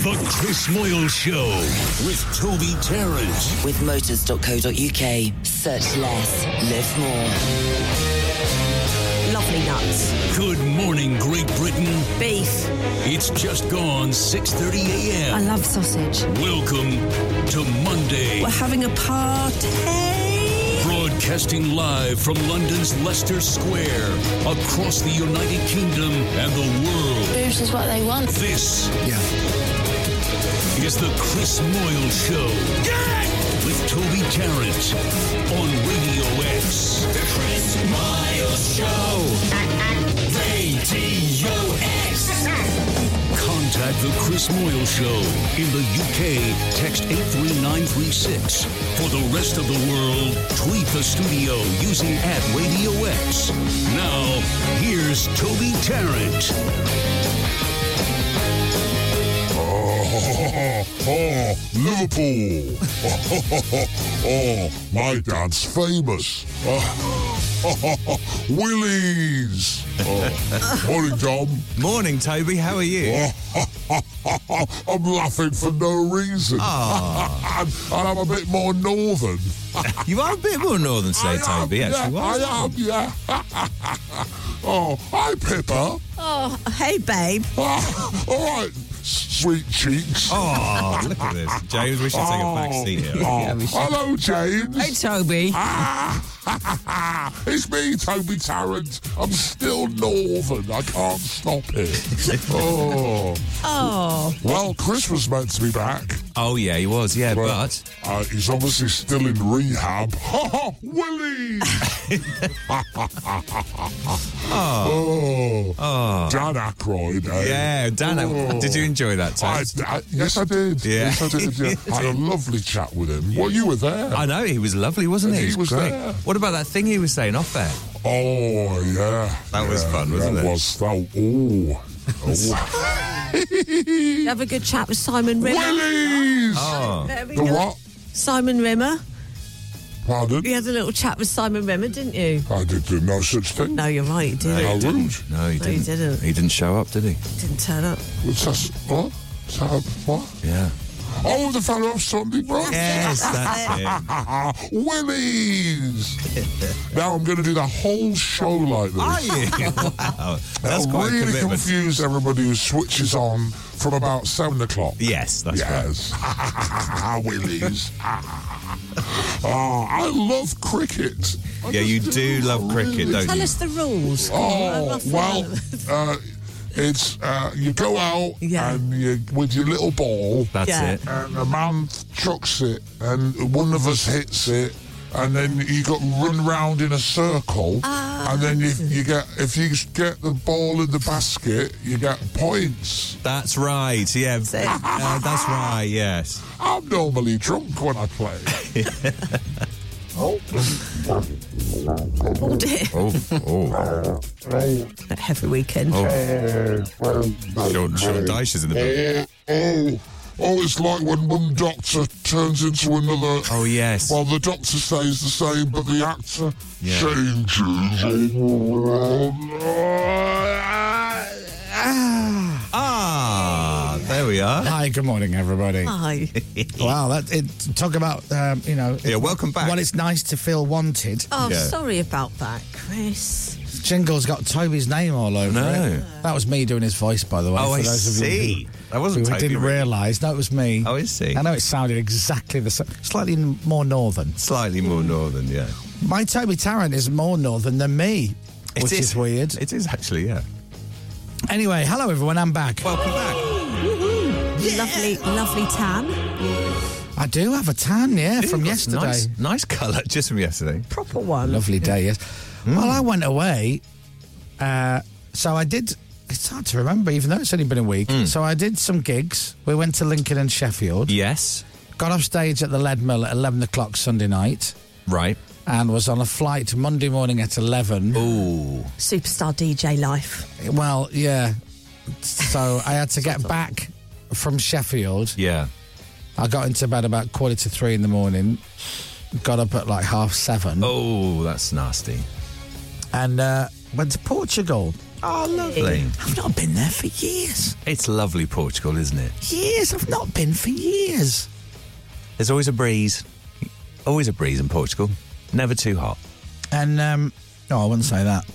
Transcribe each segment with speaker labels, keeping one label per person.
Speaker 1: Chris Moyle Show with Toby Terrence.
Speaker 2: With motors.co.uk, search less, live more.
Speaker 3: Lovely nuts.
Speaker 1: Good morning, Great Britain.
Speaker 3: Beef.
Speaker 1: It's just gone 6:30 a.m.
Speaker 3: I love sausage.
Speaker 1: Welcome to Monday.
Speaker 3: We're having a party.
Speaker 1: Broadcasting live from London's Leicester Square, across the United Kingdom and the world.
Speaker 4: Booze is what they want.
Speaker 1: This
Speaker 5: Yeah.
Speaker 1: is the Chris Moyle Show. With Toby Tarrant on Radio X.
Speaker 6: The Chris Moyle Show. Radio X.
Speaker 1: Contact the Chris Moyle Show in the UK. Text 83936. For the rest of the world, tweet the studio using at Radio X. Now, here's Toby Tarrant.
Speaker 7: Oh, oh, Liverpool. Oh, my dad's famous. Oh, Willies. Oh, morning, Tom.
Speaker 8: Morning, Toby. How are you?
Speaker 7: I'm laughing for no reason.
Speaker 8: Oh.
Speaker 7: and, and I'm a bit more northern.
Speaker 8: you are a bit more northern
Speaker 7: I
Speaker 8: today,
Speaker 7: am,
Speaker 8: Toby. Actually,
Speaker 7: yeah,
Speaker 8: Why is
Speaker 7: I am,
Speaker 8: that?
Speaker 7: yeah. oh, hi, Pippa.
Speaker 3: Oh, hey, babe.
Speaker 7: Ah, all right, sweet cheeks.
Speaker 8: Oh, look at this, James. We should take a back seat here.
Speaker 7: Oh, hello, James.
Speaker 3: Hey, Toby.
Speaker 7: Ah, it's me, Toby Tarrant. I'm still northern. I can't stop it. oh.
Speaker 3: Oh,
Speaker 7: Well, Chris was meant to be back,
Speaker 8: Oh yeah, he was. Yeah,
Speaker 7: but
Speaker 8: but
Speaker 7: uh, he's obviously still in rehab. Ha ha, Willie! oh. Dan Aykroyd, eh?
Speaker 8: yeah, Dan,
Speaker 7: Oh.
Speaker 8: did you enjoy that,
Speaker 7: I,
Speaker 8: Toby?
Speaker 7: I- yes, I did.
Speaker 8: Yeah.
Speaker 7: Yes, I did. yeah. I had a lovely chat with him. Well, you were there.
Speaker 8: I know he was lovely, wasn't he?
Speaker 7: He
Speaker 8: He was
Speaker 7: was
Speaker 8: great.
Speaker 7: there.
Speaker 8: What about that thing he was saying off there?
Speaker 7: Oh yeah,
Speaker 8: That was
Speaker 7: Yeah,
Speaker 8: fun, wasn't
Speaker 7: that
Speaker 8: it?
Speaker 7: Was that? Oh,
Speaker 3: you have a good chat with Simon Rimmer.
Speaker 7: Willies!
Speaker 8: Oh,
Speaker 3: There we
Speaker 7: the
Speaker 3: go.
Speaker 7: what?
Speaker 3: Simon Rimmer.
Speaker 7: Pardon?
Speaker 3: You had a little chat with Simon Rimmer, didn't you?
Speaker 7: I did do no such thing.
Speaker 3: No, you're right, you did.
Speaker 7: How
Speaker 3: not
Speaker 7: rude!
Speaker 8: no, he
Speaker 3: No, he
Speaker 8: didn't.
Speaker 3: didn't.
Speaker 8: He didn't show up, did he?
Speaker 3: Didn't turn up.
Speaker 7: What's that? What? Is that- What?
Speaker 8: Yeah.
Speaker 7: Oh, the fellow of Sunday Brunch.
Speaker 8: Yes, that's him.
Speaker 7: Ah, Willies! now I'm going to do the whole show like this.
Speaker 8: Are you? Wow, that's
Speaker 7: That'll
Speaker 8: quite a
Speaker 7: really
Speaker 8: commitment.
Speaker 7: confuse everybody who switches on from about seven o'clock.
Speaker 8: Yes, that's right.
Speaker 7: Yes. Willies. Ah, I love cricket. I
Speaker 8: Yeah,
Speaker 7: just
Speaker 8: you do love cricket, don't
Speaker 3: Tell
Speaker 8: you?
Speaker 3: us the rules. I'm
Speaker 7: Oh,
Speaker 3: off
Speaker 7: well,
Speaker 3: now.
Speaker 7: uh, it's uh, you go out
Speaker 3: Yeah.
Speaker 7: and you, with your little ball,
Speaker 8: That's
Speaker 3: Yeah.
Speaker 8: it.
Speaker 7: and a man chucks it, and one of us hits it, and then you got run round in a circle, and then you, you get if you get the ball in the basket, you get points.
Speaker 8: That's right. Yeah. Uh, that's right. Yes.
Speaker 7: I'm normally drunk when I play.
Speaker 3: Oh, dear.
Speaker 8: Oh, oh,
Speaker 3: That heavy weekend.
Speaker 8: Sean, Sean Dyche is in the building.
Speaker 7: oh, oh, oh! It's like when one doctor turns into another.
Speaker 8: Oh yes.
Speaker 7: Well, the doctor stays the same, but the actor
Speaker 8: Yeah.
Speaker 7: changes.
Speaker 8: Ah, there we are.
Speaker 5: Hi, good morning, everybody.
Speaker 3: Hi.
Speaker 5: Wow, that it talk about um, you know.
Speaker 8: Yeah, welcome back.
Speaker 5: Well, it's nice to feel wanted.
Speaker 3: Oh,
Speaker 8: Yeah.
Speaker 3: sorry about that, Chris.
Speaker 5: Jingle's got Toby's name all over
Speaker 8: No.
Speaker 5: it. That was me doing his voice, by the way.
Speaker 8: Oh,
Speaker 5: for
Speaker 8: I
Speaker 5: those of you who-
Speaker 8: see. That
Speaker 5: who
Speaker 8: wasn't Toby.
Speaker 5: didn't
Speaker 8: really.
Speaker 5: realise. No, it was me.
Speaker 8: Oh, I see.
Speaker 5: I know it sounded exactly the same, slightly n- more northern.
Speaker 8: Slightly more northern, yeah.
Speaker 5: My Toby Tarrant is more northern than me,
Speaker 8: It
Speaker 5: which is weird.
Speaker 8: It is actually, yeah.
Speaker 5: Anyway, hello everyone. I'm back.
Speaker 8: Welcome back.
Speaker 3: Lovely, lovely tan.
Speaker 5: I do have a tan, yeah, from
Speaker 8: That's
Speaker 5: yesterday.
Speaker 8: Nice, nice colour just from yesterday.
Speaker 3: Proper one.
Speaker 5: Lovely day, yes.
Speaker 8: Mm.
Speaker 5: Well, I went away, uh, so I did. It's hard to remember, even though it's only been a week.
Speaker 8: Mm.
Speaker 5: So I did some gigs. We went to Lincoln and Sheffield.
Speaker 8: Yes.
Speaker 5: Got off stage at the Lead Mill at eleven o'clock Sunday night,
Speaker 8: Right.
Speaker 5: and was on a flight Monday morning at eleven.
Speaker 8: Ooh.
Speaker 3: Superstar DJ life.
Speaker 5: Well, yeah. So I had to get back from Sheffield.
Speaker 8: Yeah.
Speaker 5: I got into bed about quarter to three in the morning. Got up at like half seven
Speaker 8: Oh, that's nasty.
Speaker 5: and uh, went to Portugal. Oh, lovely. I've not been there for years.
Speaker 8: It's lovely, Portugal, isn't it?
Speaker 5: Years. I've not been for years.
Speaker 8: There's always a breeze. Always a breeze in Portugal. Never too hot.
Speaker 5: And, um, no, I wouldn't say that.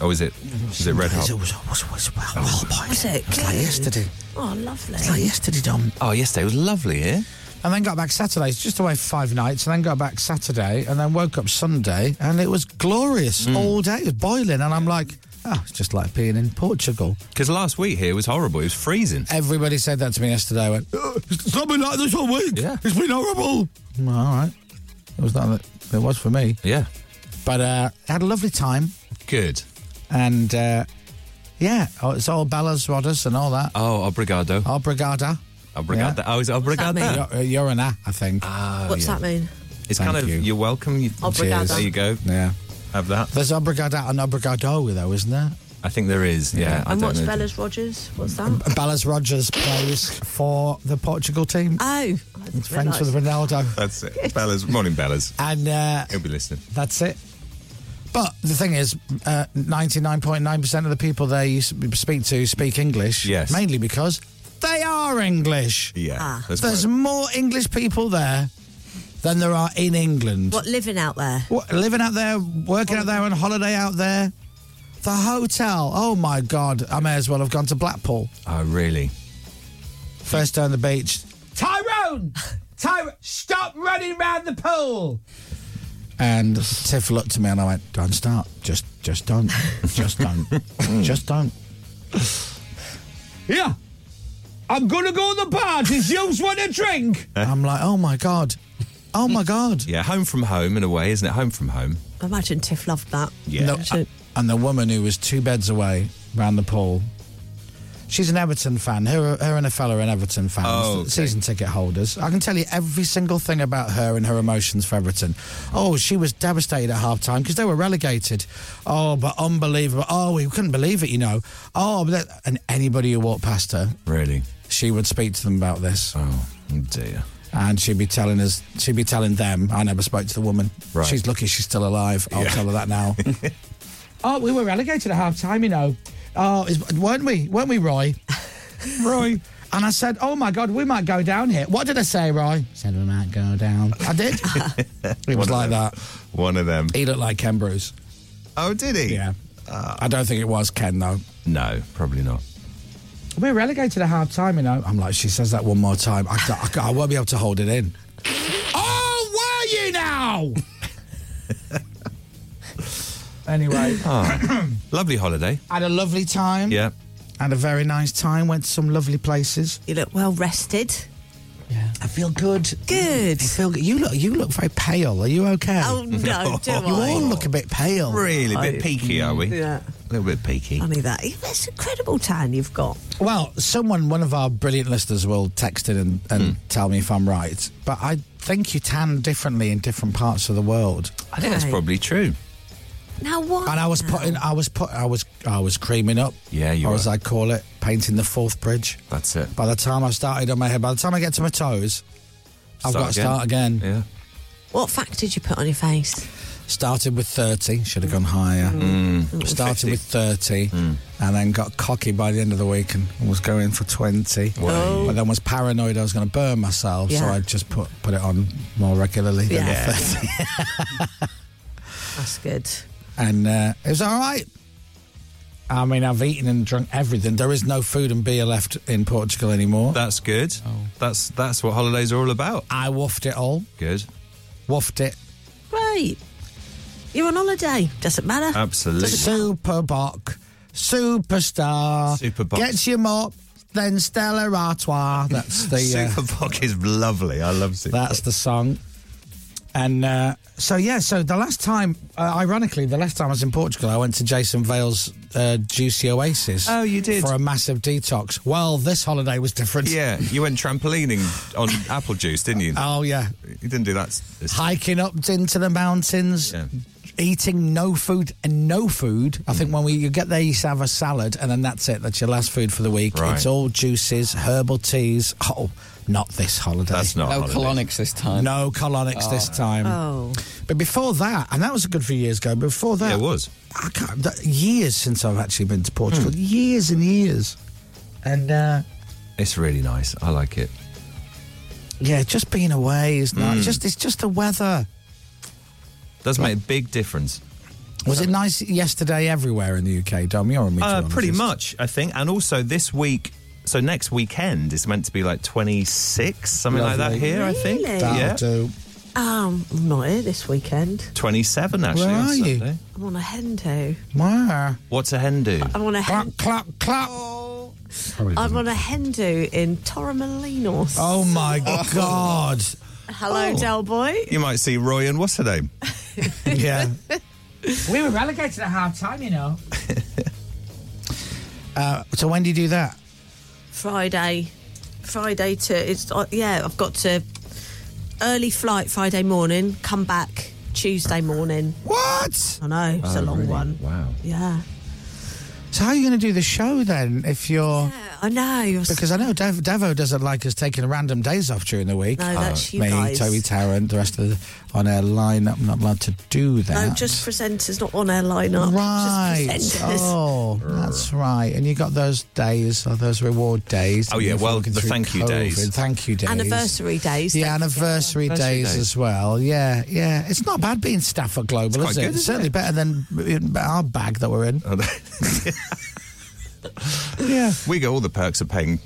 Speaker 8: Oh, is it? Is it red hot?
Speaker 5: It was, was, was, well, well, boy.
Speaker 3: Was it?
Speaker 5: was like
Speaker 3: good?
Speaker 5: yesterday.
Speaker 3: Oh, lovely.
Speaker 5: It's like yesterday, Dom.
Speaker 8: Oh, yesterday was lovely, eh?
Speaker 5: And then got back Saturday. It's just away for five nights. And then got back Saturday. And then woke up Sunday. And it was glorious all day. It was boiling. And I'm like, oh, it's just like being in Portugal.
Speaker 8: Because last week here was horrible. It was freezing.
Speaker 5: Everybody said that to me yesterday. I went, "Oh, it's not been like this all week.
Speaker 8: Yeah.
Speaker 5: It's been horrible. I'm like, Mm, all right. It was not that it was for me.
Speaker 8: Yeah.
Speaker 5: But uh, had a lovely time.
Speaker 8: Good.
Speaker 5: And uh, yeah, oh, it's all Bella's Rodas and all that.
Speaker 8: Oh, obrigado.
Speaker 5: All Brigada.
Speaker 8: Obrigado.
Speaker 5: Yeah.
Speaker 8: Oh, is it
Speaker 3: mean?
Speaker 8: obrigado? Oh,
Speaker 5: You're, uh, you're an a, I think.
Speaker 3: What's that mean?
Speaker 8: It's
Speaker 5: Thank
Speaker 8: kind of,
Speaker 5: you.
Speaker 8: you. are welcome. You,
Speaker 3: Obrigado.
Speaker 8: There you go.
Speaker 5: yeah.
Speaker 8: Have that.
Speaker 5: There's Obrigada and Obrigado, though, isn't there?
Speaker 8: I think there is. Yeah. I
Speaker 3: and
Speaker 8: don't
Speaker 3: what's
Speaker 8: know.
Speaker 3: Bella's Rogers? What's that?
Speaker 5: Ballas Rogers plays for the Portugal team.
Speaker 3: Oh,
Speaker 5: He's friends with Ronaldo.
Speaker 8: That's it. Bella's. Morning, Bella's.
Speaker 5: And uh,
Speaker 8: He'll be listening.
Speaker 5: that's it. But the thing is, uh, 99.9% of the people there you s- speak to speak English.
Speaker 8: Yes.
Speaker 5: Mainly because they are English.
Speaker 8: Yeah.
Speaker 3: Ah.
Speaker 8: That's
Speaker 5: There's
Speaker 8: quite-
Speaker 5: more English people there than there are in England.
Speaker 3: What living out there?
Speaker 5: What, living out there, working out there, on holiday out there. The hotel. Oh my God. I may as well have gone to Blackpool.
Speaker 8: oh, really?
Speaker 5: First day on the beach. Tyrone! Tyrone, stop running round the pool! And Tiff looked at me and I went, Don't start. Just just don't. Just don't. just don't. Yeah. I'm gonna go to the bar. Does yous want a drink? I'm like, oh my god. Oh my god.
Speaker 8: Yeah. Home from home, in a way, isn't it? Home from home.
Speaker 3: I imagine Tiff loved that.
Speaker 8: Yeah.
Speaker 5: No,
Speaker 3: She-
Speaker 5: and the woman who was two beds away round the pool. She's an Everton fan. Her, her and a fella are an Everton fans,
Speaker 8: Oh, okay.
Speaker 5: season ticket holders. I can tell you every single thing about her and her emotions for Everton. Oh, she was devastated at half time because they were relegated. Oh, but unbelievable. Oh, we couldn't believe it, you know. Oh, but that, and anybody who walked past her,
Speaker 8: Really?
Speaker 5: she would speak to them about this
Speaker 8: Oh, dear.
Speaker 5: and she'd be telling us, she'd be telling them, I never spoke to the woman.
Speaker 8: Right.
Speaker 5: She's lucky she's still alive. I'll tell her that now. oh, we were relegated at half time, you know. Oh, is, weren't we? Weren't we, Roy? Roy. And I said, oh my God, we might go down here. What did I say, Roy? Said we might go down. I did. it was like that.
Speaker 8: One of them.
Speaker 5: He looked like Ken Bruce.
Speaker 8: Oh, did he? Ah.
Speaker 5: Yeah. I don't think it was Ken, though.
Speaker 8: No, probably not.
Speaker 5: We're relegated at half time, you know. I'm like, she says that one more time. I, I, can't- I won't be able to hold it in. oh, were you now? anyway, Ah.
Speaker 8: Lovely holiday.
Speaker 5: had a lovely time.
Speaker 8: Yeah.
Speaker 5: Had a very nice time. Went to some lovely places.
Speaker 3: You look well rested.
Speaker 5: I feel good.
Speaker 3: Good.
Speaker 5: I feel good. You look, you look very pale. Are you okay?
Speaker 3: Oh no, do
Speaker 8: You
Speaker 5: you
Speaker 3: I?
Speaker 5: all look a bit pale.
Speaker 8: Really, a bit peaky, are we?
Speaker 3: Yeah.
Speaker 8: A little bit peaky.
Speaker 3: Funny that. That's incredible tan you've got.
Speaker 5: Well, someone, one of our brilliant listeners, will text in and, and
Speaker 8: Hmm.
Speaker 5: tell me if I'm right. But I think you tan differently in different parts of the world.
Speaker 8: I think that's
Speaker 3: Right.
Speaker 8: probably true.
Speaker 3: Now what?
Speaker 5: And I was
Speaker 3: now?
Speaker 5: putting, I was put, I was, I was creaming up.
Speaker 8: Yeah, you
Speaker 5: Or as
Speaker 8: were.
Speaker 5: I call it, painting the fourth bridge.
Speaker 8: That's it.
Speaker 5: By the time I've started on my head, by the time I get to my toes, I've got to start again.
Speaker 8: Yeah.
Speaker 3: What fact did you put on your face?
Speaker 5: Started with thirty, should have gone higher.
Speaker 8: Mm.
Speaker 3: Mm.
Speaker 5: Started
Speaker 8: 50.
Speaker 5: with thirty, and then got cocky by the end of the week and was going for twenty.
Speaker 8: Wow.
Speaker 5: But then was paranoid I was going to burn myself, so
Speaker 3: Oh. Yeah.
Speaker 5: I just put put it on more regularly than
Speaker 3: Yeah.
Speaker 5: the thirty.
Speaker 3: That's good.
Speaker 5: and uh, it was all right. I mean, I've eaten and drunk everything. There is no food and beer left in Portugal anymore.
Speaker 8: That's good. That's that's what holidays are all about.
Speaker 5: I woofed it all.
Speaker 8: Good.
Speaker 5: Woofed it.
Speaker 3: Right. You're on holiday. Doesn't matter.
Speaker 8: Absolutely.
Speaker 5: Super Bock. Superstar.
Speaker 8: Super Bock.
Speaker 5: Gets you up, then Stella Artois. That's the uh,
Speaker 8: Super Bock is lovely. I love Super
Speaker 5: that's the song. And uh, so yeah, so the last time, uh, ironically, the last time I was in Portugal, I went to Jason Vale's uh, Juicy Oasis.
Speaker 8: Oh, you did?
Speaker 5: for a massive detox. Well, this holiday was different.
Speaker 8: Yeah, you went trampolining on apple juice, didn't you?
Speaker 5: Oh yeah,
Speaker 8: You didn't do that. s- this-
Speaker 5: hiking up into the mountains,
Speaker 8: Yeah.
Speaker 5: eating no food and no food. I
Speaker 8: Mm.
Speaker 5: think when we you get there, you have a salad, and then that's it. That's your last food for the week.
Speaker 8: Right.
Speaker 5: It's all juices, herbal teas. Oh, not this holiday.
Speaker 8: That's not
Speaker 4: No
Speaker 8: holiday.
Speaker 4: colonics this time.
Speaker 5: No colonics this time.
Speaker 3: Oh.
Speaker 5: But before that, and that was a good few years ago. Before that,
Speaker 8: Yeah, it was. Hmm.
Speaker 5: I can't, that, years since I've actually been to Portugal. Years and years. And uh,
Speaker 8: It's really nice. I like it.
Speaker 5: yeah, just being away is
Speaker 8: Hmm.
Speaker 5: nice. It's just it's just the weather.
Speaker 8: Does make a big difference.
Speaker 5: Was it nice yesterday everywhere in the UK, Dom? You're a
Speaker 8: Uh,
Speaker 5: meteorologist.
Speaker 8: pretty much, I think. And also this week, so next weekend is meant to be like 26, something like that
Speaker 5: Lovely.
Speaker 8: here, I think.
Speaker 3: Really?
Speaker 5: That'll
Speaker 8: Yeah.
Speaker 5: do.
Speaker 3: Um, I'm not here this weekend.
Speaker 8: 27 actually.
Speaker 5: Where
Speaker 8: on
Speaker 5: are you?
Speaker 8: Sunday.
Speaker 3: I'm on a hen do.
Speaker 5: Wow.
Speaker 8: What's a hen do?
Speaker 3: I'm on a
Speaker 5: Clap,
Speaker 3: hen. Oh,
Speaker 5: clap, clap.
Speaker 3: I'm on a hen do in Torremolinos.
Speaker 5: Oh my God.
Speaker 3: Hello,
Speaker 8: Oh.
Speaker 3: Del Boy.
Speaker 8: You might see Roy and what's her name?
Speaker 5: Yeah.
Speaker 6: We were relegated at half time, you know.
Speaker 3: uh,
Speaker 5: So when do you do that?
Speaker 3: Friday, Friday to it's uh, yeah. I've got to early flight Friday morning. Come back Tuesday morning.
Speaker 5: What?
Speaker 3: I know it's a long one.
Speaker 8: Wow.
Speaker 3: Yeah,
Speaker 5: So how are you going to do the show then if you're.
Speaker 3: Yeah, I know.
Speaker 5: Because I know Dev, Devo doesn't like us taking random days off during the week. Oh,
Speaker 3: No, that's you
Speaker 5: Me,
Speaker 3: guys.
Speaker 5: Toby Tarrant, the rest of the on air line. I'm not allowed to do that.
Speaker 3: no, just presenters, not on air lineup.
Speaker 5: Right.
Speaker 3: Just presenters.
Speaker 5: Oh, that's right. And you got those days, or those reward days.
Speaker 8: Oh, yeah,
Speaker 5: You're
Speaker 8: well,
Speaker 5: working
Speaker 8: the
Speaker 5: through
Speaker 8: thank you
Speaker 5: COVID.
Speaker 8: days.
Speaker 5: Thank you days.
Speaker 3: Anniversary days.
Speaker 5: Yeah,
Speaker 3: don't forget.
Speaker 5: anniversary
Speaker 8: Anniversary
Speaker 5: days
Speaker 8: days.
Speaker 5: as well. Yeah, yeah. It's not bad being staff at Global,
Speaker 8: It's
Speaker 5: is
Speaker 8: quite
Speaker 5: it?
Speaker 8: good,
Speaker 5: it's
Speaker 8: isn't
Speaker 5: certainly
Speaker 8: it? Oh,
Speaker 5: better than uh, our bag that we're in. Yeah.
Speaker 8: we get all the perks of paying.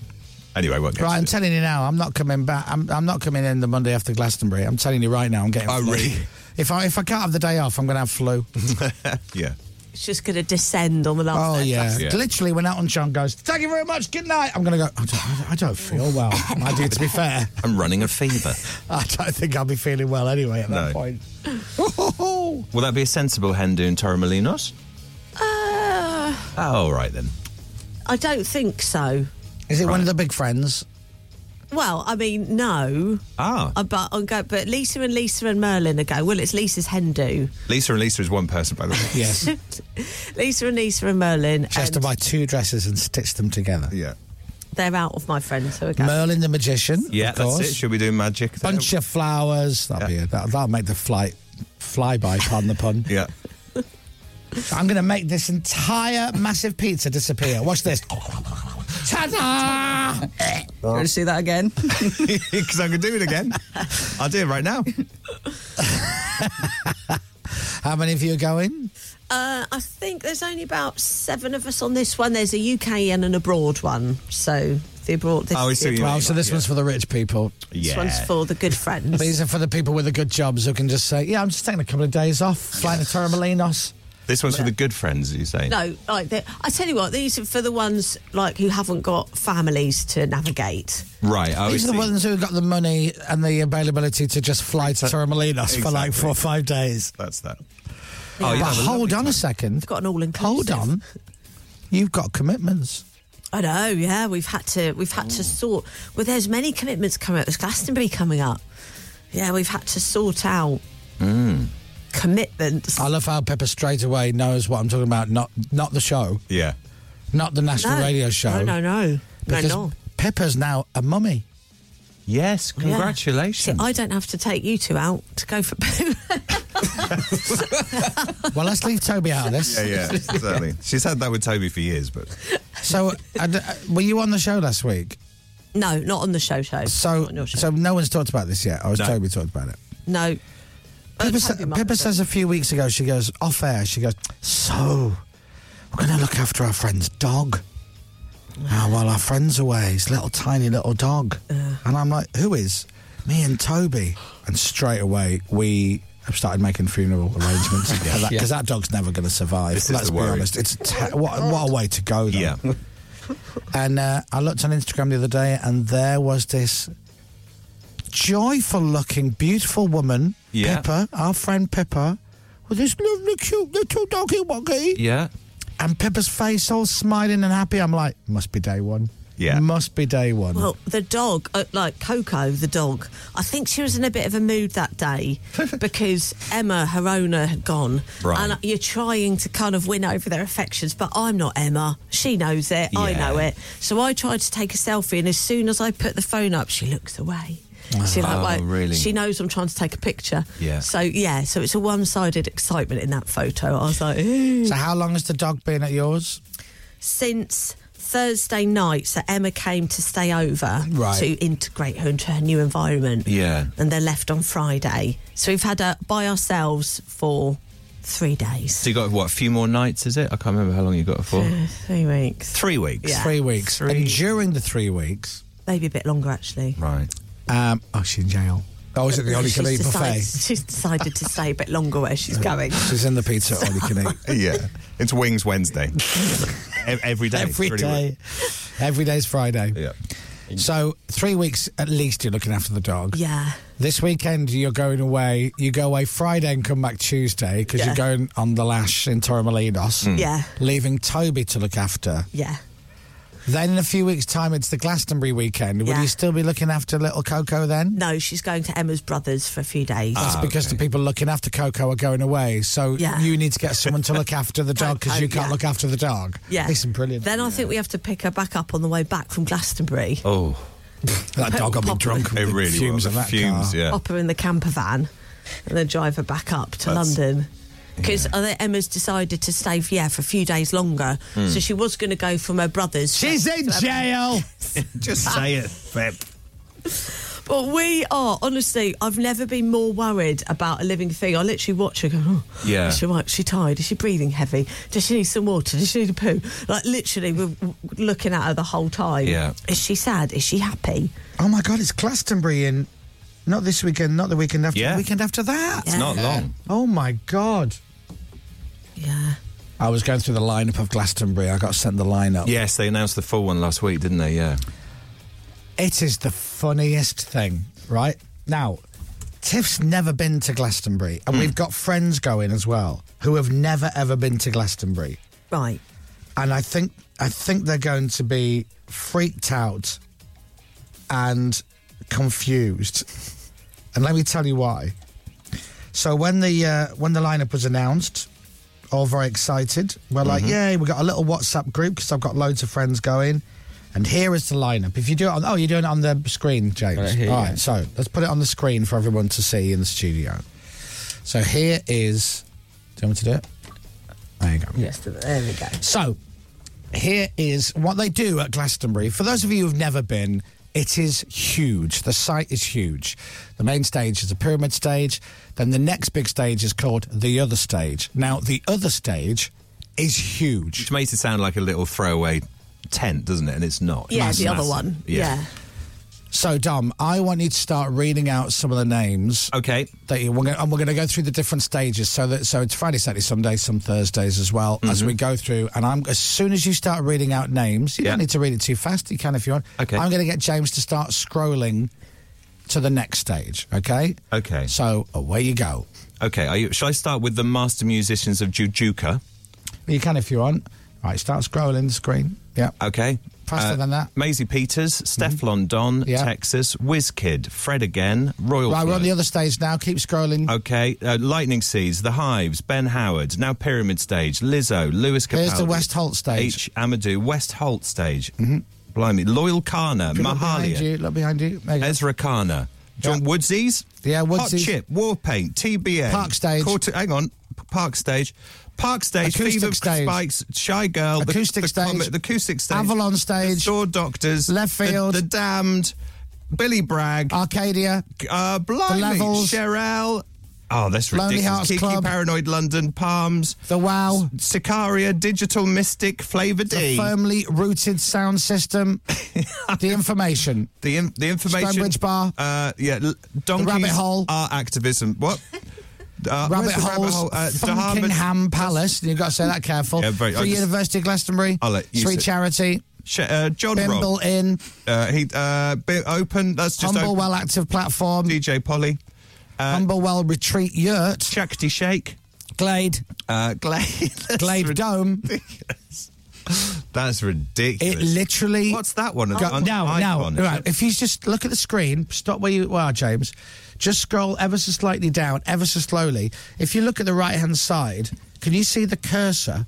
Speaker 8: Anyway, I won't get
Speaker 5: Right, I'm
Speaker 8: into it.
Speaker 5: telling you now, I'm not coming back. I'm, I'm not coming in the Monday after Glastonbury. I'm telling you right now, I'm getting.
Speaker 8: Oh,
Speaker 5: flu.
Speaker 8: really?
Speaker 5: If I if I can't have the day off, I'm going to have flu.
Speaker 8: Yeah.
Speaker 3: It's just going to descend on the last.
Speaker 5: Oh
Speaker 3: day.
Speaker 5: yeah.
Speaker 8: Yeah.
Speaker 5: literally when Elton John goes, "Thank you very much, good night," I'm going to go. I don't, I don't feel well. I do, to be fair.
Speaker 8: I'm running a fever.
Speaker 5: I don't think I'll be feeling well anyway at that
Speaker 8: No.
Speaker 5: point.
Speaker 8: Will that be a sensible hen do in Torremolinos?
Speaker 3: Uh,
Speaker 8: Oh, all right then.
Speaker 3: I don't think so.
Speaker 5: Is it one of
Speaker 8: Right.
Speaker 5: the big friends?
Speaker 3: Well, I mean, no.
Speaker 8: Ah,
Speaker 3: Uh, but on go, but Lisa and Lisa and Merlin are go. Well, it's Lisa's hen do.
Speaker 8: Lisa and Lisa is one person, by the way.
Speaker 5: Yes.
Speaker 3: Lisa and Lisa and Merlin.
Speaker 5: She has to
Speaker 3: and
Speaker 5: buy two dresses and stitch them together.
Speaker 8: yeah.
Speaker 3: They're out of my friends who are going.
Speaker 5: Merlin the magician.
Speaker 8: Yeah,
Speaker 5: of
Speaker 8: that's
Speaker 5: course.
Speaker 8: it. She'll be doing magic. there.
Speaker 5: Bunch of flowers. That'll be it. That'll, that'll make the flight fly by. Pardon the pun.
Speaker 8: Yeah.
Speaker 5: I'm going to make this entire massive pizza disappear. Watch this. Ta-da!
Speaker 4: You want to see that again?
Speaker 8: Because I can do it again. I'll do it right now.
Speaker 5: How many of you are going?
Speaker 3: Uh, I think there's only about seven of us on this one. There's a UK and an abroad one. So the abroad. This,
Speaker 8: Oh, I
Speaker 3: is the
Speaker 8: see what you
Speaker 3: abroad-
Speaker 5: Well, so this
Speaker 8: Yeah.
Speaker 5: one's for the rich people.
Speaker 3: This one's for the good friends.
Speaker 5: These are for the people with the good jobs who can just say, "Yeah, I'm just taking a couple of days off, flying to Torremolinos."
Speaker 8: This one's for the good friends, you say?
Speaker 3: no, like the- I tell you what, these are for the ones like who haven't got families to navigate.
Speaker 8: Right. oh, I
Speaker 5: These are the
Speaker 8: see.
Speaker 5: ones who got the money and the availability to just fly to Torremolinos for like
Speaker 8: Exactly.
Speaker 5: four or five days.
Speaker 8: That's that.
Speaker 3: Oh, Yeah.
Speaker 8: you'll
Speaker 5: But
Speaker 8: have a lovely
Speaker 5: hold on
Speaker 8: time.
Speaker 5: a second.
Speaker 3: We've got an all-inclusive.
Speaker 5: Hold on. You've got commitments. Oh.
Speaker 3: I know. Yeah, we've had to we've had to sort. Well, there's many commitments coming up. There's Glastonbury coming up. Yeah, we've had to sort out
Speaker 5: Mm.
Speaker 3: commitments.
Speaker 5: I love how Pepper straight away knows what I'm talking about. Not not the show,
Speaker 8: Yeah.
Speaker 5: not the national
Speaker 3: No.
Speaker 5: radio
Speaker 3: No,
Speaker 5: show.
Speaker 3: no, no.
Speaker 5: Because
Speaker 3: no, no.
Speaker 5: Pepper's now a mummy.
Speaker 8: Yes,
Speaker 3: Yeah.
Speaker 8: congratulations.
Speaker 3: See, I don't have to take you two out to go for poo.
Speaker 5: Well, let's leave Toby out of this.
Speaker 8: yeah, yeah, certainly. She's had that with Toby for years, but
Speaker 5: So, uh, d- uh, were you on the show last week?
Speaker 3: no, not on the show show.
Speaker 5: So,
Speaker 3: Not on your show.
Speaker 5: so no one's talked about this yet. I was
Speaker 8: No.
Speaker 5: Toby talked about it.
Speaker 3: no. Oh, Toby
Speaker 5: Pippa, sa-
Speaker 3: might
Speaker 5: Pippa
Speaker 3: have
Speaker 5: says
Speaker 3: done.
Speaker 5: a few weeks ago, she goes off air. She goes, so we're going to look after our friend's dog. Oh, well, our friend's away. His little tiny little dog. And I'm like, who is? Me and Toby. And straight away, we have started making funeral arrangements because that, 'cause that dog's never going to survive.
Speaker 8: This is
Speaker 5: Let's
Speaker 8: the
Speaker 5: be
Speaker 8: worry.
Speaker 5: honest. It's te- what, what a way to go. Though.
Speaker 8: yeah.
Speaker 5: And uh, I looked on Instagram the other day, and there was this joyful-looking, beautiful woman,
Speaker 8: Yeah.
Speaker 5: Pippa, our friend Pippa, with this lovely, cute little doggy woggy,
Speaker 8: Yeah.
Speaker 5: and Pippa's face all smiling and happy. I'm like, must be day one.
Speaker 8: Yeah.
Speaker 5: Must be day one.
Speaker 3: Well, the dog, uh, like Coco, the dog, I think she was in a bit of a mood that day because Emma, her owner, had gone.
Speaker 8: Right.
Speaker 3: And uh, you're trying to kind of win over their affections, but I'm not Emma. She knows it. I
Speaker 8: Yeah.
Speaker 3: know it. So I tried to take a selfie, and as soon as I put the phone up, she looks away. She like,
Speaker 8: Oh,
Speaker 3: won't-
Speaker 8: really?
Speaker 3: She knows I'm trying to take a picture.
Speaker 8: Yeah.
Speaker 3: So yeah, so it's a one-sided excitement in that photo. I was like, "Ooh."
Speaker 5: So how long has the dog been at yours?
Speaker 3: since Thursday night, so Emma came to stay over
Speaker 5: Right.
Speaker 3: to integrate her into her new environment.
Speaker 8: Yeah.
Speaker 3: And they left on Friday. So we've had her by ourselves for three days.
Speaker 8: So you got what? A few more nights? Is it? I can't remember how long you got it for.
Speaker 3: Three weeks.
Speaker 8: Three weeks.
Speaker 3: Yeah.
Speaker 5: Three weeks.
Speaker 8: Three.
Speaker 5: And during the three weeks,
Speaker 3: Maybe a bit longer, actually.
Speaker 8: Right.
Speaker 5: um, oh, she's in jail. Oh, is it the Oli
Speaker 3: She's
Speaker 5: Khalid
Speaker 3: decided,
Speaker 5: buffet?
Speaker 3: she's decided to stay a bit longer where she's going.
Speaker 5: She's in the pizza at Oli Khalid.
Speaker 8: Yeah. It's Wings Wednesday. E- Every day.
Speaker 5: Every
Speaker 8: Really
Speaker 5: day. Every day's Friday.
Speaker 8: weird. Yeah.
Speaker 5: So three weeks at least you're looking after the dog.
Speaker 3: Yeah.
Speaker 5: This weekend you're going away. You go away Friday and come back Tuesday because
Speaker 3: Yeah. Hmm.
Speaker 5: you're going on the lash in Torremolinos.
Speaker 3: Yeah.
Speaker 5: Leaving Toby to look after.
Speaker 3: Yeah.
Speaker 5: Then in a few weeks' time, it's the Glastonbury weekend. Will
Speaker 3: Yeah.
Speaker 5: you still be looking after little Coco then? Ah.
Speaker 3: No, she's going to Emma's brother's for a few days.
Speaker 5: That's because the people looking after Coco are going away. So
Speaker 3: Yeah.
Speaker 5: you need to get someone to look after the dog because you
Speaker 3: Coco,
Speaker 5: can't
Speaker 3: yeah.
Speaker 5: look after the dog.
Speaker 3: yeah.
Speaker 5: Listen, brilliant.
Speaker 3: Then I think we have to pick her back up on the way back from Glastonbury.
Speaker 8: Oh,
Speaker 5: that dog will be
Speaker 3: Pop-
Speaker 5: drunk with
Speaker 8: it
Speaker 5: the
Speaker 8: really
Speaker 5: fumes
Speaker 8: was.
Speaker 5: of that
Speaker 8: fumes,
Speaker 5: car.
Speaker 8: yeah.
Speaker 3: pop her in the camper van and then drive her back up to
Speaker 8: That's-
Speaker 3: London. Because Emma's decided to stay for, yeah, for a few days longer.
Speaker 8: Hmm.
Speaker 3: So she was going to go from her brother's.
Speaker 5: She's in jail.
Speaker 8: Just
Speaker 5: Ah.
Speaker 8: say it, Pep.
Speaker 3: But we are, honestly, I've never been more worried about a living thing. I literally watch her go, oh,
Speaker 8: Yeah.
Speaker 3: is she right? Is she tired? Is she breathing heavy? Does she need some water? Does she need a poo? Like, literally, we're w- looking at her the whole time.
Speaker 8: Yeah.
Speaker 3: Is she sad? Is she happy?
Speaker 5: Oh my God, it's Glastonbury in not this weekend, not the weekend after,
Speaker 8: Yeah.
Speaker 5: the weekend after that.
Speaker 3: Yeah.
Speaker 8: Not long.
Speaker 5: Oh my God.
Speaker 3: Yeah.
Speaker 5: I was going through the lineup of Glastonbury. I got sent the lineup.
Speaker 8: Yes, they announced the full one last week, didn't they? Yeah.
Speaker 5: It is the funniest thing, right? Now, Tiff's never been to Glastonbury, and we've got friends going as well who have never ever been to Glastonbury.
Speaker 3: Right.
Speaker 5: And I think I think they're going to be freaked out and confused. And let me tell you why. So when the uh, when the lineup was announced, all very excited. We're like, yay! We got a little WhatsApp group because I've got loads of friends going. And here is the lineup. If you do it on, oh, you're doing it on the screen, James.
Speaker 4: Right here,
Speaker 5: all right,
Speaker 4: yeah.
Speaker 5: so let's put it on the screen for everyone to see in the studio. So here is. Do you want me to do it? There you go.
Speaker 3: Yes. There we go.
Speaker 5: So, here is what they do at Glastonbury. For those of you who've never been, it is huge. The site is huge. The main stage is a pyramid stage. Then the next big stage is called the other stage. Now, the other stage is huge.
Speaker 8: Which makes it sound like a little throwaway tent, doesn't it? And it's not.
Speaker 3: Yeah,
Speaker 8: It's
Speaker 3: the other
Speaker 8: massive.
Speaker 3: one. Yeah.
Speaker 5: So, Dom, I want you to start reading out some of the names.
Speaker 8: Okay.
Speaker 5: That you, we're gonna, and we're going to go through the different stages. So that so it's Friday, Saturday, some days, some Thursdays as well.
Speaker 8: Mm-hmm.
Speaker 5: As we go through, and I'm as soon as you start reading out names, you
Speaker 8: Yeah.
Speaker 5: don't need to read it too fast. You can if you want.
Speaker 8: Okay.
Speaker 5: I'm going to get James to start scrolling to the next stage. Okay.
Speaker 8: Okay.
Speaker 5: So away you go.
Speaker 8: Okay. Are you, shall I start with the master musicians of Jujuka?
Speaker 5: You can if you want. Right. Start scrolling the screen. Yeah.
Speaker 8: Okay. Uh,
Speaker 5: Faster than that. Mm-hmm.
Speaker 8: Maisie Peters, Steflon Don,
Speaker 5: Yeah.
Speaker 8: Texas, WizKid, Fred again, Royal.
Speaker 5: Right. We're on
Speaker 8: Flow.
Speaker 5: the other stage now. Keep scrolling.
Speaker 8: Okay, uh, Lightning Seeds, The Hives, Ben Howard, now Pyramid Stage, Lizzo, Lewis Capaldi.
Speaker 5: Here's the West Holt stage. Mm-hmm.
Speaker 8: H. Amadou, West Holt Stage. Blimey, Loyal Kana,
Speaker 5: If you look behind
Speaker 8: Mahalia,
Speaker 5: you. Look behind you. There you go.
Speaker 8: Ezra Kana, John
Speaker 5: Yeah.
Speaker 8: Woodsies,
Speaker 5: Yeah,
Speaker 8: Hot
Speaker 5: Woodsies.
Speaker 8: Chip, War Paint, TBA,
Speaker 5: Park Stage.
Speaker 8: Quarter- hang on, P- Park Stage, Park Stage,
Speaker 5: Acoustic
Speaker 8: Fever
Speaker 5: Stage.
Speaker 8: Spikes, Shy Girl, the-
Speaker 5: Acoustic
Speaker 8: the,
Speaker 5: Stage.
Speaker 8: Comet, the Acoustic Stage,
Speaker 5: Avalon
Speaker 8: The
Speaker 5: Stage.
Speaker 8: Shore Doctors,
Speaker 5: Left
Speaker 8: The-
Speaker 5: Field.
Speaker 8: the, Damned, Billy Bragg,
Speaker 5: Arcadia.
Speaker 8: uh, blimey,
Speaker 5: Levels.
Speaker 8: Sherelle. Oh, that's ridiculous.
Speaker 5: Lonely Hearts
Speaker 8: Kiki
Speaker 5: Club.
Speaker 8: Paranoid London, Palms.
Speaker 5: The Wow.
Speaker 8: Sicaria, Digital Mystic, Flavor
Speaker 5: The
Speaker 8: D.
Speaker 5: firmly rooted sound system. the information.
Speaker 8: the, in- the information.
Speaker 5: Stonebridge Bar.
Speaker 8: Uh, yeah. L- donkeys
Speaker 5: Rabbit Hole.
Speaker 8: Are activism. What? Uh,
Speaker 5: Rabbit
Speaker 8: where's the
Speaker 5: holes,
Speaker 8: Dahab-
Speaker 5: Funkingham Palace. You've got to say that careful.
Speaker 8: Yeah, very- I
Speaker 5: Free
Speaker 8: just-
Speaker 5: University of Glastonbury.
Speaker 8: I'll let you
Speaker 5: Sweet
Speaker 8: sit.
Speaker 5: Charity.
Speaker 8: Sh- uh, John
Speaker 5: Bimble
Speaker 8: Rob.
Speaker 5: Inn.
Speaker 8: Uh, he, uh, bi- open. That's just open.
Speaker 5: Humblewell Active Platform.
Speaker 8: DJ Polly. Uh,
Speaker 5: Humblewell Retreat Yurt.
Speaker 8: Shakti Shake.
Speaker 5: Glade.
Speaker 8: Uh, Glade.
Speaker 5: Glade Dome.
Speaker 8: That's ridiculous.
Speaker 5: It literally.
Speaker 8: What's that one?
Speaker 5: Go-
Speaker 8: An
Speaker 5: now, now,
Speaker 8: icon.
Speaker 5: right. If you just look at the screen, stop where you are, James. Just scroll ever so slightly down, ever so slowly. If you look at the right hand side, can you see the cursor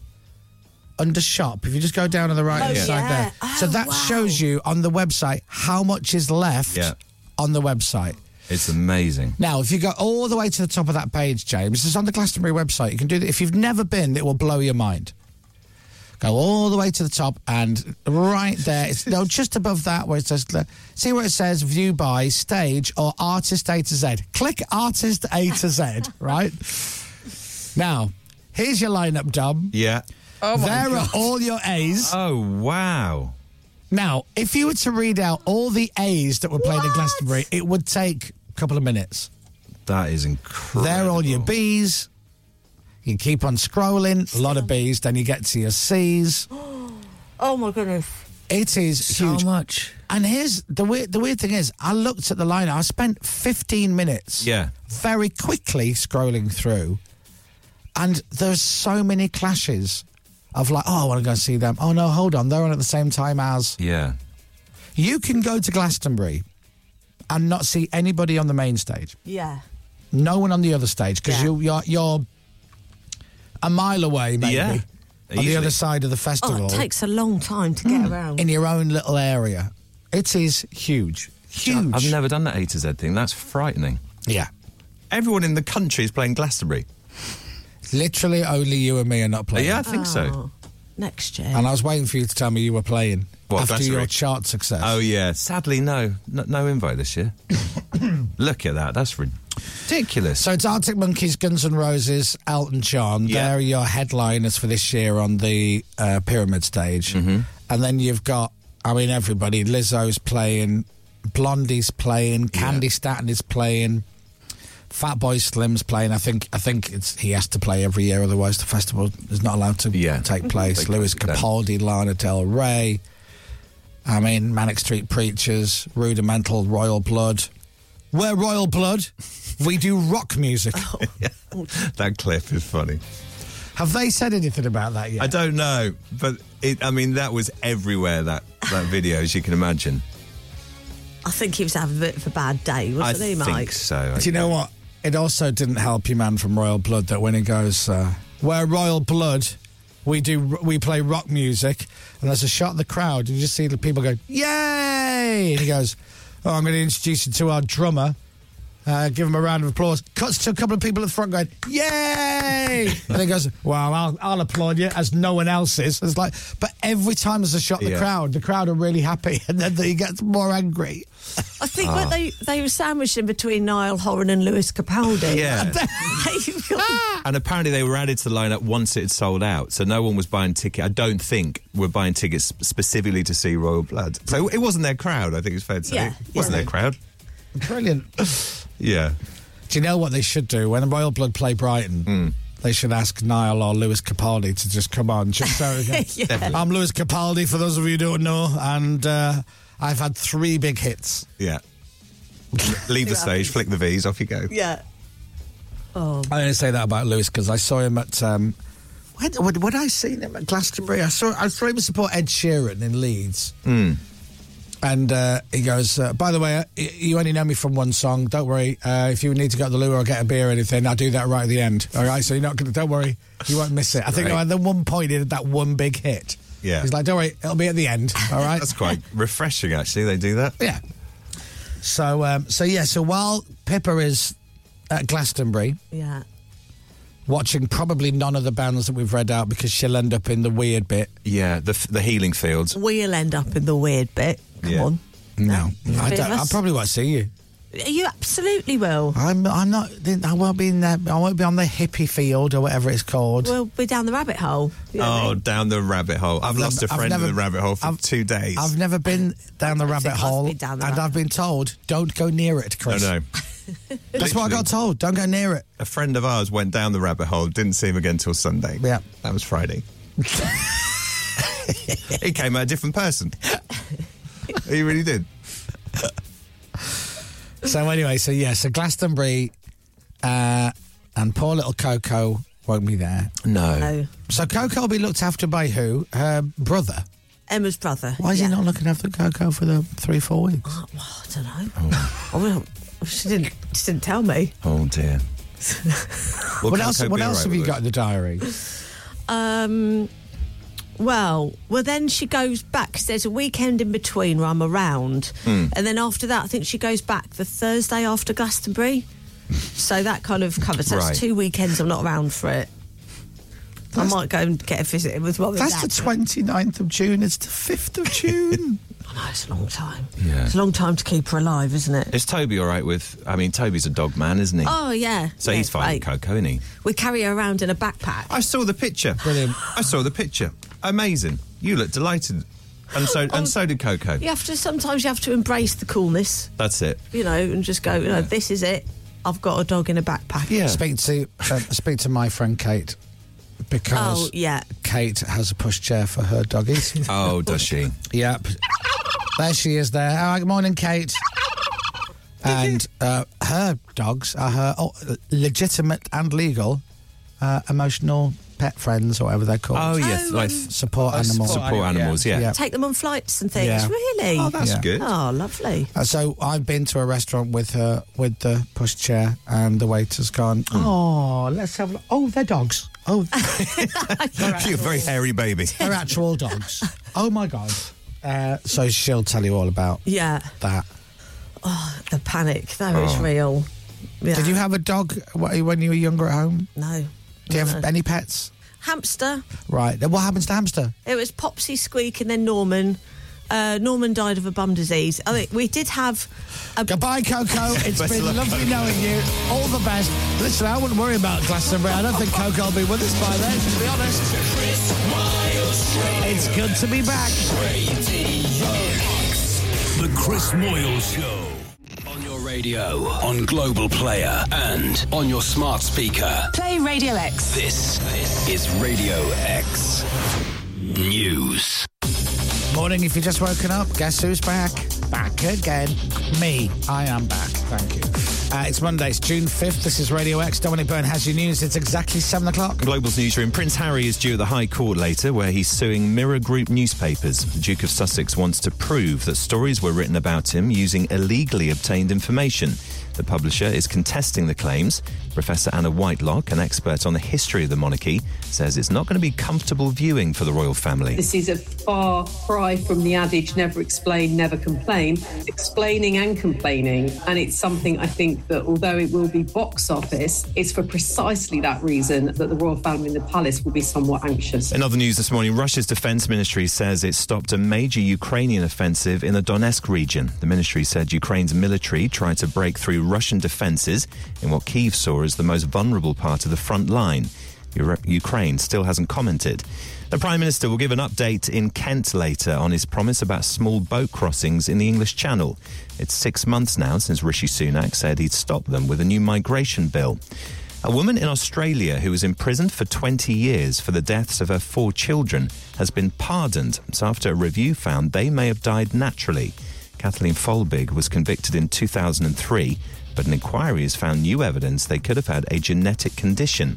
Speaker 5: under shop? If you just go down on the right hand
Speaker 8: Oh,
Speaker 5: side
Speaker 8: yeah. Oh,
Speaker 5: there. so that shows you on the website how much is left
Speaker 8: Yeah.
Speaker 5: on the website.
Speaker 8: It's amazing.
Speaker 5: Now, if you go all the way to the top of that page, James, it's on the Glastonbury website. You can do that. If you've never been, it will blow your mind. Go all the way to the top, and right there, it's no, just above that where it says, see where it says view by stage or artist A to Z. Click artist A to Z, right? Now, here's your lineup, Dom.
Speaker 8: Yeah.
Speaker 3: Oh
Speaker 5: there are all your A's.
Speaker 8: Oh wow.
Speaker 5: Now, if you were to read out all the A's that were played in Glastonbury, it would take a couple of minutes.
Speaker 8: That is incredible.
Speaker 5: They're all your B's. You keep on scrolling, a lot of B's, then you get to your C's.
Speaker 3: Oh my goodness.
Speaker 5: It is so much. And here's the weird the weird thing is I looked at the line, I spent fifteen minutes
Speaker 8: Yeah.
Speaker 5: very quickly scrolling through and there's so many clashes of like, oh I wanna go and see them. Oh no, hold on, they're on at the same time as
Speaker 8: Yeah.
Speaker 5: you can go to Glastonbury and not see anybody on the main stage.
Speaker 3: Yeah.
Speaker 5: no one on the other stage because
Speaker 3: Yeah.
Speaker 5: you, you're you're a mile away maybe
Speaker 8: Yeah,
Speaker 5: on
Speaker 8: easily.
Speaker 5: the other side of the Hmm. festival
Speaker 3: Oh, it takes a long time to get around.
Speaker 5: in your own little area. It is huge, huge.
Speaker 8: I've never done that A to Z thing. That's frightening.
Speaker 5: yeah,
Speaker 8: Everyone in the country is playing Glastonbury.
Speaker 5: literally only you and me are not playing.
Speaker 8: Yeah, I think
Speaker 3: Oh,
Speaker 8: so.
Speaker 3: Next year.
Speaker 5: And I was waiting for you to tell me you were playing
Speaker 8: What,
Speaker 5: after
Speaker 8: Glastonbury?
Speaker 5: your chart success.
Speaker 8: Oh yeah. Sadly, no, no, no invite this year. Look at that. That's ridiculous.
Speaker 5: So it's Arctic Monkeys, Guns N' Roses, Elton John.
Speaker 8: Yeah.
Speaker 5: They're your headliners for this year on the uh, Pyramid stage.
Speaker 8: Mm-hmm.
Speaker 5: And then you've got, I mean, everybody. Lizzo's playing, Blondie's playing, Candy Staton is playing, Fat Boy Slim's playing. I think I think it's he has to play every year, otherwise the festival is not allowed to
Speaker 8: Yeah.
Speaker 5: take
Speaker 8: They
Speaker 5: place.
Speaker 8: close
Speaker 5: Lewis
Speaker 8: it down.
Speaker 5: Capaldi, Lana Del Rey. I mean, Manic Street Preachers, Rudimental, Royal Blood. We're Royal Blood. We do rock music.
Speaker 8: Oh. that clip is funny.
Speaker 5: Have they said anything about that yet?
Speaker 8: I don't know, but it, I mean that was everywhere. That that video, as you can imagine.
Speaker 3: I think he was having a bit of a bad day,
Speaker 8: Oh, I
Speaker 3: wasn't he,
Speaker 8: think
Speaker 3: Mike?
Speaker 8: so.
Speaker 5: Do you know what? It also didn't help your man from Royal Blood that when he goes, uh, "We're Royal Blood, we do we play rock music," and there's a shot of the crowd, and you just see the people go, "Yay!" And he goes, "Oh, I'm going to introduce you to our drummer." Uh, give him a round of applause. Cuts to a couple of people at the front going, "Yay!" and he goes, "Well, I'll, I'll applaud you as no one else is." It's like, but every time there's a shot, the
Speaker 8: Yeah.
Speaker 5: crowd, the crowd are really happy, and then he gets more angry.
Speaker 3: I think
Speaker 8: Ah.
Speaker 3: weren't they they were sandwiched in between Niall Horan and Lewis Capaldi.
Speaker 8: Yeah.
Speaker 3: They've got-
Speaker 8: And apparently they were added to the lineup once it had sold out, so no one was buying tickets. I don't think were buying tickets specifically to see Royal Blood. So it wasn't their crowd. I think it's fair to say
Speaker 3: Yeah,
Speaker 8: it wasn't
Speaker 3: yeah.
Speaker 8: their crowd.
Speaker 5: Brilliant.
Speaker 8: Yeah,
Speaker 5: Do you know what they should do when the Royal Blood play Brighton? They should ask Niall or Lewis Capaldi to just come on. Just so
Speaker 8: Definitely.
Speaker 5: I'm Lewis Capaldi. For those of you who don't know, and uh, I've had three big hits.
Speaker 8: yeah. Leave the stage, flick the V's, off you go.
Speaker 3: yeah. Oh,
Speaker 5: I only say that about Lewis because I saw him at. Um, when, when, when I seen him at Glastonbury, I saw I saw him support Ed Sheeran in Leeds.
Speaker 8: Hmm.
Speaker 5: And uh, he goes, uh, by the way, uh, y- you only know me from one song. Don't worry. Uh, if you need to go to the loo or get a beer or anything, I'll do that right at the end. All right. So you're not going to, don't worry. You won't miss it. I think
Speaker 8: Right.
Speaker 5: at the one point he did that one big hit.
Speaker 8: Yeah.
Speaker 5: He's like, don't worry. It'll be at the end. All right.
Speaker 8: That's quite refreshing, actually. They do that.
Speaker 5: Yeah. So, um, so yeah. So while Pippa is at Glastonbury,
Speaker 3: yeah.
Speaker 5: watching probably none of the bands that we've read out because she'll end up in the weird bit.
Speaker 8: Yeah, the f- the healing fields.
Speaker 3: We'll end up in the weird bit. Come
Speaker 8: Yeah.
Speaker 3: on.
Speaker 5: No, I,
Speaker 3: Three
Speaker 5: don't,
Speaker 3: of
Speaker 5: I
Speaker 3: us.
Speaker 5: probably won't see you.
Speaker 3: You absolutely will.
Speaker 5: I'm, I'm not. I won't be in there. I won't be on the hippie field or whatever it's called.
Speaker 3: We'll be down the rabbit hole. You know what I
Speaker 8: Oh,
Speaker 3: mean?
Speaker 8: down the rabbit hole. I've, lost a
Speaker 5: I've
Speaker 8: friend
Speaker 5: never-
Speaker 8: in the rabbit hole for
Speaker 5: I've-
Speaker 8: two days.
Speaker 5: I've never been down the
Speaker 3: don't
Speaker 5: rabbit
Speaker 3: think I've
Speaker 5: hole,
Speaker 3: been down the
Speaker 5: and
Speaker 3: rabbit
Speaker 5: I've been told don't go near it,
Speaker 8: no,
Speaker 5: Chris.
Speaker 8: no.
Speaker 5: That's what I
Speaker 8: Literally.
Speaker 5: got told. Don't go near it.
Speaker 8: A friend of ours went down the rabbit hole, didn't see him again till Sunday.
Speaker 5: Yeah.
Speaker 8: That was Friday. he came out a different person. he Oh, really did.
Speaker 5: So anyway, so yeah, so Glastonbury, uh, and poor little Coco won't be there.
Speaker 8: No.
Speaker 3: No.
Speaker 5: So Coco will be looked after by who? Her brother.
Speaker 3: Emma's brother.
Speaker 5: Why is
Speaker 3: yeah.
Speaker 5: he not looking after Coco for the three, four weeks?
Speaker 3: Oh, I don't know. I wouldn't- she didn't. She didn't tell me.
Speaker 8: Oh dear.
Speaker 5: What, else? What else have you got in the diary?
Speaker 3: Um, well, well, then she goes back 'cause there's a weekend in between where I'm around,
Speaker 9: Hmm.
Speaker 3: and then after that, I think she goes back the Thursday after Glastonbury. so that kind of covers. That's
Speaker 5: Right.
Speaker 3: two weekends I'm not around for it. I might go and get a visit in with mum and
Speaker 5: That's
Speaker 3: dad.
Speaker 5: the 29th of June. It's the 5th of June.
Speaker 3: I know, it's a long time.
Speaker 8: Yeah.
Speaker 3: It's a long time to keep her alive, isn't it?
Speaker 8: Is Toby all right with? I mean, Toby's a dog man, isn't he?
Speaker 3: Oh yeah.
Speaker 8: so
Speaker 3: Yeah,
Speaker 8: he's fine with Coco, isn't he?
Speaker 3: We carry her around in a backpack.
Speaker 8: I saw the picture. Brilliant. I saw the picture. Amazing. You look delighted, and so
Speaker 5: Oh,
Speaker 8: and so did Coco.
Speaker 3: You have to sometimes you have to embrace the coolness,
Speaker 8: That's it.
Speaker 3: you know, and just go, you know, this is it. I've got a dog in a backpack.
Speaker 5: Speak to uh, speak to my friend Kate because
Speaker 3: Oh, yeah.
Speaker 5: Kate has a pushchair for her doggies.
Speaker 8: Oh, does she?
Speaker 5: Yep. There she is there. Oh, good morning, Kate. And uh, her dogs are her oh, legitimate and legal uh, emotional pet friends, or whatever they're called.
Speaker 8: Oh, yes, Oh, like um,
Speaker 5: support
Speaker 8: like
Speaker 5: animals.
Speaker 8: support Support animals, yeah. yeah.
Speaker 3: Take them on flights and things.
Speaker 5: Yeah.
Speaker 3: Really?
Speaker 5: Oh, that's Yeah. good.
Speaker 3: Oh, lovely.
Speaker 5: Uh, So I've been to a restaurant with her with the pushchair, and the waiter's gone. Oh, let's have. a look. Oh, they're dogs. Oh,
Speaker 8: You're a very hairy baby.
Speaker 5: they're actual dogs. Oh my god. Uh, so she'll tell you all about
Speaker 3: Yeah.
Speaker 5: that.
Speaker 3: Oh, the panic. That is
Speaker 5: Oh.
Speaker 3: real. Yeah.
Speaker 5: Did you have a dog wh- when you were younger at home?
Speaker 3: No.
Speaker 5: Do you have
Speaker 3: No.
Speaker 5: any pets?
Speaker 3: Hamster.
Speaker 5: Right. Then what happens to hamster?
Speaker 3: It was Popsy, Squeak, and then Norman. Uh, Norman died of a bum disease. Oh, wait, we did have. A-
Speaker 5: Goodbye, Coco. It's
Speaker 3: Best
Speaker 5: been
Speaker 3: luck,
Speaker 5: lovely
Speaker 3: Coco.
Speaker 5: knowing you. All the best. Listen, I wouldn't worry about Glastonbury. I don't think Coco will be with us by then, to be honest. It's good to be back.
Speaker 1: The Chris Moyle Show. On your radio, on Global Player, and on your smart speaker.
Speaker 10: Play Radio X.
Speaker 1: This is Radio X News.
Speaker 5: Morning, if you're just woken up, guess who's back? Back again. Me. I am back. Thank you. Uh, it's Monday, it's June 5th. This is Radio X. Dominic Byrne has your news. It's exactly 7 o'clock.
Speaker 8: Global's newsroom. Prince Harry is due at the High Court later, where he's suing Mirror Group newspapers. The Duke of Sussex wants to prove that stories were written about him using illegally obtained information. The publisher is contesting the claims. Professor Anna Whitelock, an expert on the history of the monarchy, says it's not going to be comfortable viewing for the royal family.
Speaker 11: This is a far cry from the adage never explain, never complain. It's explaining and complaining. And it's something I think that although it will be box office, it's for precisely that reason that the royal family in the palace will be somewhat anxious.
Speaker 8: In other news this morning, Russia's defense ministry says it stopped a major Ukrainian offensive in the Donetsk region. The ministry said Ukraine's military tried to break through Russian defenses in what Kyiv saw as the most vulnerable part of the front line. Ura- Ukraine still hasn't commented. The Prime Minister will give an update in Kent later on his promise about small boat crossings in the English Channel. It's six months now since Rishi Sunak said he'd stop them with a new migration bill. A woman in Australia who was imprisoned for 20 years for the deaths of her four children has been pardoned It's after a review found they may have died naturally. Kathleen Folbig was convicted in 2003, but an inquiry has found new evidence they could have had a genetic condition.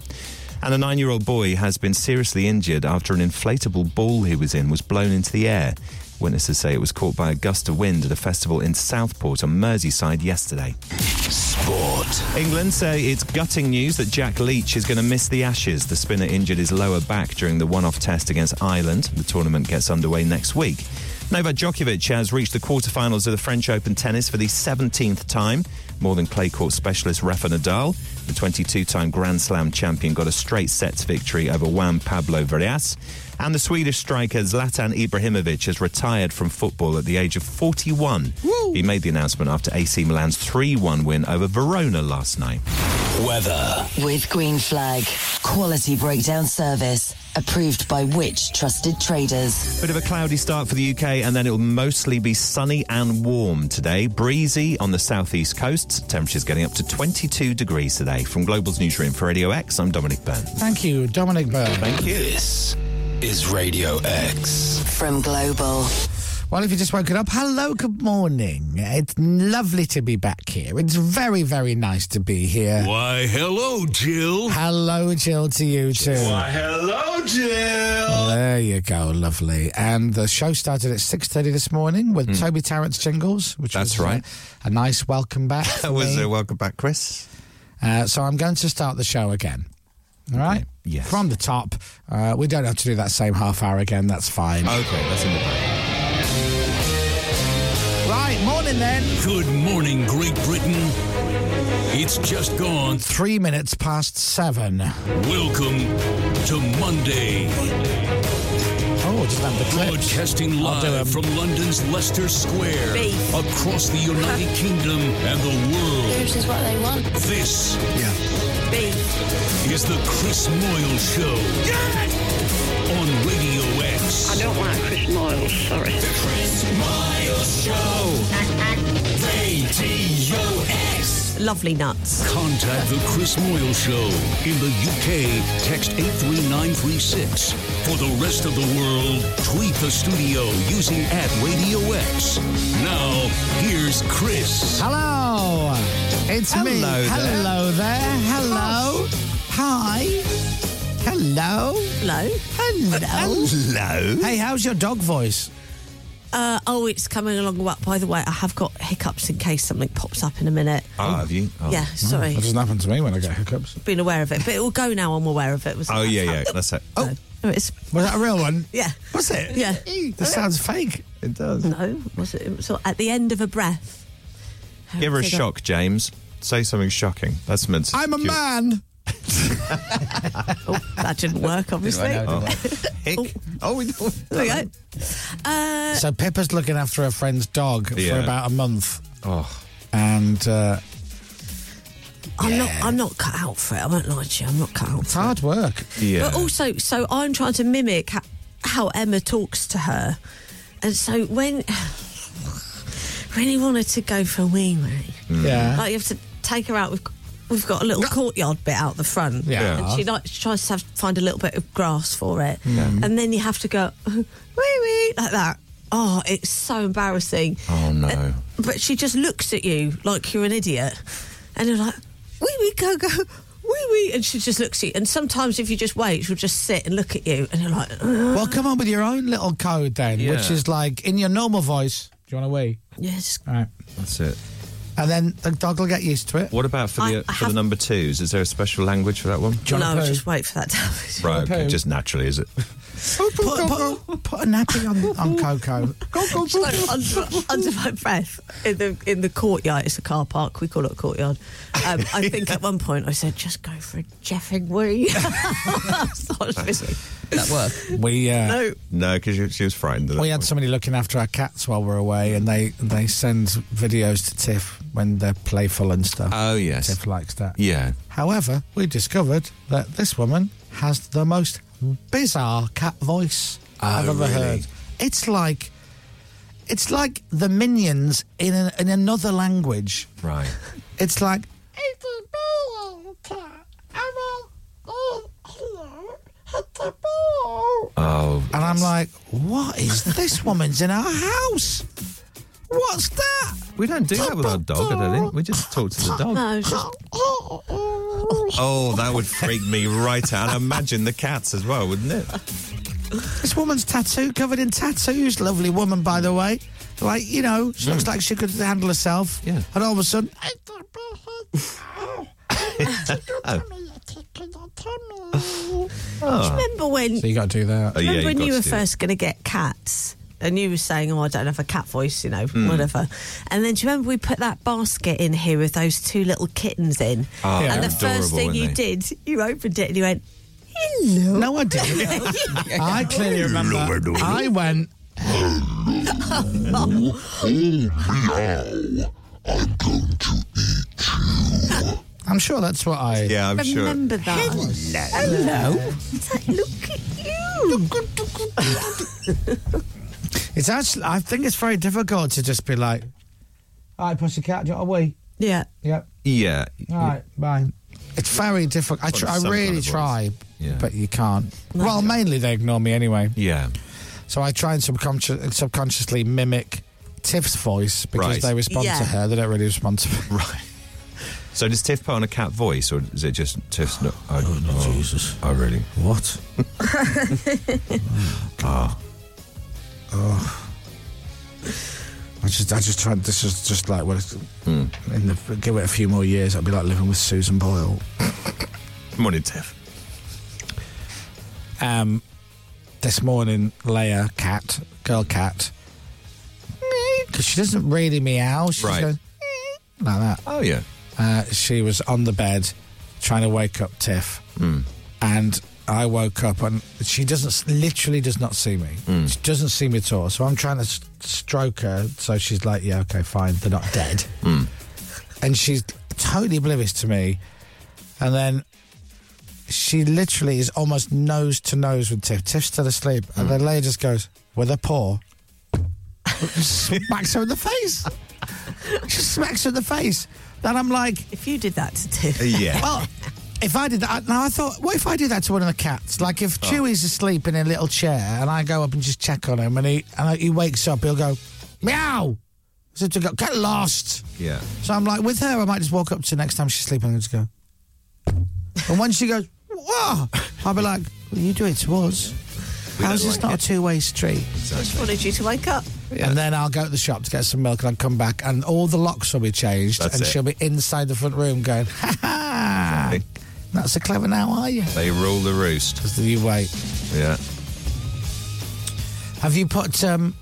Speaker 8: And a nine year old boy has been seriously injured after an inflatable ball he was in was blown into the air. Witnesses say it was caught by a gust of wind at a festival in Southport on Merseyside yesterday. Sport. England say it's gutting news that Jack Leach is going to miss the Ashes. The spinner injured his lower back during the one off test against Ireland. The tournament gets underway next week. Novak Djokovic has reached the quarterfinals of the French Open tennis for the 17th time, more than clay court specialist Rafa Nadal. The 22 time Grand Slam champion got a straight sets victory over Juan Pablo Varias. And the Swedish striker Zlatan Ibrahimovic has retired from football at the age of 41. He made the announcement after AC Milan's 3 1 win over Verona last night.
Speaker 1: Weather.
Speaker 2: With Green Flag. Quality breakdown service. Approved by which trusted traders?
Speaker 8: Bit of a cloudy start for the UK, and then it'll mostly be sunny and warm today. Breezy on the southeast coast. Temperatures getting up to 22 degrees today. From Global's newsroom for Radio X, I'm Dominic Byrne.
Speaker 5: Thank you, Dominic Byrne.
Speaker 8: Thank you.
Speaker 1: This is Radio X.
Speaker 2: From Global.
Speaker 5: Well, if you just woken up, hello, good morning. It's lovely to be back here. It's very, very nice to be here.
Speaker 1: Why, hello, Jill.
Speaker 5: Hello, Jill, to you too.
Speaker 1: Why, hello, Jill.
Speaker 5: There you go, lovely. And the show started at six thirty this morning with
Speaker 1: Hmm.
Speaker 5: Toby Tarrant's jingles, which
Speaker 8: That's
Speaker 5: was uh,
Speaker 8: right.
Speaker 5: a nice welcome back.
Speaker 8: That was a welcome back, Chris.
Speaker 5: Uh, so I'm going to start the show again. All right. Yes. From the top. Uh, we don't have to do that same half hour again. That's fine.
Speaker 8: Okay, that's in the
Speaker 5: Right, morning then.
Speaker 1: Good morning, Great Britain. It's just gone.
Speaker 5: Three minutes past seven.
Speaker 1: Welcome to Monday.
Speaker 5: Oh, just the clips.
Speaker 1: Broadcasting live from London's Leicester Square,
Speaker 2: Beef.
Speaker 1: across the United Kingdom and the world.
Speaker 2: This is what they want.
Speaker 1: This
Speaker 2: Beef.
Speaker 1: is the Chris Moyle Show on Radio X. I don't like Chris Moyle, sorry. The Chris Moyle Show. Radio X.
Speaker 3: Lovely nuts.
Speaker 1: Contact The Chris Moyle Show in the UK. Text 83936. For the rest of the world, tweet the studio using at Radio X. Now, here's Chris.
Speaker 5: Hello. It's me.
Speaker 1: Hello there.
Speaker 5: Hello there. Hello. Hi. Hello.
Speaker 3: Hello.
Speaker 5: Hello.
Speaker 8: Hello.
Speaker 5: Hey, how's your dog voice?
Speaker 3: Uh, oh, it's coming along well. By the way, I have got hiccups in case something pops up in a minute.
Speaker 8: Oh, have you? Oh.
Speaker 3: Yeah, sorry.
Speaker 5: That doesn't happen to me when I get hiccups.
Speaker 3: Been aware of it, but it will go now. I'm aware of it. Was
Speaker 8: Oh, yeah, yeah. That's it.
Speaker 3: Oh, it's
Speaker 5: was that a real one?
Speaker 3: Yeah,
Speaker 5: was it?
Speaker 3: Yeah,
Speaker 5: This sounds fake.
Speaker 8: It does.
Speaker 3: No, was it? It was at the end of a breath.
Speaker 8: Give her a
Speaker 3: Figure.
Speaker 8: shock, James. Say something shocking. That's meant to.
Speaker 5: I'm a
Speaker 8: cute.
Speaker 5: man.
Speaker 3: Oh, that didn't work, obviously.
Speaker 8: Oh. Oh, we
Speaker 3: There we go. Uh,
Speaker 5: So Pippa's looking after her friend's dog
Speaker 8: Yeah.
Speaker 5: for about a month,
Speaker 8: Oh.
Speaker 5: and uh,
Speaker 3: I'm not. I'm not cut out for it. I won't lie to you. I'm not cut out.
Speaker 5: it's hard work.
Speaker 8: Yeah.
Speaker 3: But also, so I'm trying to mimic ho- how Emma talks to her, and so when when he wanted to go for a wee wee,
Speaker 8: Mm.
Speaker 5: Yeah.
Speaker 3: like you have to take her out. We've g- we've got a little courtyard bit out the front,
Speaker 5: Yeah.
Speaker 3: and she like she tries to have, find a little bit of grass for it,
Speaker 8: Mm.
Speaker 3: and then you have to go wee wee like that. Oh, it's so embarrassing. Uh,
Speaker 8: Oh no.
Speaker 3: But she just looks at you like you're an idiot, and you're like, wee wee go go, wee wee, and she just looks at you. And sometimes if you just wait, she'll just sit and look at you, and you're like, "Ugh."
Speaker 5: Well, come on with your own little code then,
Speaker 8: Yeah.
Speaker 5: which is like in your normal voice. Do you want to wee?
Speaker 3: yes.
Speaker 5: All right.
Speaker 8: That's it.
Speaker 5: And then the dog will get used to it.
Speaker 8: What about for
Speaker 3: I-
Speaker 8: the
Speaker 3: I
Speaker 8: for the
Speaker 3: have-
Speaker 8: number twos? Is there a special language for that one?
Speaker 5: Do you
Speaker 3: no,
Speaker 5: wanna poo?
Speaker 3: just wait for that to happen.
Speaker 8: Right. Okay.
Speaker 5: poo?
Speaker 8: Just naturally, is it?
Speaker 5: Put, put, put a nappy on, on Coco.
Speaker 3: It's like under, under my breath in the in the courtyard. It's a car park. We call it a courtyard. Um, I think at one point I said, "Just go for a jeffing wee." It's not really-
Speaker 12: That work.
Speaker 5: We uh,
Speaker 3: no,
Speaker 8: No, because she, she was frightened. at that
Speaker 5: we had
Speaker 8: point.
Speaker 5: somebody looking after our cats while we're away, and they they send videos to Tiff when they're playful and stuff.
Speaker 8: Oh yes.
Speaker 5: Tiff likes that.
Speaker 8: Yeah.
Speaker 5: However, we discovered that this woman has the most bizarre cat voice I've
Speaker 8: Oh,
Speaker 5: ever
Speaker 8: really?
Speaker 5: heard. It's like it's like the minions in an, in another language.
Speaker 8: Right.
Speaker 5: It's like
Speaker 9: It's a bowling cat. I'm all, oh, hello. It's a ball.
Speaker 8: Oh.
Speaker 5: and I'm like, what is this woman's in our house? What's that?
Speaker 8: We don't do that with our dog. I don't think. We just talk to the dog.
Speaker 3: no, it's just-
Speaker 8: Oh, that would freak me right out. And imagine the cats as well, wouldn't it?
Speaker 5: This woman's tattoo covered in tattoos. Lovely woman, by the way. Like you know, she looks like she could handle herself.
Speaker 8: Hmm. Yeah.
Speaker 5: And all of a sudden,
Speaker 9: It's a ball. Oh, tummy, tickle your tummy.
Speaker 5: Ah.
Speaker 8: Ah.
Speaker 3: remember when?
Speaker 5: so you got to do that.
Speaker 8: Oh,
Speaker 3: remember
Speaker 8: yeah, you've
Speaker 3: when
Speaker 8: got
Speaker 3: you
Speaker 8: to
Speaker 3: were
Speaker 8: do that.
Speaker 3: first going to get cats? And you were saying, "Oh, I don't have a cat voice, you know,
Speaker 8: Hmm.
Speaker 3: whatever." And then do you remember we put that basket in here with those two little kittens in?
Speaker 8: Oh,
Speaker 3: and the
Speaker 8: they're
Speaker 3: first
Speaker 8: adorable,
Speaker 3: thing
Speaker 8: aren't
Speaker 3: you
Speaker 8: they?
Speaker 3: did, you opened it and you went, "Hello."
Speaker 5: No, I didn't. I clearly remember. I went. I'm sure that's what I.
Speaker 8: Yeah, I'm
Speaker 3: remember that.
Speaker 5: Hello.
Speaker 3: It's like, look at you.
Speaker 5: It's actually. I think it's very difficult to just be like. All right, pussycat, do you want a wee?
Speaker 3: yeah.
Speaker 5: Yep.
Speaker 8: sure. Yeah.
Speaker 5: All right, bye. It's very difficult. I, tr-
Speaker 8: Well,
Speaker 5: I
Speaker 8: some
Speaker 5: really
Speaker 8: kind of voice.
Speaker 5: try,
Speaker 8: Yeah.
Speaker 5: but you can't. Well, mainly they ignore me anyway.
Speaker 8: Yeah.
Speaker 5: So I try and subconscious, subconsciously mimic Tiff's voice because
Speaker 8: Right.
Speaker 5: they respond
Speaker 8: Yeah.
Speaker 5: to her. They don't really respond to me. Right.
Speaker 8: So does Tiff put on a cat voice, or is it just Tiff's? Oh, No, I don't know. Jesus. I really. What?
Speaker 5: Ah. Oh. I just, I just try. This is just like what.
Speaker 8: Hmm.
Speaker 5: In the give it a few more years, I'll be like living with Susan Boyle.
Speaker 8: Morning, Tiff.
Speaker 5: Um, this morning, Leia, cat, girl cat, because she doesn't really meow. She just
Speaker 8: Right.
Speaker 5: goes "Meow," like that.
Speaker 8: Oh yeah.
Speaker 5: Uh, she was on the bed trying to wake up Tiff,
Speaker 3: Hmm.
Speaker 8: Mm.
Speaker 5: and I woke up and she doesn't s- literally does not see me.
Speaker 8: Mm.
Speaker 5: She doesn't see me at all. So I'm trying to s- stroke her, so she's like, "Yeah, okay, fine, they're not dead,"
Speaker 8: Mm.
Speaker 5: and she's totally oblivious to me. And then she literally is almost nose to nose with Tiff. Tiff's still asleep, and then Leia just goes with her paw, smacks her in the face. She smacks her in the face. Then I'm like,
Speaker 3: if you did that to Tiff,
Speaker 8: Yeah.
Speaker 5: Well, if I did that, now I thought, what if I do that to one of the cats? Like if Chewie's asleep in a little chair, and I go up and just check on him, and he and he wakes up, he'll go meow. So to go, get lost.
Speaker 8: Yeah.
Speaker 5: So I'm like, with her, I might just walk up to next time she's sleeping and just go. And when she goes, whoa, I'll be like, well, you do it to us.
Speaker 3: We
Speaker 5: How's
Speaker 3: don't
Speaker 5: this
Speaker 3: like
Speaker 5: not
Speaker 3: it.
Speaker 5: a two way street?
Speaker 3: just wanted you to wake up.
Speaker 5: And then I'll go to the shop to get some milk and I'll come back and all the locks will be changed
Speaker 8: That's
Speaker 5: and
Speaker 8: it.
Speaker 5: she'll be inside the front room going, ha ha. That's a clever now, are you?
Speaker 8: They rule the roost.
Speaker 5: You wait.
Speaker 8: Yeah.
Speaker 5: Have you put um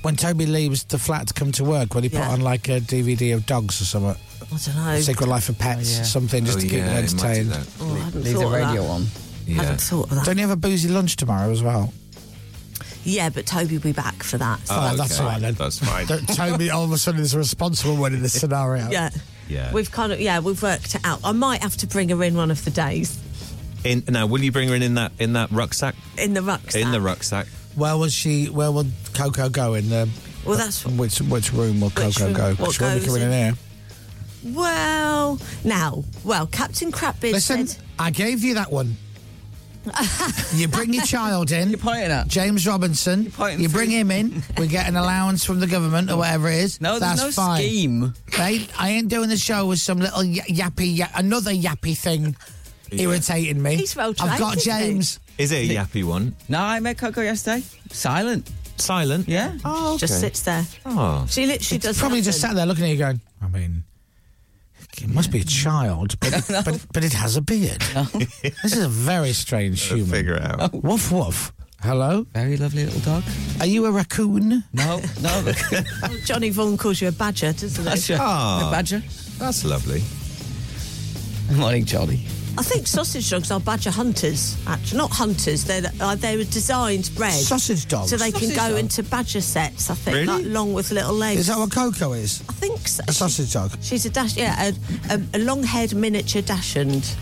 Speaker 5: when Toby leaves the flat to come to work, when he put on like a DVD of dogs or something?
Speaker 3: I don't know.
Speaker 5: Secret Life of Pets,
Speaker 3: Oh, yeah.
Speaker 5: something just
Speaker 8: Oh,
Speaker 5: to keep
Speaker 8: yeah,
Speaker 5: them
Speaker 8: it might do
Speaker 5: entertained.
Speaker 8: that.
Speaker 3: Oh, I hadn't Leave the thought of radio that. on.
Speaker 8: Yeah.
Speaker 3: Hadn't thought of that.
Speaker 5: Don't you have a boozy lunch tomorrow as well?
Speaker 3: Yeah, but Toby will be back for that.
Speaker 5: Oh, that's all right then.
Speaker 8: That's fine.
Speaker 5: Don't Toby all of a sudden is a responsible one in this scenario.
Speaker 3: Yeah.
Speaker 8: Yeah.
Speaker 3: We've kind of yeah, we've worked it out. I might have to bring her in one of the days
Speaker 8: In, now, will you bring her in in that in that rucksack?
Speaker 3: in the rucksack.
Speaker 8: In the rucksack.
Speaker 5: Where was she? Where would Coco go in the?
Speaker 3: Well, that's
Speaker 5: which which room will
Speaker 3: Which
Speaker 5: Coco
Speaker 3: room?
Speaker 5: go?
Speaker 3: What
Speaker 5: She won't be
Speaker 3: goes
Speaker 5: coming in
Speaker 3: in?
Speaker 5: here.
Speaker 3: Well, now, well, Captain Crabbeard
Speaker 5: Listen,
Speaker 3: said
Speaker 5: I gave you that one. you bring your child in. You're pointing at James Robinson. you bring him in. We get an allowance from the government or whatever it is.
Speaker 9: No, there's
Speaker 5: that's
Speaker 9: no
Speaker 5: fine.
Speaker 9: scheme.
Speaker 5: Right? I ain't doing the show with some little y- yappy, ya- another yappy thing irritating me.
Speaker 9: He's well
Speaker 5: I've
Speaker 9: trained,
Speaker 5: got
Speaker 9: isn't he?
Speaker 5: James.
Speaker 8: Is it a yappy one?
Speaker 9: No, I met Coco yesterday. Silent.
Speaker 8: Silent?
Speaker 9: Yeah.
Speaker 5: Oh,
Speaker 3: just sits there.
Speaker 8: Oh.
Speaker 3: She literally does
Speaker 5: Probably just
Speaker 3: nothing.
Speaker 5: sat there looking at you going, I mean, it must be a child, but, but, but it has a beard. this is a very strange human.
Speaker 8: Figure it out.
Speaker 3: Oh.
Speaker 5: Woof woof. Hello?
Speaker 9: Very lovely little dog.
Speaker 5: Are you a raccoon?
Speaker 9: No, no.
Speaker 3: Johnny Vaughan calls you a badger, doesn't he?
Speaker 9: Badger.
Speaker 5: Ah.
Speaker 9: A badger.
Speaker 8: That's lovely.
Speaker 9: Morning, Jolly.
Speaker 3: I think sausage dogs are badger hunters. Actually, not hunters. They're uh, they were designed bred
Speaker 5: Sausage dogs?
Speaker 3: so they
Speaker 5: Sausage
Speaker 3: can go
Speaker 5: dog?
Speaker 3: into badger sets. I think,
Speaker 5: Really?
Speaker 3: like long with little legs.
Speaker 5: Is that what Coco is?
Speaker 3: I think so.
Speaker 5: A sausage dog.
Speaker 3: She's a dash, yeah, a, a, a long-haired miniature dashund.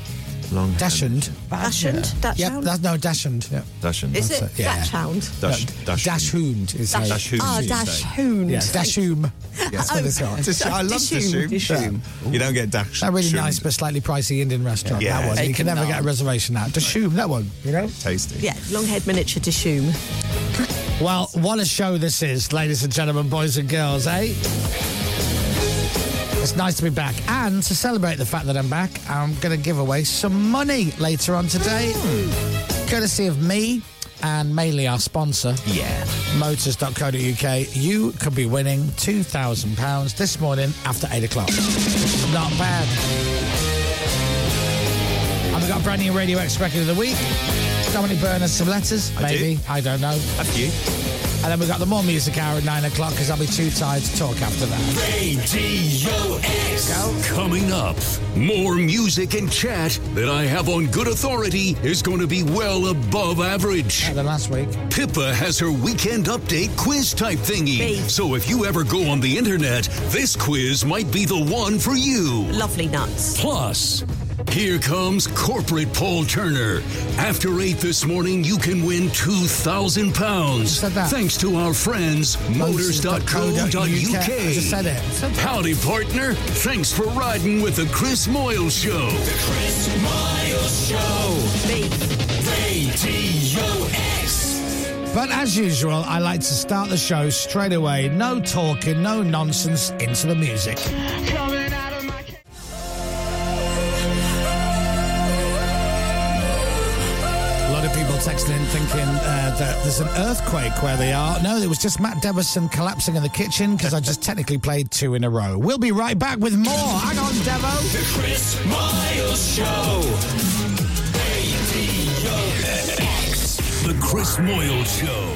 Speaker 8: Long
Speaker 5: Dashund.
Speaker 3: Dashund? Dachshund?
Speaker 5: Yep, that's no dashund. Yep.
Speaker 8: Dashund.
Speaker 3: Is it Dachshund?
Speaker 8: Dash-
Speaker 5: dash dashund is
Speaker 3: Dash-
Speaker 5: how-
Speaker 8: Dashhound,
Speaker 3: Ah,
Speaker 8: you say.
Speaker 3: dashhound.
Speaker 5: Yeah, dashum. That's what it's
Speaker 3: Oh,
Speaker 5: called.
Speaker 3: Dash-
Speaker 8: I love Dashum.
Speaker 5: Yeah.
Speaker 8: You don't get Dash.
Speaker 5: That really nice but slightly pricey Indian restaurant.
Speaker 8: Yeah.
Speaker 5: That one. You
Speaker 8: Taken
Speaker 5: can never
Speaker 8: down.
Speaker 5: get a reservation at. Dashum, that one, you know?
Speaker 8: Tasty.
Speaker 3: Yeah, long-haired miniature dashhound.
Speaker 5: Well, what a show this is, ladies and gentlemen, boys and girls, eh? It's nice to be back. And to celebrate the fact that I'm back, I'm going to give away some money later on today.
Speaker 8: Hmm.
Speaker 5: Courtesy of me and mainly our sponsor,
Speaker 8: yeah.
Speaker 5: motors.co.uk. You could be winning £2,000 this morning after 8 o'clock. Not bad. And we've got a brand new Radio X record of the week. Dominic Byrne has some letters,
Speaker 8: I do.
Speaker 5: maybe. I don't know.
Speaker 8: A few.
Speaker 5: And then we've got the more music hour at nine o'clock because I'll be too tired to talk after that.
Speaker 1: Radio X. Coming up, more music and chat that I have on good authority is going to be well above average.
Speaker 5: Better than last week.
Speaker 1: Pippa has her weekend update quiz type thingy. So if you ever go on the internet, this quiz might be the one for you.
Speaker 3: Lovely nuts.
Speaker 1: Plus, here comes corporate Paul Turner. After 8 this morning, you can win £2,000. Thanks to our friends, motors.co.uk.
Speaker 5: I just said it.
Speaker 1: Howdy, partner. Thanks for riding with The Chris Moyle Show. The Chris Moyle Show. Radio X.
Speaker 5: But as usual, I like to start the show straight away. No talking, no nonsense, into the music. A lot of people texting in thinking uh, that there's an earthquake where they are. No, it was just Matt Deverson collapsing in the kitchen because I just technically played two in a row. We'll be right back with more. Hang on, Devo.
Speaker 9: The Chris Miles Show. Radio X.
Speaker 1: The Chris Moyle Show.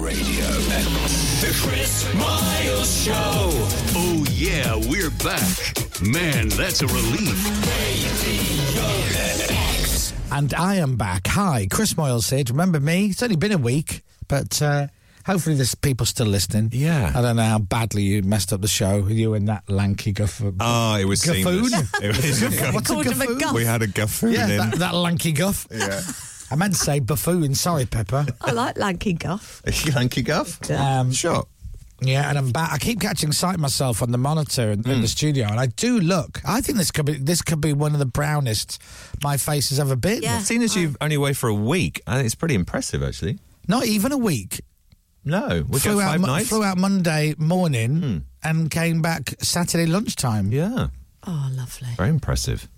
Speaker 9: Radio X. The Chris Miles Show.
Speaker 1: Oh, yeah, we're back. Man, that's a relief.
Speaker 5: And I am back. Hi, Chris Moyles here. Do you remember me? It's only been a week, but uh, hopefully there's people still listening. Yeah. I don't know how badly you messed up the show, you and that lanky guffoon.
Speaker 8: Oh, it was
Speaker 5: Gaffoon?
Speaker 8: seamless. It was a guff-
Speaker 5: What's a
Speaker 9: Called him a
Speaker 5: gaffoon?
Speaker 9: guff.
Speaker 8: We had a gaffoon
Speaker 5: Yeah,
Speaker 8: in.
Speaker 5: That, that lanky guff.
Speaker 8: Yeah.
Speaker 5: I meant to say buffoon. Sorry, Pepper.
Speaker 3: I like lanky guff.
Speaker 8: Lanky guff?
Speaker 5: Um,
Speaker 8: sure.
Speaker 5: Yeah, and I'm back. I keep catching sight of myself on the monitor in, in the studio, and I do look. I think this could be this could be one of the brownest my face has ever been.
Speaker 8: Seeing as you've only away for a week, I think it's pretty impressive, actually.
Speaker 5: Not even a week.
Speaker 8: No, we got
Speaker 5: flew, out,
Speaker 8: five
Speaker 5: Mo-
Speaker 8: nights. Hmm.
Speaker 5: flew out Monday morning and came back Saturday lunchtime.
Speaker 8: Yeah.
Speaker 3: Oh, lovely.
Speaker 8: Very impressive.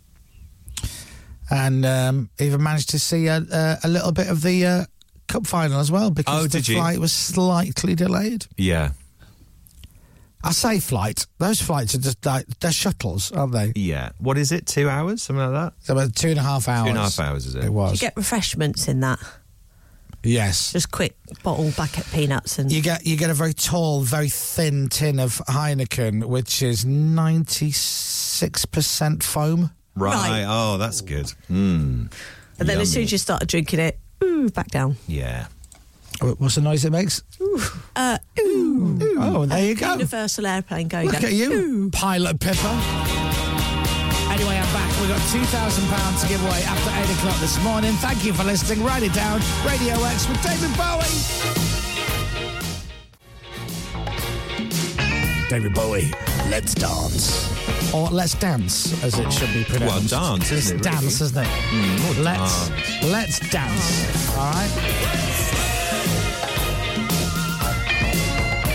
Speaker 5: And um, even managed to see a, a, a little bit of the uh, cup final as well because
Speaker 8: Oh,
Speaker 5: the
Speaker 8: did you?
Speaker 5: flight was slightly delayed.
Speaker 8: Yeah.
Speaker 5: I say flight. Those flights are just like they're shuttles, aren't they?
Speaker 8: Yeah. What is it? Two hours? Something like that?
Speaker 5: So about two and a half hours.
Speaker 8: Two and a half hours, is it?
Speaker 5: It
Speaker 3: Do you
Speaker 5: was.
Speaker 3: get refreshments in that?
Speaker 5: Yes.
Speaker 3: Just quick bottle bucket peanuts and
Speaker 5: You get you get a very tall, very thin tin of Heineken, which is ninety six percent foam.
Speaker 8: Right. Oh, that's good. Mm.
Speaker 3: and then as soon
Speaker 8: Yummy.
Speaker 3: as you started drinking it, ooh, back down.
Speaker 8: Yeah.
Speaker 5: Wh- Oh, What's the noise it makes?
Speaker 3: Uh, ooh.
Speaker 5: Oh, there you go.
Speaker 3: Universal airplane going.
Speaker 5: Look
Speaker 3: down.
Speaker 5: at you, pilot Pippa. Anyway, I'm back. We've got £2,000 to give away after 8 o'clock this morning. Thank you for listening. Write it down. Radio X with David Bowie. David Bowie, let's dance. Or let's dance, as it should be pronounced.
Speaker 8: Well, dance, isn't
Speaker 5: It's
Speaker 8: it, really?
Speaker 5: dance, isn't it?
Speaker 8: Mm, or
Speaker 5: let's, let's dance. All right?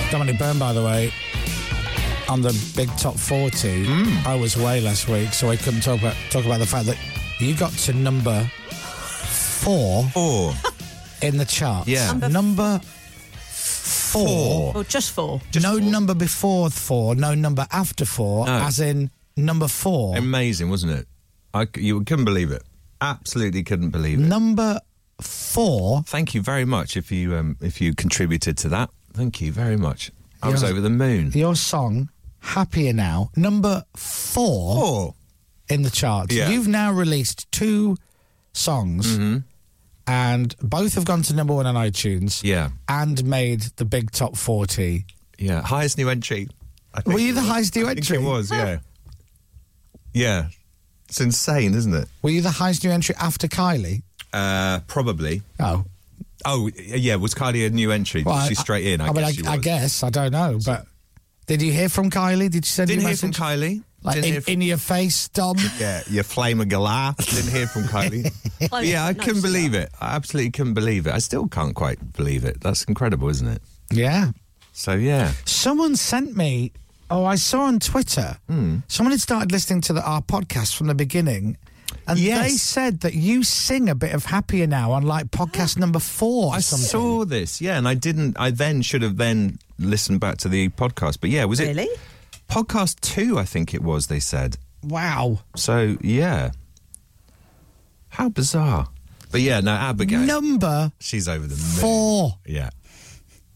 Speaker 5: Dominic Byrne, by the way, on the big top 40,
Speaker 8: Mm.
Speaker 5: I was away last week, so I couldn't talk about talk about the fact that you got to number four,
Speaker 8: four.
Speaker 5: in the charts.
Speaker 3: Yeah. Number-
Speaker 5: number four.
Speaker 3: Well, just four.
Speaker 5: no number before four, no number after four,
Speaker 8: No.
Speaker 5: as in number four.
Speaker 8: Amazing, wasn't it? I c you couldn't believe it. Absolutely couldn't believe it.
Speaker 5: Number four.
Speaker 8: Thank you very much if you um, if you contributed to that. Thank you very much. I
Speaker 5: Yeah.
Speaker 8: was over the moon.
Speaker 5: Your song, Happier Now, number four, in the charts.
Speaker 8: Yeah. Mm-hmm.
Speaker 5: You've now released two songs, and both have gone to number one on iTunes.
Speaker 8: Yeah.
Speaker 5: And made the big top 40.
Speaker 8: Yeah, highest new entry. I think
Speaker 5: Were you
Speaker 8: it
Speaker 5: the
Speaker 8: was.
Speaker 5: highest new
Speaker 8: I think
Speaker 5: entry?
Speaker 8: it was, yeah. Yeah. It's insane, isn't it?
Speaker 5: Were you the highest new entry after Kylie?
Speaker 8: Uh, probably.
Speaker 5: Oh.
Speaker 8: Oh, yeah. Was Kylie a new entry?
Speaker 5: Well,
Speaker 8: was she straight in? I,
Speaker 5: mean,
Speaker 8: guess
Speaker 5: I,
Speaker 8: she
Speaker 5: I
Speaker 8: was.
Speaker 5: guess I don't know, but did you hear from Kylie? Did you send
Speaker 8: Didn't
Speaker 5: you a
Speaker 8: hear from
Speaker 5: message?
Speaker 8: Kylie.
Speaker 5: Like
Speaker 8: Didn't
Speaker 5: in,
Speaker 8: hear from-
Speaker 5: in your face, Dom.
Speaker 8: Yeah, you flame of galah. Didn't hear from Kylie.
Speaker 5: Close,
Speaker 8: yeah, I
Speaker 5: close
Speaker 8: couldn't believe it. I absolutely couldn't believe it. I still can't quite believe it. That's incredible, isn't it?
Speaker 5: Yeah.
Speaker 8: So yeah,
Speaker 5: Someone sent me. Oh, I saw on Twitter.
Speaker 8: Hmm.
Speaker 5: Someone had started listening to the, our podcast from the beginning, and they said that you sing a bit of "Happier Now" on like podcast number four. Or
Speaker 8: I
Speaker 5: something.
Speaker 8: saw this. Yeah, and I didn't. I then should have then listened back to the podcast. But yeah, was it
Speaker 5: Really?
Speaker 8: podcast two? I think it was. They said.
Speaker 5: Wow.
Speaker 8: So yeah, how bizarre. But yeah, no, Abigail.
Speaker 5: Number
Speaker 8: She's over the moon.
Speaker 5: four.
Speaker 8: Yeah,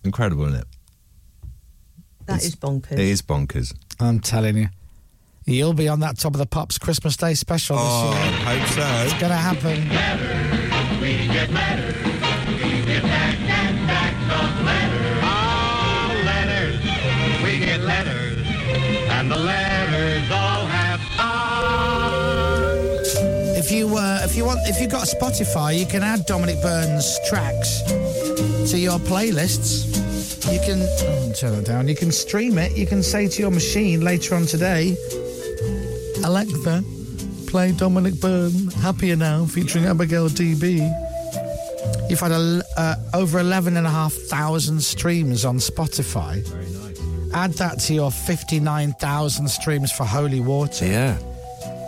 Speaker 8: incredible, isn't it?
Speaker 3: That is bonkers.
Speaker 8: It is bonkers.
Speaker 5: I'm telling you, you'll be on that top of the pops Christmas Day special.
Speaker 8: Oh,
Speaker 5: this
Speaker 8: I
Speaker 5: year.
Speaker 8: hope so.
Speaker 5: It's gonna happen.
Speaker 9: letters. We get letters. And the letters all have
Speaker 5: If you uh, if you want if you got Spotify, you can add Dominic Burns tracks to your playlists. You can oh, turn that down. You can stream it. You can say to your machine later on today, Alexa, play Dominic Byrne, Happier Now, featuring Abigail DB. You've had a, uh, over 11,500 streams on Spotify. Very nice. Add that to your 59,000 streams for Holy Water.
Speaker 8: Yeah.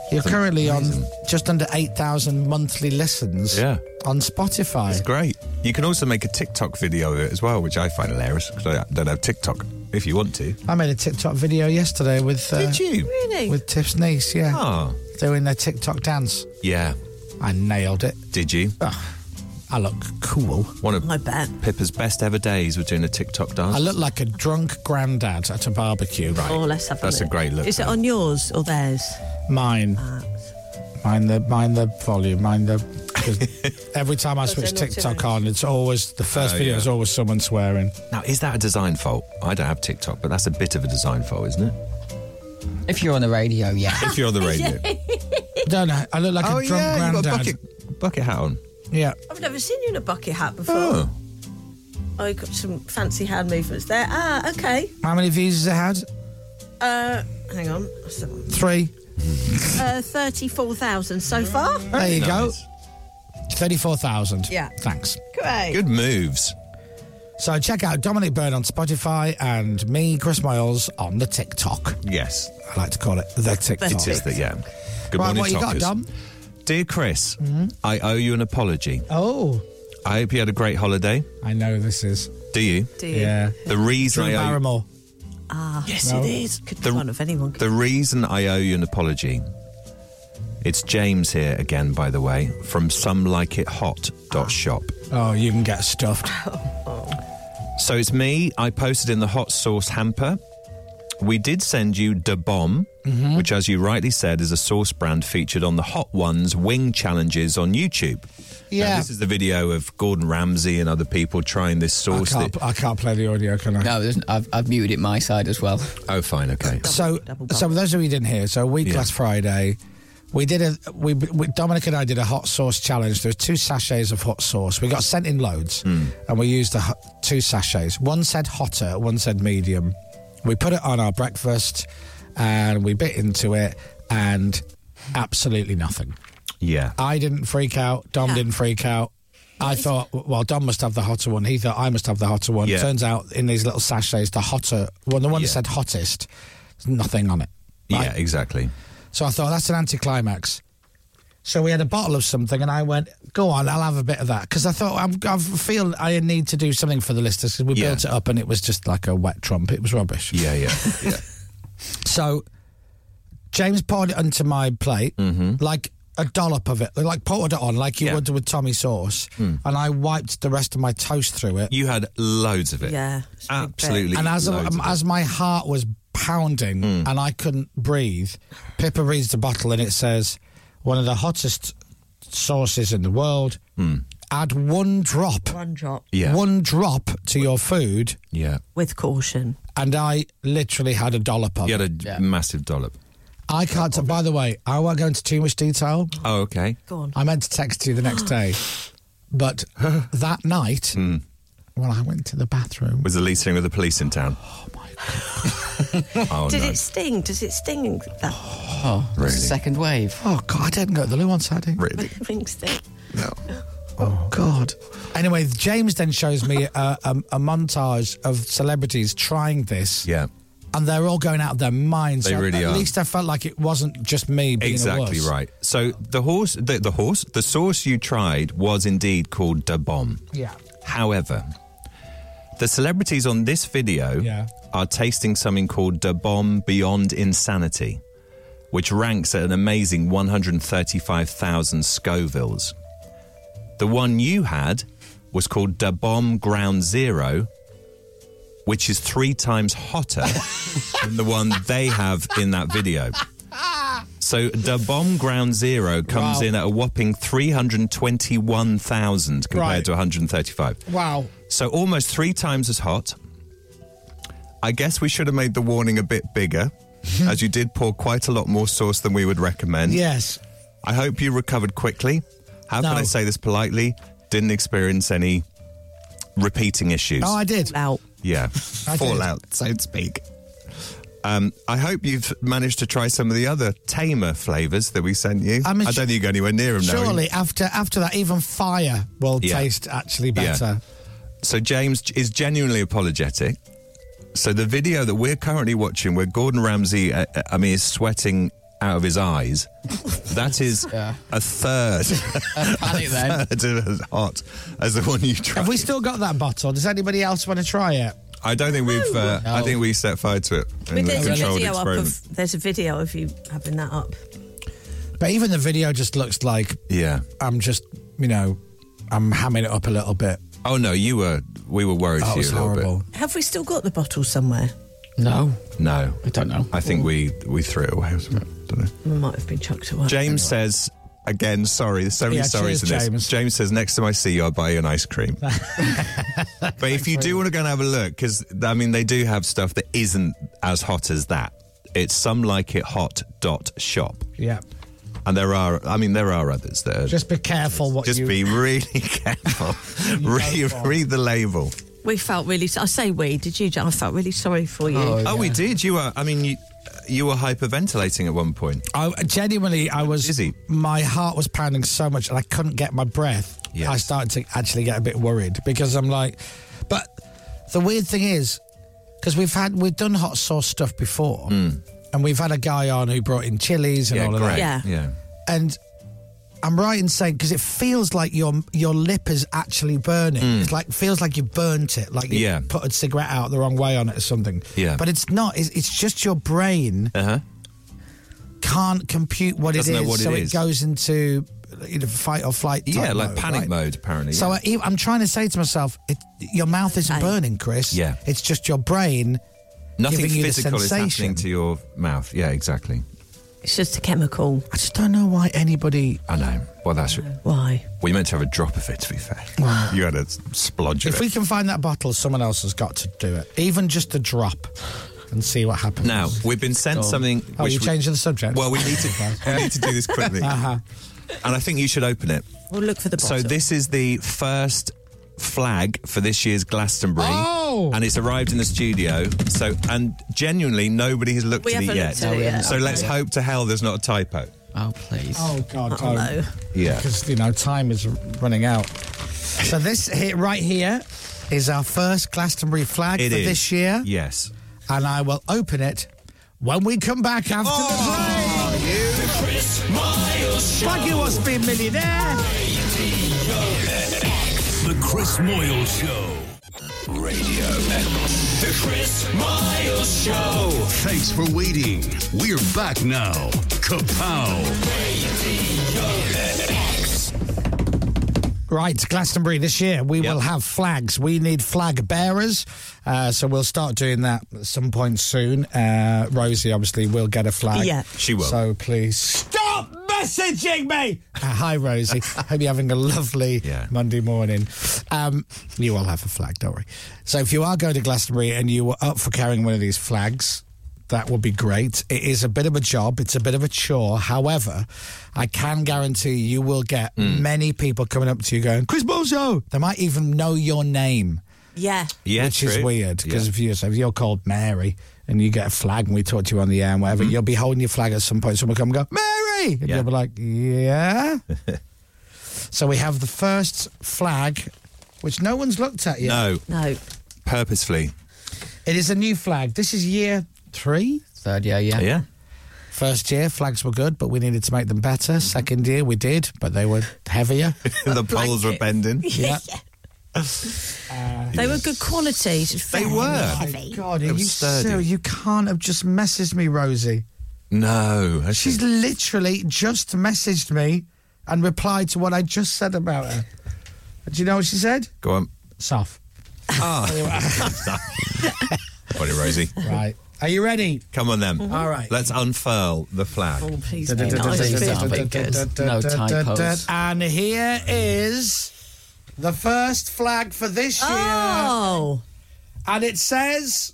Speaker 5: You're
Speaker 8: That's
Speaker 5: currently
Speaker 8: amazing.
Speaker 5: on just under 8,000 monthly listens
Speaker 8: Yeah.
Speaker 5: on Spotify.
Speaker 8: It's great. You can also make a TikTok video of it as well, which I find hilarious because I don't have TikTok if you want to.
Speaker 5: I made a TikTok video yesterday with. Uh,
Speaker 8: Did you?
Speaker 3: Really?
Speaker 5: With Tiff's niece, yeah.
Speaker 8: Oh.
Speaker 5: Doing their TikTok dance.
Speaker 8: Yeah.
Speaker 5: I nailed it.
Speaker 8: Did you?
Speaker 5: Ah, I look cool.
Speaker 8: One of
Speaker 3: I bet.
Speaker 8: Pippa's best ever days was doing a TikTok dance.
Speaker 5: I look like a drunk granddad at a barbecue. Right.
Speaker 3: Oh, let's have a
Speaker 8: That's a
Speaker 3: look.
Speaker 8: great look.
Speaker 3: Is it on yours or theirs?
Speaker 5: Mine. Mind the mind the volume. Mind the. 'cause every time I switch
Speaker 3: they're not too
Speaker 5: TikTok on, it's always the first
Speaker 8: Oh,
Speaker 5: video
Speaker 8: yeah.
Speaker 5: is always someone swearing.
Speaker 8: Now, is that a design fault? I don't have TikTok, but that's a bit of a design fault, isn't it?
Speaker 9: If you're on the radio, yeah.
Speaker 8: If you're on the radio.
Speaker 5: No, no, I look like
Speaker 8: oh,
Speaker 5: a drunk
Speaker 8: yeah, you've got a
Speaker 5: granddad.
Speaker 8: bucket, bucket hat on.
Speaker 5: Yeah.
Speaker 3: I've never seen you in a bucket hat before.
Speaker 8: Oh.
Speaker 3: I got some fancy hand movements there. Ah, okay.
Speaker 5: How many views has it had?
Speaker 3: Uh, hang on. What's that one?
Speaker 5: Three.
Speaker 3: Uh, 34,000 so far.
Speaker 5: There you go. Thirty-four thousand.
Speaker 3: Yeah.
Speaker 5: Thanks.
Speaker 3: Great.
Speaker 8: Good moves.
Speaker 5: So check out Dominic Byrne on Spotify and me, Chris Miles, on the TikTok.
Speaker 8: Yes.
Speaker 5: I like to call it the TikTok.
Speaker 8: It is that, yeah. Good
Speaker 5: Right,
Speaker 8: morning,
Speaker 5: what you got,
Speaker 8: Talkers.
Speaker 5: Dom? Mm-hmm.
Speaker 8: Dear Chris, I owe you an apology.
Speaker 5: Oh,
Speaker 8: I hope you had a great holiday.
Speaker 5: I know this is.
Speaker 8: Do you?
Speaker 3: Do you?
Speaker 5: Yeah.
Speaker 8: The reason
Speaker 5: Drew
Speaker 8: I owe you-
Speaker 5: Barrymore.
Speaker 3: Ah, yes,
Speaker 5: No.
Speaker 3: it is. Could
Speaker 8: The-
Speaker 3: be one of anyone.
Speaker 8: The reason I owe you an apology. It's James here again, by the way, from some like it hot dot shop.
Speaker 5: Oh, you can get stuffed.
Speaker 8: So it's me. I posted in the hot sauce hamper. We did send you Da Bomb,
Speaker 5: Mm-hmm.
Speaker 8: which, as you rightly said, is a sauce brand featured on the Hot Ones Wing Challenges on YouTube. Now,
Speaker 5: Yeah.
Speaker 8: this is the video of Gordon Ramsay and other people trying this
Speaker 5: I
Speaker 8: sauce.
Speaker 5: can't,
Speaker 8: that-
Speaker 5: I can't play the audio, can I?
Speaker 9: No, there's, I've, I've muted it my side as well.
Speaker 8: oh, fine, okay.
Speaker 5: So,
Speaker 3: Double
Speaker 5: so for those of you who didn't hear, so a week last Friday, we did a we, we Dominic and I did a hot sauce challenge. There was two sachets of hot sauce. We got sent in loads,
Speaker 8: Hmm. mm.
Speaker 5: and we used the hot- two sachets. One said hotter, one said medium. We put it on our breakfast, and we bit into it, and absolutely nothing.
Speaker 8: Yeah.
Speaker 5: I didn't freak out. Dom didn't freak out. I thought, well, Dom must have the hotter one. He thought I must have the hotter one.
Speaker 8: Yeah.
Speaker 5: Turns out in these little sachets, the hotter one, the one that
Speaker 8: Yeah.
Speaker 5: said hottest, there's nothing on it.
Speaker 8: Yeah, exactly.
Speaker 5: So I thought that's an anticlimax. So we had a bottle of something, and I went, "Go on, I'll have a bit of that," because I thought I'm, I feel I need to do something for the listeners 'cause we
Speaker 8: Yeah.
Speaker 5: built it up, and it was just like a wet trump. It was rubbish.
Speaker 8: Yeah, yeah, yeah.
Speaker 5: So James poured it onto my plate, like a dollop of it, like poured it on, like you
Speaker 8: Mm-hmm. Yeah. Hmm.
Speaker 5: would with Tommy sauce, and I wiped the rest of my toast through it.
Speaker 8: You had loads of it.
Speaker 3: Yeah, it's a big bit.
Speaker 8: Absolutely.
Speaker 5: and as um,
Speaker 8: loads of Mm. it.
Speaker 5: as my heart was pounding and I couldn't breathe, Pippa reads the bottle and it says, "One of the hottest sauces in the world.
Speaker 8: Mm.
Speaker 5: Add one drop,
Speaker 3: One drop.
Speaker 8: Yeah.
Speaker 5: one drop to your food."
Speaker 8: yeah.
Speaker 3: With caution.
Speaker 5: And I literally had a dollop of
Speaker 8: You
Speaker 5: it.
Speaker 8: had a massive dollop.
Speaker 5: I can't. T- by the way, I won't go into too much detail.
Speaker 8: Oh, okay.
Speaker 3: Go on.
Speaker 5: I meant to text you the next day, but that night,
Speaker 8: Hmm.
Speaker 5: when I went to the bathroom,
Speaker 8: Was the least thing with the police in town? Oh, my God. oh,
Speaker 3: Did
Speaker 8: no.
Speaker 3: it sting? Does it sting? That
Speaker 9: Oh,
Speaker 8: Really?
Speaker 9: second wave.
Speaker 5: oh god, I didn't go to the loo on Saturday.
Speaker 8: Really?
Speaker 3: ring sting.
Speaker 5: Oh god. Anyway, James then shows me a, a, a montage of celebrities trying this.
Speaker 8: Yeah.
Speaker 5: And they're all going out of their minds.
Speaker 8: They
Speaker 5: So
Speaker 8: really
Speaker 5: at
Speaker 8: are.
Speaker 5: least I felt like it wasn't just me being a
Speaker 8: Exactly
Speaker 5: wuss.
Speaker 8: right. So the horse, the, the horse, the sauce you tried was indeed called Da Bomb.
Speaker 5: Yeah.
Speaker 8: However, the celebrities on this video
Speaker 5: Yeah.
Speaker 8: are tasting something called Da Bomb Beyond Insanity, which ranks at an amazing 135,000 Scovilles. The one you had was called Da Bomb Ground Zero, which is three times hotter than the one they have in that video. So Da Bomb Ground Zero comes
Speaker 5: Wow.
Speaker 8: in at a whopping 321,000 compared
Speaker 5: Right.
Speaker 8: to 135.
Speaker 5: Wow.
Speaker 8: So almost three times as hot. I guess we should have made the warning a bit bigger, as you did pour quite a lot more sauce than we would recommend.
Speaker 5: Yes.
Speaker 8: I hope you recovered quickly. How
Speaker 5: No.
Speaker 8: can I say this politely? Didn't experience any repeating issues.
Speaker 5: Oh, I did.
Speaker 3: Out.
Speaker 8: yeah,
Speaker 5: I did.
Speaker 8: fallout, so to speak. Um, I hope you've managed to try some of the other tamer flavours that we sent you. I,
Speaker 5: mean,
Speaker 8: don't think you go anywhere near them now.
Speaker 5: Surely after after that, even fire will
Speaker 8: Yeah.
Speaker 5: taste actually
Speaker 8: Yeah.
Speaker 5: better.
Speaker 8: So James is genuinely apologetic. So the video that we're currently watching, where Gordon Ramsay, uh, uh, I mean, is sweating out of his eyes, that is a third, a
Speaker 13: panic
Speaker 5: then.
Speaker 8: third as hot as the one you tried.
Speaker 5: Have we still got that bottle? Does anybody else want to try it?
Speaker 8: I don't think we've. Uh, I
Speaker 5: Oh, No.
Speaker 8: think we set fire to it in the
Speaker 3: there's, a
Speaker 8: controlled
Speaker 3: video up
Speaker 8: experiment.
Speaker 3: of, there's a video of you having that up.
Speaker 5: But even the video just looks like
Speaker 8: yeah,
Speaker 5: I'm just you know I'm hamming it up a little bit.
Speaker 8: Oh no, you were. We were worried
Speaker 5: Oh,
Speaker 8: for you
Speaker 5: it's
Speaker 8: a little
Speaker 5: horrible.
Speaker 3: Have we still got the bottle somewhere?
Speaker 13: No.
Speaker 8: bit. No, I don't know. I think we we threw it away. or something. don't know.
Speaker 3: It might have been chucked away.
Speaker 8: James says again. Sorry, there's so many
Speaker 3: Yeah,
Speaker 8: sorries in
Speaker 3: cheers,
Speaker 8: this.
Speaker 3: James.
Speaker 8: says next time I see you, I'll buy you an ice cream. but if you do want to go and have a look, because I mean they do have stuff that isn't as hot as that. It's some like it hot dot shop,
Speaker 5: Yeah.
Speaker 8: and there are. I mean there are others that are.
Speaker 5: Just be careful what
Speaker 8: Just
Speaker 5: you.
Speaker 8: be really careful. read, read the label.
Speaker 3: We felt really. I say we. Did you? Jan? I felt really sorry for you.
Speaker 8: Oh, we did. You were. I mean, you you were hyperventilating at one point.
Speaker 5: I genuinely, I was
Speaker 8: Dizzy.
Speaker 5: My heart was pounding so much, and I couldn't get my breath.
Speaker 8: Yes.
Speaker 5: I started to actually get a bit worried because I'm like, but the weird thing is, because we've had we've done hot sauce stuff before, and we've had a guy on who brought in chilies Mm. and all of that.
Speaker 8: great. yeah.
Speaker 5: and I'm right in saying because it feels like your your lip is actually burning. It's like feels like you burnt it, like you
Speaker 8: Mm. Yeah.
Speaker 5: put a cigarette out the wrong way on it or something.
Speaker 8: Yeah.
Speaker 5: but it's not. It's, it's just your brain
Speaker 8: Uh-huh.
Speaker 5: can't compute what
Speaker 8: Doesn't
Speaker 5: it
Speaker 8: know
Speaker 5: is,
Speaker 8: what it
Speaker 5: so
Speaker 8: is.
Speaker 5: it goes into you know, fight or flight. type
Speaker 8: Yeah, like
Speaker 5: mode,
Speaker 8: panic
Speaker 5: right?
Speaker 8: mode, apparently.
Speaker 5: So
Speaker 8: yeah.
Speaker 5: I, e- I'm trying to say to myself, it, your mouth isn't burning, Chris.
Speaker 8: Yeah.
Speaker 5: it's just your brain.
Speaker 8: Nothing
Speaker 5: giving you the
Speaker 8: physical is happening
Speaker 5: sensation.
Speaker 8: to your mouth. Yeah, exactly.
Speaker 3: It's just a chemical.
Speaker 5: I just don't know why anybody.
Speaker 8: I know. Well, that's
Speaker 3: why.
Speaker 8: Well, you meant to have a drop of it. To be fair,
Speaker 5: Wow.
Speaker 8: you had a s- splodge of
Speaker 5: If
Speaker 8: it.
Speaker 5: we can find that bottle, someone else has got to do it, even just a drop, and see what happens.
Speaker 8: Now we've been sent
Speaker 5: Oh.
Speaker 8: something.
Speaker 5: Oh,
Speaker 8: which
Speaker 5: you
Speaker 8: we-
Speaker 5: changing the subject?
Speaker 8: Well, we need to. we need to do this quickly.
Speaker 5: Uh-huh.
Speaker 8: And I think you should open it.
Speaker 3: We'll look for the
Speaker 8: So
Speaker 3: bottle.
Speaker 8: this is the first flag for this year's Glastonbury,
Speaker 3: Oh!
Speaker 8: and it's arrived in the studio. So and genuinely nobody has looked
Speaker 3: We
Speaker 8: at it
Speaker 3: haven't
Speaker 8: yet.
Speaker 3: looked at it No, we yet. haven't.
Speaker 8: So
Speaker 3: Okay.
Speaker 8: let's hope to hell there's not a typo.
Speaker 13: Oh please.
Speaker 5: Oh God.
Speaker 8: Oh, no. Yeah.
Speaker 5: Because you know time is running out. So this here, right here is our first Glastonbury flag
Speaker 8: It
Speaker 5: for
Speaker 8: is.
Speaker 5: this year,
Speaker 8: Yes.
Speaker 5: and I will open it when we come back after
Speaker 8: Oh!
Speaker 5: the break.
Speaker 9: The Chris Miles Show.
Speaker 5: Fuck you, wants to be a millionaire.
Speaker 1: The Chris Moyles Show. Radio X.
Speaker 9: The Chris Miles Show.
Speaker 1: Thanks for waiting. We're back now. Kapow.
Speaker 5: Right, Glastonbury this year, we will have flags. We need flag bearers. Uh, so we'll start doing that at some point soon. Uh, Rosie, obviously, will get a flag.
Speaker 9: Yeah.
Speaker 8: She will.
Speaker 5: So please stop messaging me. Uh, hi, Rosie. Hope you're having a lovely Monday morning. Um, you will have a flag, don't worry. So if you are going to Glastonbury and you are up for carrying one of these flags, that would be great. It is a bit of a job, it's a bit of a chore. However, I can guarantee you will get many people coming up to you going, Chris Bozo! They might even know your name.
Speaker 3: Yeah.
Speaker 8: Yeah,
Speaker 5: which is
Speaker 8: true.
Speaker 5: weird because
Speaker 8: Yeah.
Speaker 5: if you so if you're called Mary and you get a flag and we talk to you on the air and whatever,
Speaker 8: Mm-hmm.
Speaker 5: you'll be holding your flag at some point. Someone will come and go Mary, and you'll be like, yeah. so we have the first flag, which no one's looked at yet.
Speaker 8: No.
Speaker 3: No.
Speaker 8: Purposefully.
Speaker 5: It is a new flag. This is year three.
Speaker 13: Third year, yeah.
Speaker 8: Yeah.
Speaker 5: First year flags were good, but we needed to make them better. Second year we did, but they were heavier.
Speaker 8: the poles were bending.
Speaker 5: Yeah.
Speaker 3: They were good quality. Just
Speaker 5: They
Speaker 3: very
Speaker 5: were. Oh,
Speaker 3: Heavy.
Speaker 5: God, are
Speaker 8: It was
Speaker 5: you
Speaker 8: sturdy.
Speaker 5: serious? You can't have just messaged me, Rosie.
Speaker 8: No. has she?
Speaker 5: She's literally just messaged me and replied to what I just said about her. Do you know what she said?
Speaker 8: Go on.
Speaker 5: Soft.
Speaker 8: Ah. Got it, Rosie.
Speaker 5: Right. Are you ready?
Speaker 8: Come on then.
Speaker 5: Mhm. All right.
Speaker 8: Let's unfurl the flag.
Speaker 3: Oh, please be nice.
Speaker 8: No typos.
Speaker 5: And here is the first flag for this year.
Speaker 3: Oh.
Speaker 5: And it says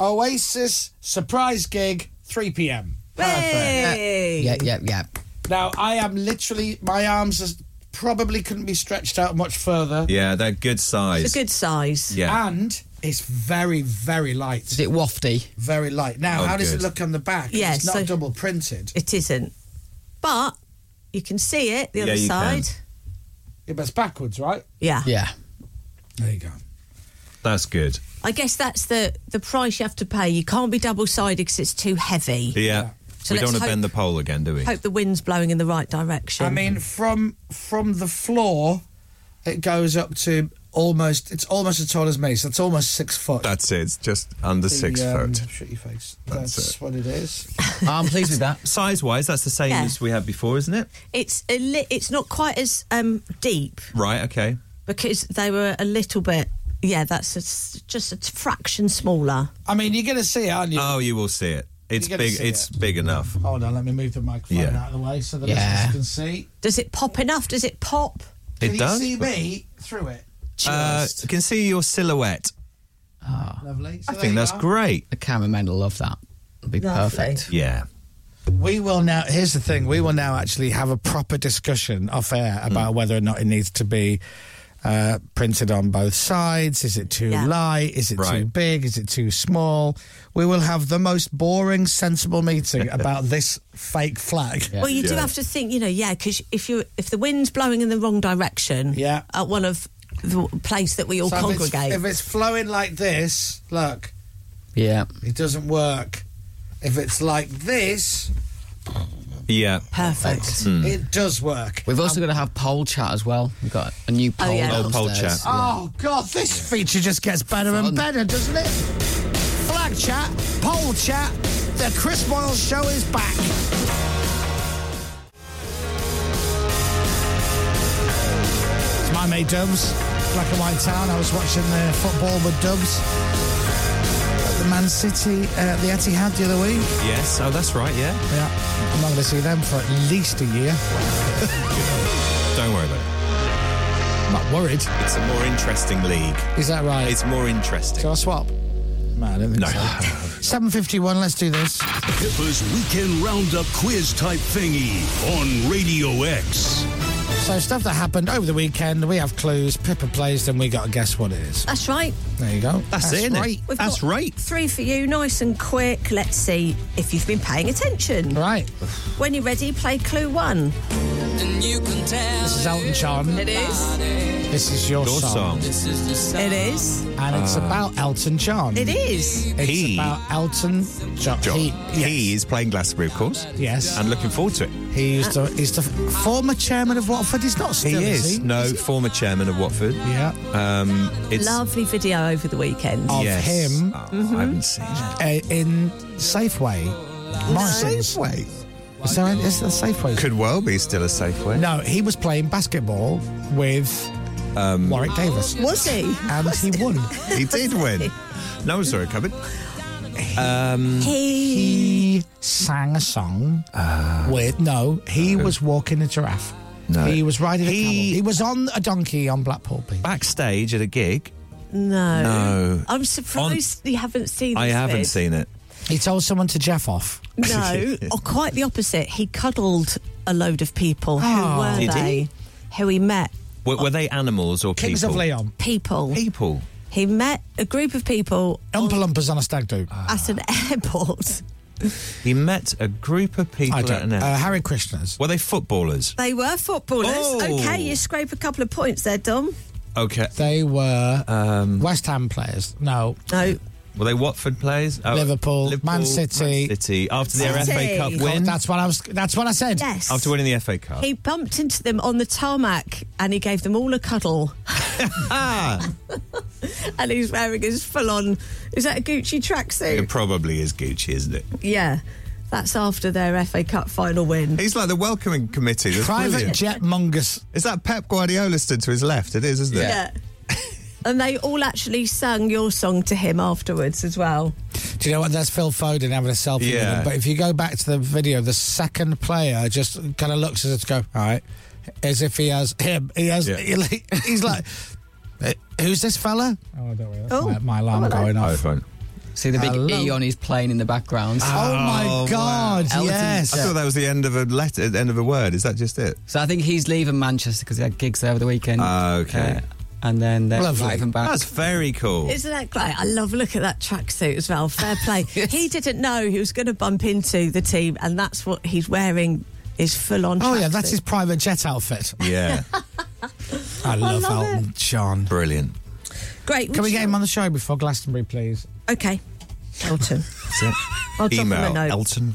Speaker 5: Oasis surprise gig, 3 p.m.
Speaker 13: Hey. Yeah, yeah, yeah.
Speaker 5: Now, I am literally, my arms are probably couldn't be stretched out much further.
Speaker 8: Yeah, they're good size.
Speaker 5: size.
Speaker 8: Yeah.
Speaker 5: And it's very, very light. Is
Speaker 4: it wafty?
Speaker 5: Very light. Now,
Speaker 8: Oh,
Speaker 5: how does
Speaker 8: good.
Speaker 5: it look on the back?
Speaker 3: Yeah,
Speaker 5: It's not
Speaker 3: so-
Speaker 5: double printed.
Speaker 3: It isn't. But you can see it the
Speaker 5: Yeah,
Speaker 3: other
Speaker 5: you
Speaker 3: side.
Speaker 5: Yeah, but it's backwards, right?
Speaker 3: Yeah.
Speaker 4: Yeah.
Speaker 5: There you go.
Speaker 8: That's good.
Speaker 3: I guess that's the the price you have to pay. You can't be double sided because it's too heavy.
Speaker 8: Yeah.
Speaker 3: So
Speaker 8: we don't
Speaker 3: let's
Speaker 8: want to
Speaker 3: hope-
Speaker 8: bend the pole again, do we?
Speaker 3: Hope the wind's blowing in the right direction.
Speaker 5: I mean, from from the floor, it goes up to almost. It's almost as tall as me, so it's almost six foot.
Speaker 8: That's it. It's just under
Speaker 5: The,
Speaker 8: six
Speaker 5: um,
Speaker 8: foot.
Speaker 5: Shut your face.
Speaker 8: That's
Speaker 5: That's,
Speaker 8: it.
Speaker 5: what it is.
Speaker 4: I'm pleased with that.
Speaker 8: Size wise, that's the same
Speaker 3: Yeah.
Speaker 8: as we had before, isn't it?
Speaker 3: it's a li- it's not quite as um, deep
Speaker 8: Right, okay.
Speaker 3: because they were a little bit. Yeah, that's a s just a t- fraction smaller.
Speaker 5: I mean, you're going to see it, aren't you?
Speaker 8: Oh, you will see it. It's
Speaker 5: You're gonna
Speaker 8: big
Speaker 5: see
Speaker 8: it's big enough.
Speaker 5: Hold on, let me move the microphone
Speaker 8: Yeah.
Speaker 5: out of the way so that
Speaker 8: Yeah.
Speaker 5: listeners can see.
Speaker 3: Does it pop enough? Does it pop?
Speaker 8: It
Speaker 5: can
Speaker 8: does.
Speaker 5: you see me through it?
Speaker 8: Uh, you can see your silhouette.
Speaker 5: Lovely. So
Speaker 8: I
Speaker 5: there
Speaker 8: think
Speaker 5: you
Speaker 8: that's
Speaker 5: are.
Speaker 8: great.
Speaker 4: The cameraman will love that. It'll be
Speaker 5: Lovely.
Speaker 4: perfect.
Speaker 8: Yeah.
Speaker 9: We will now. Here's the thing: we will now actually have a proper discussion off air
Speaker 8: Hmm.
Speaker 9: about whether or not it needs to be uh, printed on both sides. Is it too
Speaker 5: Yeah.
Speaker 9: light? Is it too
Speaker 5: Right.
Speaker 9: big? Is it too small? We will have the most boring, sensible meeting about this fake flag.
Speaker 3: Well, you do have to think, you know, yeah, because if you if the wind's blowing in the wrong direction, yeah, at one of the place that we all
Speaker 5: So if it's-
Speaker 3: congregate,
Speaker 5: If it's flowing like this, look,
Speaker 4: Yeah.
Speaker 5: it doesn't work. If it's like this,
Speaker 8: Yeah.
Speaker 3: Perfect.
Speaker 5: it does work.
Speaker 4: We've also got to have poll chat as well. We've got a new poll.
Speaker 5: yeah.
Speaker 8: Oh, poll
Speaker 4: downstairs.
Speaker 8: chat.
Speaker 5: Oh God, this feature just gets better and better, doesn't it? Flag chat, poll chat, the Chris Moyle show is back. It's my mate Dubs, black and white town. I was watching the football with Dubs at the Man City uh, the Etihad the other week.
Speaker 8: Yes. Oh, that's right. Yeah.
Speaker 5: Yeah, I'm not going to see them for at least a year.
Speaker 8: Don't worry about
Speaker 5: I'm not worried.
Speaker 8: it. It's a more interesting league.
Speaker 5: Is that right?
Speaker 8: It's more interesting.
Speaker 5: Shall I swap? No, I don't think
Speaker 8: No.
Speaker 5: so. 7.51, let's do this.
Speaker 1: Pippa's Weekend Roundup quiz type thingy on Radio X.
Speaker 9: So stuff that happened over the weekend. We have clues. Pippa plays them. We got to guess what it is.
Speaker 3: that's right.
Speaker 9: There you go. right.
Speaker 3: We've got Three for you, nice and quick. Let's see if you've been paying attention.
Speaker 9: Right.
Speaker 3: When you're ready, play clue one.
Speaker 9: This is Elton John.
Speaker 3: It is.
Speaker 9: This is your,
Speaker 8: Your song.
Speaker 3: It is.
Speaker 9: And it's
Speaker 8: Ah.
Speaker 9: about Elton John.
Speaker 3: It is.
Speaker 9: It's
Speaker 8: He-
Speaker 9: about Elton John.
Speaker 8: John.
Speaker 9: He,
Speaker 8: He is playing Glastonbury, of course.
Speaker 9: Yes.
Speaker 8: And looking forward to it.
Speaker 9: he used to, he's the former chairman of Watford. He's not
Speaker 8: He
Speaker 9: still, he?
Speaker 8: is. No, former chairman of Watford.
Speaker 9: Yeah.
Speaker 8: Um, it's
Speaker 3: Lovely video over the weekend.
Speaker 9: Of
Speaker 8: Yes. Oh,
Speaker 9: him.
Speaker 8: I haven't seen it.
Speaker 9: Uh, in Safeway. Morrison's.
Speaker 8: Safeway.
Speaker 9: Is there, a- is there a Safeway?
Speaker 8: Could well be still a Safeway.
Speaker 9: No, he was playing basketball with
Speaker 8: Um,
Speaker 9: Warwick Davis.
Speaker 3: Was he?
Speaker 9: And he won.
Speaker 8: he did win. No one saw it coming. Um,
Speaker 9: He sang a song with. No, he was walking a giraffe.
Speaker 8: Ah. No.
Speaker 9: He was riding a camel. He was on a donkey on Blackpool Beach.
Speaker 8: backstage at a gig.
Speaker 3: No.
Speaker 8: No.
Speaker 3: I'm surprised you haven't seen this.
Speaker 8: Oh. I haven't
Speaker 3: bit.
Speaker 8: seen it.
Speaker 9: He told someone to Jeff off.
Speaker 3: No, or quite the opposite. He cuddled a load of people. Who
Speaker 9: Ah.
Speaker 8: Oh.
Speaker 3: were
Speaker 8: Did he?
Speaker 3: they? Who he met?
Speaker 8: Were, were they animals or
Speaker 9: Kings
Speaker 8: people?
Speaker 9: of Leon.
Speaker 3: People.
Speaker 8: People.
Speaker 3: He met a group of people
Speaker 9: Umpa Lumpers on a stag do.
Speaker 3: at an
Speaker 8: Ah.
Speaker 3: airport.
Speaker 8: He met a group of people
Speaker 9: I
Speaker 8: at
Speaker 9: don't
Speaker 8: an
Speaker 9: know. Uh,
Speaker 8: air-
Speaker 9: Harry Krishnas.
Speaker 8: Were they footballers?
Speaker 3: They were footballers.
Speaker 8: Oh.
Speaker 3: Okay, you scrape a couple of points there, Dom.
Speaker 8: Okay. Um,
Speaker 9: They were West Ham players. No.
Speaker 3: No.
Speaker 8: Were they Watford players? Oh,
Speaker 9: Liverpool, Man City. Oh,
Speaker 8: Man City. After their
Speaker 3: City.
Speaker 8: FA Cup
Speaker 3: God,
Speaker 8: win.
Speaker 9: That's what I was. That's what I said.
Speaker 3: Yes.
Speaker 8: After winning the FA Cup.
Speaker 3: He bumped into them on the tarmac and he gave them all a cuddle.
Speaker 8: ah!
Speaker 3: and he's wearing his full on, is that a Gucci
Speaker 8: It
Speaker 3: tracksuit?
Speaker 8: probably is Gucci, isn't it?
Speaker 3: Yeah. That's after their FA Cup final win.
Speaker 8: He's like the welcoming committee. That's
Speaker 9: Private
Speaker 8: brilliant.
Speaker 9: Jet Mungus.
Speaker 8: Is that Pep Guardiola stood to his left? It is, isn't it?
Speaker 3: Yeah. and they all actually sung your song to him afterwards as well.
Speaker 9: Do you know what? There's Phil Foden having a selfie with
Speaker 8: Yeah.
Speaker 9: him. But if you go back to the video, the second player just kind of looks as if to go, all right, as if he has him. He has.
Speaker 8: Yeah.
Speaker 9: he like- he's like, "Eh, who's this fella? Oh, don't worry.
Speaker 3: Oh.
Speaker 9: my, my alarm
Speaker 3: Oh, hello.
Speaker 9: going off.
Speaker 8: iPhone.
Speaker 9: See the big
Speaker 14: Hello.
Speaker 9: E on his plane in the
Speaker 8: Oh,
Speaker 9: background.
Speaker 8: wow. I thought that was the end of a letter, end of a word. Is that just it?
Speaker 9: So I think he's leaving Manchester because he had gigs there over the weekend.
Speaker 8: Ah. okay.
Speaker 9: and then they're
Speaker 8: Lovely.
Speaker 9: driving back.
Speaker 8: That's very cool.
Speaker 3: Isn't that great? I love look at that tracksuit as well. Fair play. He didn't know he was going to bump into the team, and that's what he's wearing is full on.
Speaker 5: Oh, yeah, that's his private jet outfit.
Speaker 8: Yeah.
Speaker 5: I love,
Speaker 3: love
Speaker 5: Elton John.
Speaker 8: Brilliant.
Speaker 3: Great.
Speaker 5: Can we get him on the show before Glastonbury, please?
Speaker 3: Okay. Elton. I'll drop him a
Speaker 8: Email
Speaker 3: note.
Speaker 8: Elton.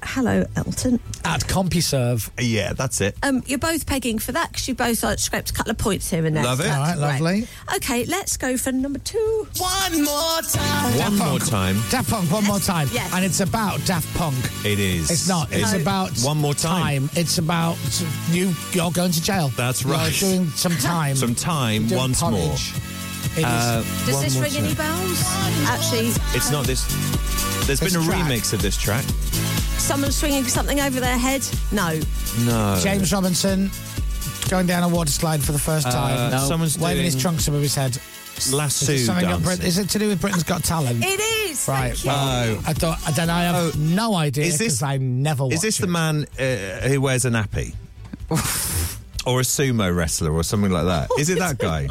Speaker 3: Hello, Elton.
Speaker 5: At CompuServe.
Speaker 8: Yeah, that's it.
Speaker 3: Um, you're both pegging for that because you both like, scraped a couple of points here and there.
Speaker 8: Love it.
Speaker 3: That's
Speaker 8: All right, lovely.
Speaker 3: great. Okay, let's go for number two. One more time.
Speaker 8: One more time.
Speaker 5: Daft Punk, one more time. And it's about Daft Punk.
Speaker 8: It is.
Speaker 5: It's not. It's about
Speaker 8: one more time.
Speaker 5: It's about you. You're going to jail.
Speaker 8: That's
Speaker 5: You're
Speaker 8: right.
Speaker 5: doing some time.
Speaker 8: Some time
Speaker 5: Doing
Speaker 8: once
Speaker 5: porridge.
Speaker 8: more.
Speaker 5: It is.
Speaker 8: Uh,
Speaker 3: Does
Speaker 8: one
Speaker 3: this
Speaker 8: more
Speaker 3: ring any
Speaker 8: time.
Speaker 3: bells? Actually,
Speaker 8: It's not this. There's
Speaker 3: This
Speaker 8: been a
Speaker 3: track.
Speaker 8: remix of this track.
Speaker 3: someone swinging something over their head? No.
Speaker 8: No.
Speaker 5: James Robinson going down a water slide for the first
Speaker 8: Uh,
Speaker 5: time.
Speaker 8: No. someone's
Speaker 5: waving his
Speaker 8: doing
Speaker 5: trunks above his head.
Speaker 8: Lasso
Speaker 5: Is it, something got Brit-
Speaker 8: dancing.
Speaker 5: is it to do with Britain's Got Talent?
Speaker 3: It is.
Speaker 5: Right.
Speaker 8: thank you.
Speaker 5: Well,
Speaker 8: Oh.
Speaker 5: I don't. I don't. I have no idea
Speaker 8: Is this-
Speaker 5: because I never.
Speaker 8: Is this
Speaker 5: watch
Speaker 8: the man uh, who wears a nappy? or a sumo wrestler or something like that? Is it that guy?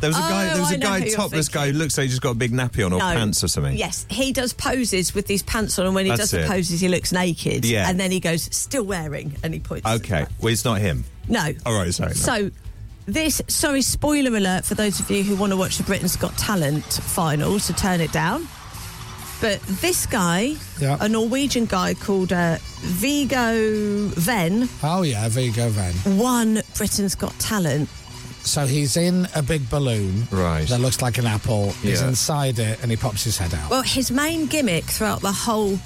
Speaker 8: There was a guy,
Speaker 3: Oh,
Speaker 8: there was
Speaker 3: I
Speaker 8: a
Speaker 3: know
Speaker 8: guy,
Speaker 3: who you're
Speaker 8: topless guy, who looks like he's just got a big nappy on
Speaker 3: no.
Speaker 8: or pants or something.
Speaker 3: Yes, he does poses with these pants on, and when he
Speaker 8: That's
Speaker 3: does the
Speaker 8: it.
Speaker 3: poses, he looks naked.
Speaker 8: Yeah.
Speaker 3: And then he goes, still wearing, and he points.
Speaker 8: Okay. Well, it's not him.
Speaker 3: No.
Speaker 8: All right, sorry.
Speaker 3: So, this, sorry, spoiler alert for those of you who want to watch the Britain's Got Talent final, so turn it down. But this guy,
Speaker 5: Yeah.
Speaker 3: a Norwegian guy called uh, Vigo Ven,
Speaker 5: Oh yeah, Vigo Van.
Speaker 3: won Britain's Got Talent.
Speaker 5: So he's in a big balloon,
Speaker 8: right?
Speaker 5: That looks like an apple. He's
Speaker 8: Yeah.
Speaker 5: inside it, and he pops his head out.
Speaker 3: Well, his main gimmick throughout the whole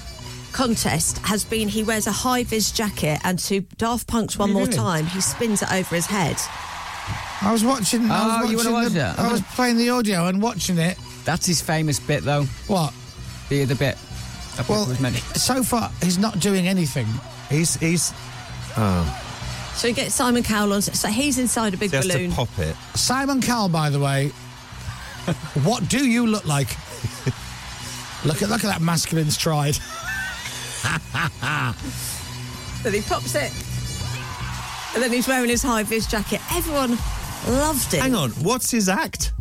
Speaker 3: contest has been he wears a high vis jacket, and to Daft Punk's One
Speaker 5: What
Speaker 3: More
Speaker 5: are you doing?
Speaker 3: Time, he spins it over his head.
Speaker 5: I was watching. I
Speaker 9: Oh,
Speaker 5: was
Speaker 9: you
Speaker 5: watching
Speaker 9: wanna watch
Speaker 5: the,
Speaker 9: it? I'm
Speaker 5: I was playing the audio and watching it.
Speaker 9: That's his famous bit, though.
Speaker 5: What?
Speaker 9: The other bit. That bit
Speaker 5: Well,
Speaker 9: was meant-
Speaker 5: so far he's not doing anything.
Speaker 8: He's he's. Oh,
Speaker 3: So he gets Simon Cowell on. So he's inside a big
Speaker 8: he has
Speaker 3: balloon.
Speaker 8: to pop it.
Speaker 5: Simon Cowell, by the way. what do you look like? look at look at that masculine stride.
Speaker 3: But he pops it. And then he's wearing his high vis jacket. Everyone loved it.
Speaker 8: Hang on, what's his act?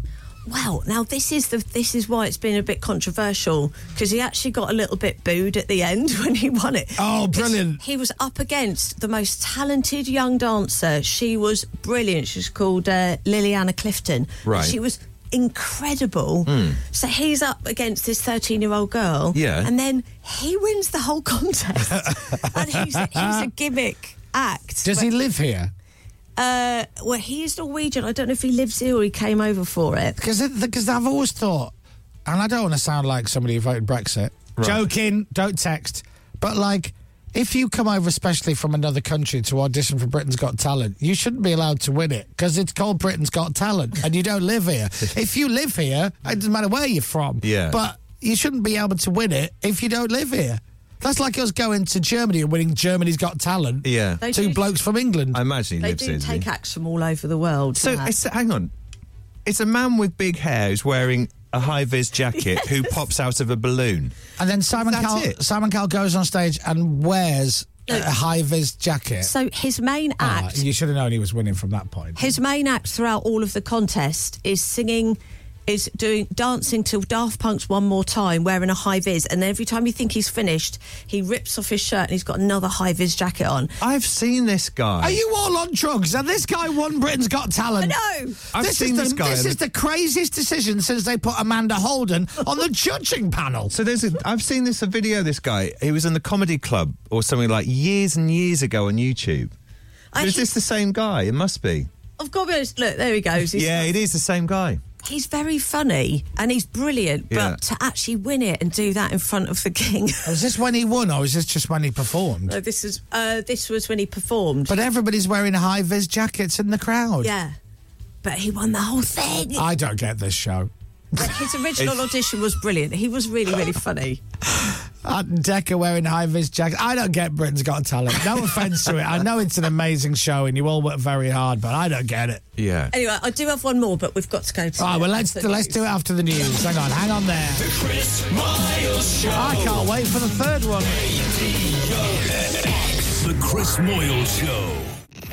Speaker 3: Well, now this is the this is why it's been a bit controversial because he actually got a little bit booed at the end when he won it.
Speaker 5: Oh, brilliant.
Speaker 3: He was up against the most talented young dancer. She was brilliant. She's called uh, Liliana Clifton.
Speaker 8: Right.
Speaker 3: She was incredible.
Speaker 8: Hmm.
Speaker 3: So he's up against this 13-year-old girl.
Speaker 8: Yeah.
Speaker 3: And then he wins the whole contest. and he's, he's a gimmick act.
Speaker 5: Does he live here?
Speaker 3: Uh, well, he is Norwegian. I don't know if he lives here or he came over for it.
Speaker 5: Because because I've always thought, and I don't want to sound like somebody who voted Brexit.
Speaker 8: Right.
Speaker 5: Joking, don't text. But like, if you come over, especially from another country, to audition for Britain's Got Talent, you shouldn't be allowed to win it because it's called Britain's Got Talent, and you don't live here. if you live here, it doesn't matter where you're from.
Speaker 8: Yeah.
Speaker 5: But you shouldn't be able to win it if you don't live here. That's like us going to Germany and winning Germany's Got Talent.
Speaker 8: Yeah.
Speaker 3: They
Speaker 5: Two
Speaker 3: do-
Speaker 5: blokes from England.
Speaker 8: I imagine he
Speaker 3: They
Speaker 8: lives
Speaker 3: do
Speaker 8: in.
Speaker 3: take acts from all over the world.
Speaker 8: So
Speaker 3: Matt.
Speaker 8: it's, hang on, it's a man with big hair who's wearing a high vis jacket who pops out of a balloon.
Speaker 5: And then Simon
Speaker 8: That's
Speaker 5: Cowell,
Speaker 8: it.
Speaker 5: Simon Cowell goes on stage and wears a high vis jacket.
Speaker 3: So his main
Speaker 5: Ah,
Speaker 3: act,
Speaker 5: you should have known he was winning from that point.
Speaker 3: his main act throughout all of the contest is singing, is doing dancing to Daft Punk's "One More Time," wearing a high vis, and then every time you think he's finished, he rips off his shirt and he's got another high vis jacket on.
Speaker 8: I've seen this guy.
Speaker 5: Are you all on drugs? And this guy won Britain's Got Talent.
Speaker 3: No,
Speaker 8: I've
Speaker 5: this
Speaker 8: seen
Speaker 5: is the,
Speaker 8: this guy
Speaker 5: This
Speaker 8: and
Speaker 5: is
Speaker 8: the-
Speaker 5: the craziest decision since they put Amanda Holden on the judging panel.
Speaker 8: So there's a, I've seen this a video. of This guy, he was in the comedy club or something like years and years ago on YouTube.
Speaker 3: I
Speaker 8: is this the same guy? It must be.
Speaker 3: I've got to be honest. Look, there he goes. He's,
Speaker 8: Yeah, it is the same guy.
Speaker 3: he's very funny and he's brilliant, but
Speaker 8: Yeah.
Speaker 3: to actually win it and do that in front of the king.
Speaker 5: Was Oh, this when he won, or was this just when he performed?
Speaker 3: No, this is uh, this was when he performed.
Speaker 5: But everybody's wearing high vis jackets in the crowd.
Speaker 3: yeah, but he won the whole thing.
Speaker 5: Oh. I don't get this show.
Speaker 3: But his original
Speaker 5: It's-
Speaker 3: audition was brilliant. He was really, really funny.
Speaker 5: Art and Decker uh, wearing high vis jackets. I don't get Britain's Got Talent. No offense to it. I know it's an amazing show and you all work very hard, but I don't get it.
Speaker 8: Yeah.
Speaker 3: Anyway, I do have one more, but we've got to go to.
Speaker 5: All right, well, let's let's do it after the news. Hang on, hang on there.
Speaker 15: The Chris Miles Show.
Speaker 5: I can't wait for the third one.
Speaker 1: The Chris Moyle Show.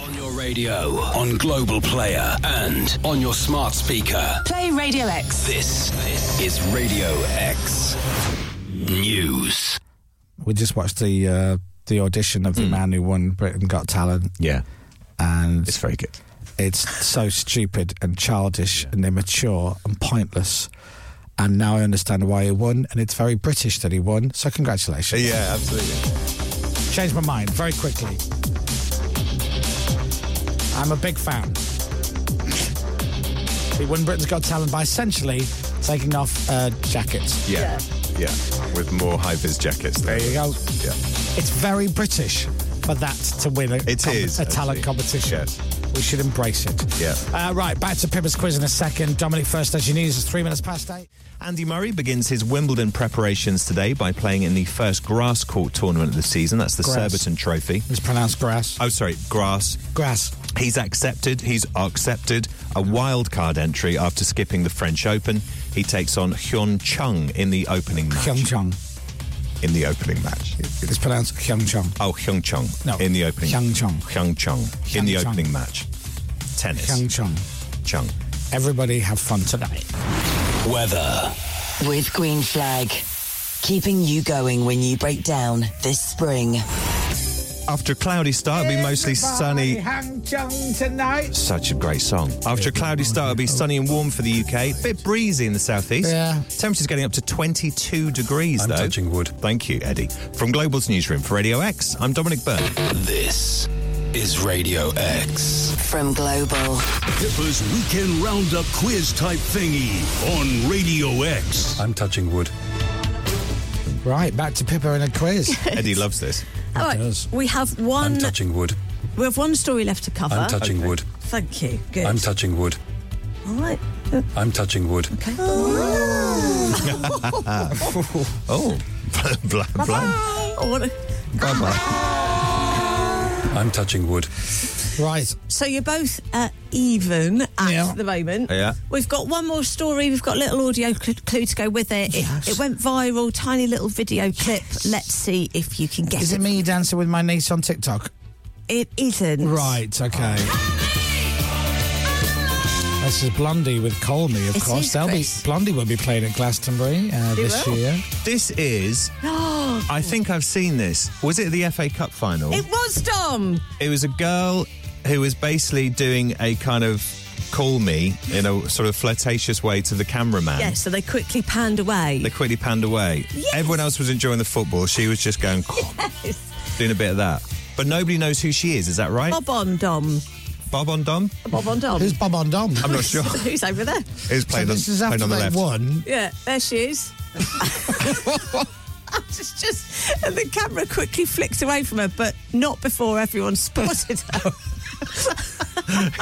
Speaker 16: On your radio, on Global Player, and on your smart speaker.
Speaker 17: Play Radio X.
Speaker 16: This is Radio X News.
Speaker 5: We just watched the uh, the audition of the man who won Britain Got Talent.
Speaker 8: Hmm. Yeah,
Speaker 5: and
Speaker 8: it's very good.
Speaker 5: It's so stupid and childish and immature and pointless. And now I understand why he won, and it's very British that he won. So congratulations.
Speaker 8: Yeah, absolutely.
Speaker 5: Changed my mind very quickly. I'm a big fan. He won Britain's Got Talent by essentially taking off uh, jackets.
Speaker 8: Yeah. Yeah. With more high vis jackets. There
Speaker 5: you go.
Speaker 8: Yeah.
Speaker 5: It's very British for that to win a,
Speaker 8: It
Speaker 5: com-
Speaker 8: is,
Speaker 5: a talent competition. We should embrace it.
Speaker 8: Yeah.
Speaker 5: Uh, right, back to Pippa's quiz in a second. Dominic, first as you need, is three minutes past eight.
Speaker 8: Andy Murray begins his Wimbledon preparations today by playing in the first grass court tournament of the season. That's the
Speaker 5: Grass.
Speaker 8: Surbiton Trophy.
Speaker 5: It's pronounced grass.
Speaker 8: Oh, sorry, grass.
Speaker 5: Grass.
Speaker 8: He's accepted. He's accepted a wild card entry after skipping the French Open. He takes on Hyun Chung in the opening match.
Speaker 5: Hyun Chung.
Speaker 8: In the opening match.
Speaker 5: It's pronounced Hyun Chung.
Speaker 8: Oh, Hyun Chung.
Speaker 5: No.
Speaker 8: In the opening.
Speaker 5: Hyun Chung.
Speaker 8: Hyun Chung. In
Speaker 5: Hyun
Speaker 8: the
Speaker 5: Chung.
Speaker 8: opening match. Tennis.
Speaker 5: Hyun Chung.
Speaker 8: Chung.
Speaker 5: Everybody have fun tonight.
Speaker 16: Weather.
Speaker 2: With Green Flag. Keeping you going when you break down this spring.
Speaker 8: After a cloudy start, it'll be mostly sunny.
Speaker 9: Hang Chung tonight.
Speaker 8: Such a great song. After a cloudy start, it'll be sunny and warm for the UK. Bit breezy in the southeast.
Speaker 9: Yeah.
Speaker 8: Temperatures getting up to 22 degrees,
Speaker 16: I'm
Speaker 8: though.
Speaker 16: touching
Speaker 8: wood. Thank you, Eddie. From Global's newsroom for Radio X, I'm Dominic Byrne.
Speaker 16: This is Radio X.
Speaker 2: From Global.
Speaker 1: Pippa's weekend roundup quiz type thingy on Radio X. I'm touching wood.
Speaker 5: Right, back to Pippa in a quiz.
Speaker 8: Eddie loves this.
Speaker 3: All right, we have one.
Speaker 16: touching wood.
Speaker 3: We have one story left to cover.
Speaker 16: I'm touching wood.
Speaker 3: Thank you. Good.
Speaker 16: I'm touching wood.
Speaker 3: All right.
Speaker 16: I'm touching wood.
Speaker 5: Ah.
Speaker 8: oh. blah, blah.
Speaker 3: I wanna-
Speaker 8: Bye bye.
Speaker 16: I'm touching wood.
Speaker 5: Right.
Speaker 3: So you're both uh, even at the moment.
Speaker 16: Yeah.
Speaker 3: We've got one more story. We've got a little audio cl- clue to go with it. It, it went viral. Tiny little video clip. Let's see if you can get
Speaker 5: Is
Speaker 3: it.
Speaker 5: it me dancing with my niece on TikTok?
Speaker 3: It isn't.
Speaker 5: Right, okay. This is Blondie with Call Me, of
Speaker 3: It
Speaker 5: course.
Speaker 3: is,
Speaker 5: They'll be,
Speaker 3: Chris.
Speaker 5: Blondie will be playing at Glastonbury uh,
Speaker 8: They
Speaker 5: this
Speaker 8: will.
Speaker 5: year.
Speaker 8: This is. I think I've seen this. Was it the FA Cup final?
Speaker 3: It was Dom.
Speaker 8: it was a girl who was basically doing a kind of call me in a sort of flirtatious way to the
Speaker 5: Um,
Speaker 8: cameraman.
Speaker 3: Yeah. So they quickly panned away.
Speaker 8: They quickly panned away. Everyone else was enjoying the football. She was just going,
Speaker 3: yes.
Speaker 8: doing a bit of that. But nobody knows who she is. Is that right?
Speaker 3: Bob on Dom.
Speaker 8: Bob on Dom?
Speaker 3: Bob on Dom.
Speaker 5: Who's Bob on Dom?
Speaker 8: I'm not sure.
Speaker 3: Who's over there?
Speaker 8: Who's playing on, playing on the left?
Speaker 3: Yeah, there she is. It's just, and the camera quickly flicks away from her, but not before everyone spotted her.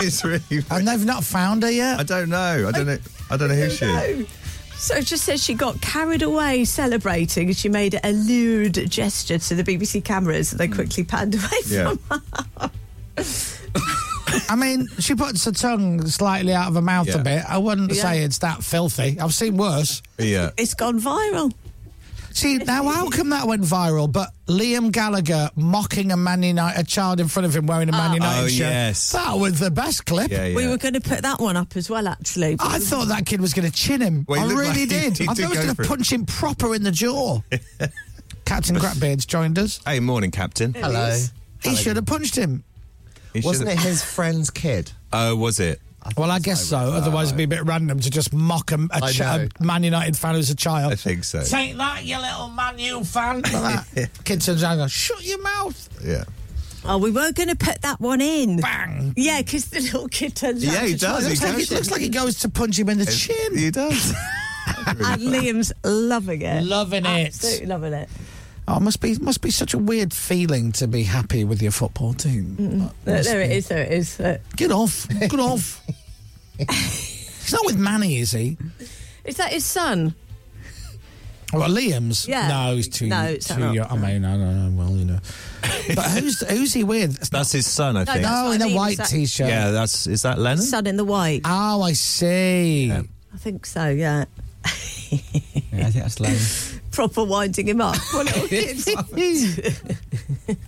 Speaker 8: it's really.
Speaker 5: And they've not found her yet?
Speaker 8: I don't know. I don't know. I don't know who she is.
Speaker 3: No. So it just says she got carried away celebrating and she made a lewd gesture to the BBC cameras and they quickly panned away
Speaker 5: Hmm. Yeah.
Speaker 3: from her.
Speaker 5: I mean, she puts her tongue slightly out of her mouth
Speaker 8: Yeah.
Speaker 5: a bit. I wouldn't
Speaker 3: Yeah.
Speaker 5: say it's that filthy. I've seen worse.
Speaker 8: Yeah.
Speaker 3: It's gone viral.
Speaker 5: See, now how come that went viral, but Liam Gallagher mocking a Man United, a child in front of him wearing a Man United
Speaker 8: Oh,
Speaker 5: shirt?
Speaker 8: yes.
Speaker 5: That was the best clip.
Speaker 3: Ah. We were going to put that one up as well, actually.
Speaker 5: I thought that kid was going to chin him.
Speaker 8: Well, he
Speaker 5: I
Speaker 8: looked
Speaker 5: really
Speaker 8: like he-
Speaker 5: did.
Speaker 8: he
Speaker 5: I thought
Speaker 8: did
Speaker 5: I was
Speaker 8: go
Speaker 5: going
Speaker 8: for
Speaker 5: to
Speaker 8: it.
Speaker 5: punch him proper in the jaw. Captain Grapbeard's joined us.
Speaker 8: Hey, morning, Captain.
Speaker 5: He should have punched him.
Speaker 8: He
Speaker 18: Wasn't
Speaker 8: should've-
Speaker 18: it his friend's kid?
Speaker 8: Oh, was it?
Speaker 5: Well, I guess so. Otherwise, it'd be a bit random to just mock a, a,
Speaker 8: I
Speaker 5: ch- a Man United fan who's a child. I
Speaker 8: think so.
Speaker 9: Take that, you little Man U fan.
Speaker 5: Kid turns around and goes, shut your mouth.
Speaker 8: Yeah.
Speaker 3: Oh, we were going to put that one in. Bang! Yeah, because the little kid turns around to try
Speaker 5: It
Speaker 3: and
Speaker 5: looks, like
Speaker 3: touch
Speaker 5: he,
Speaker 3: it.
Speaker 5: looks like he goes to punch him in the chin.
Speaker 8: He does.
Speaker 3: and Liam's loving it.
Speaker 5: Loving it.
Speaker 3: Absolutely loving it.
Speaker 5: Oh, it must be must be such a weird feeling to be happy with your football team.
Speaker 3: There,
Speaker 5: Must
Speaker 3: there it
Speaker 5: be.
Speaker 3: is, there it is. Uh,
Speaker 5: Get off. Get off. He's not with Manny, is he?
Speaker 3: Is that his son?
Speaker 5: Well, Liam's?
Speaker 3: Yeah.
Speaker 5: No, he's too,
Speaker 3: No, it's
Speaker 5: too
Speaker 3: not.
Speaker 5: young. I mean, I don't know. Well, you know. But who's who's he with?
Speaker 8: That's his son, I
Speaker 3: No,
Speaker 8: think.
Speaker 3: that's
Speaker 5: Oh,
Speaker 3: what
Speaker 5: in
Speaker 3: I
Speaker 5: a
Speaker 3: mean,
Speaker 5: white
Speaker 3: that-
Speaker 5: t-shirt.
Speaker 8: Yeah, that's is that Lennon?
Speaker 3: Sun in the White.
Speaker 5: Oh, I see.
Speaker 3: I think so, yeah.
Speaker 4: Yeah, I think that's lame.
Speaker 3: Proper winding him up. Poor little kids.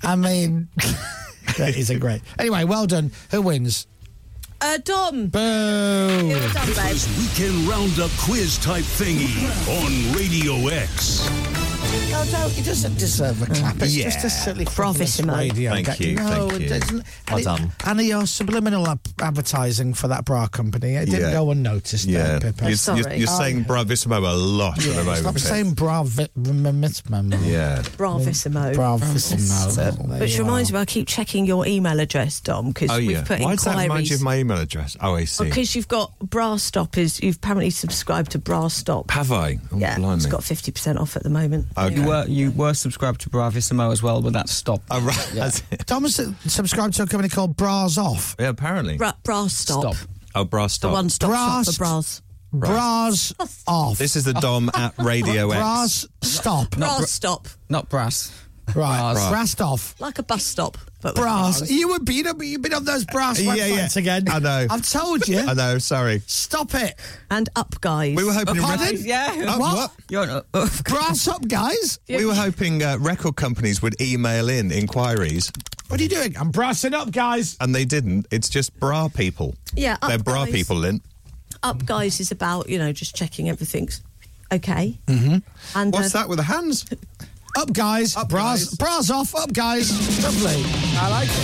Speaker 5: I mean, that is a great. Anyway, well done. Who wins?
Speaker 3: Uh, Dom.
Speaker 5: Boo.
Speaker 1: Clifford's weekend roundup quiz type thingy on Radio X.
Speaker 5: No, no, he doesn't deserve a clap. It's
Speaker 1: Yeah.
Speaker 5: just a silly Bravissimo. radio.
Speaker 1: Thank
Speaker 5: gag.
Speaker 1: you,
Speaker 5: No, it
Speaker 1: thank you.
Speaker 5: doesn't.
Speaker 1: Well
Speaker 5: And, it-
Speaker 1: done.
Speaker 5: and your subliminal ab- advertising for that bra company, it didn't
Speaker 8: Yeah.
Speaker 5: uh, go unnoticed.
Speaker 8: Yeah,
Speaker 5: There, Pippa.
Speaker 8: you're, you're, you're saying bravissimo a lot
Speaker 5: Yeah,
Speaker 8: at the moment.
Speaker 5: Stop
Speaker 8: Pip.
Speaker 5: saying bravissimo.
Speaker 8: Yeah.
Speaker 3: Bravissimo.
Speaker 5: Bravissimo. There
Speaker 3: Which
Speaker 5: you
Speaker 3: reminds me, I keep checking your email address, Dom, because
Speaker 8: Oh
Speaker 3: we've
Speaker 8: yeah.
Speaker 3: put
Speaker 8: Why does that remind you
Speaker 3: inquiries.
Speaker 8: of my email address? Oh, I see.
Speaker 3: Because you've got Bra Stop is you've apparently subscribed to Bra Stop.
Speaker 8: Have I? Oh,
Speaker 3: yeah, it's
Speaker 4: blimey.
Speaker 3: got fifty percent off at the moment.
Speaker 4: You were you were subscribed to Bravissimo as well, but that stopped.
Speaker 8: Oh, right. That's it.
Speaker 5: Thomas subscribed to a company called Bras Off.
Speaker 8: Yeah, apparently.
Speaker 3: Bra, bra Stop,
Speaker 8: Oh, bra stop.
Speaker 3: the one stop shop for bras.
Speaker 5: Bras Off.
Speaker 8: This is the Dom at Radio X.
Speaker 5: Bras Stop.
Speaker 3: Bra Stop,
Speaker 4: Not brass.
Speaker 5: Right.
Speaker 8: Bras.
Speaker 5: Bras Off.
Speaker 3: like a bus stop, but with
Speaker 5: Bras. You were beat up. You've been on those brass
Speaker 8: Yeah,
Speaker 5: websites
Speaker 8: yeah.
Speaker 5: again.
Speaker 8: I know.
Speaker 5: I've told you.
Speaker 8: I know. Sorry.
Speaker 5: Stop it.
Speaker 3: and up guys.
Speaker 8: We were hoping.
Speaker 3: Oh,
Speaker 5: Pardon?
Speaker 4: Yeah.
Speaker 5: What?
Speaker 8: what?
Speaker 4: You're not, uh,
Speaker 5: Brass up, guys.
Speaker 8: We were hoping uh, record companies would email in inquiries,
Speaker 5: What are you doing? I'm brassing up, guys.
Speaker 8: and they didn't. It's just bra people.
Speaker 3: Yeah, up
Speaker 8: they're bra
Speaker 3: guys.
Speaker 8: people, Lynn.
Speaker 3: Up guys is about you know just checking everything's okay.
Speaker 5: Mm-hmm.
Speaker 3: And
Speaker 8: What's
Speaker 3: uh,
Speaker 8: that with the hands?
Speaker 5: Up, guys.
Speaker 8: Up,
Speaker 5: bras,
Speaker 8: guys.
Speaker 5: bras off. Up, guys. Lovely. I like it.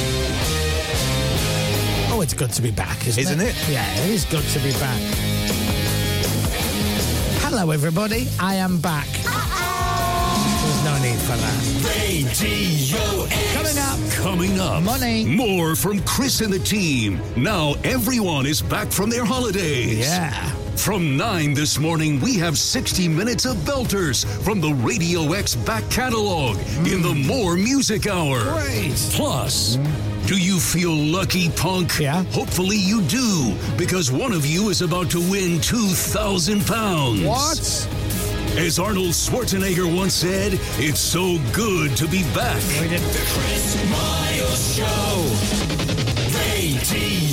Speaker 5: Oh, it's good to be back, isn't,
Speaker 8: Isn't it?
Speaker 5: Yeah, it is good to be back. Hello, everybody. I am back. There's no need for that.
Speaker 1: Radio X.
Speaker 5: Coming up.
Speaker 1: Coming up,
Speaker 5: Money.
Speaker 1: More from Chris and the team. Now everyone is back from their holidays.
Speaker 5: Yeah.
Speaker 1: From 9 this morning, we have 60 minutes of belters from the Radio X back catalogue in the More Music Hour.
Speaker 5: Mm. Great. Mm.
Speaker 1: Plus, do you feel lucky, punk?
Speaker 5: Yeah.
Speaker 1: Hopefully you do, because one of you is about to win £2,000.
Speaker 5: What?
Speaker 1: As Arnold Schwarzenegger once said, it's so good to be back.
Speaker 5: We did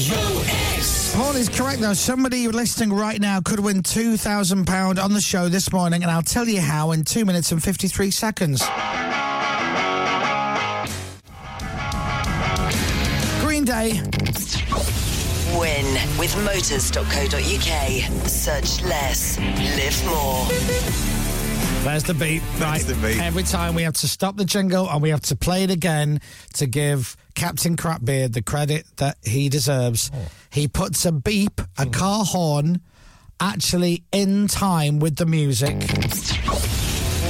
Speaker 5: Paul is correct, though. Somebody listening right now could win £2,000 on the show this morning, and I'll tell you how in 2 minutes and 53 seconds. Green Day.
Speaker 2: Win with motors.co.uk. Search less, live more.
Speaker 5: There's the beat.
Speaker 8: That's the beat.
Speaker 5: Every time we have to stop the jingle and we have to play it again to give Captain Crapbeard the credit that he deserves. He puts a beep, a car horn, actually in time with the music.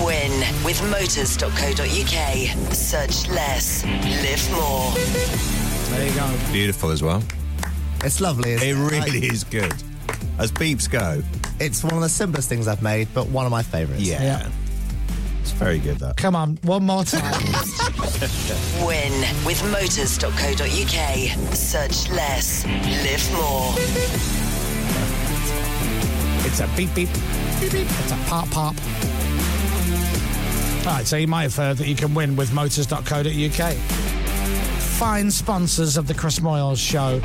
Speaker 2: Win with motors.co.uk. Search less, live more.
Speaker 5: There you go.
Speaker 8: Beautiful as well.
Speaker 19: It's lovely. Isn't
Speaker 8: It
Speaker 19: it
Speaker 8: really
Speaker 19: Like,
Speaker 8: is good. As beeps go,
Speaker 19: It's one of the simplest things I've made, but one of my favourites.
Speaker 8: yeah,
Speaker 5: Yeah.
Speaker 8: it's very good. That
Speaker 5: Come on, one more time.
Speaker 2: Win with motors.co.uk. Search less, live more.
Speaker 5: it's a beep, beep, beep, beep. It's a pop, pop. All right, so you might have heard that you can win with motors.co.uk. Fine sponsors of the Chris Moyles show.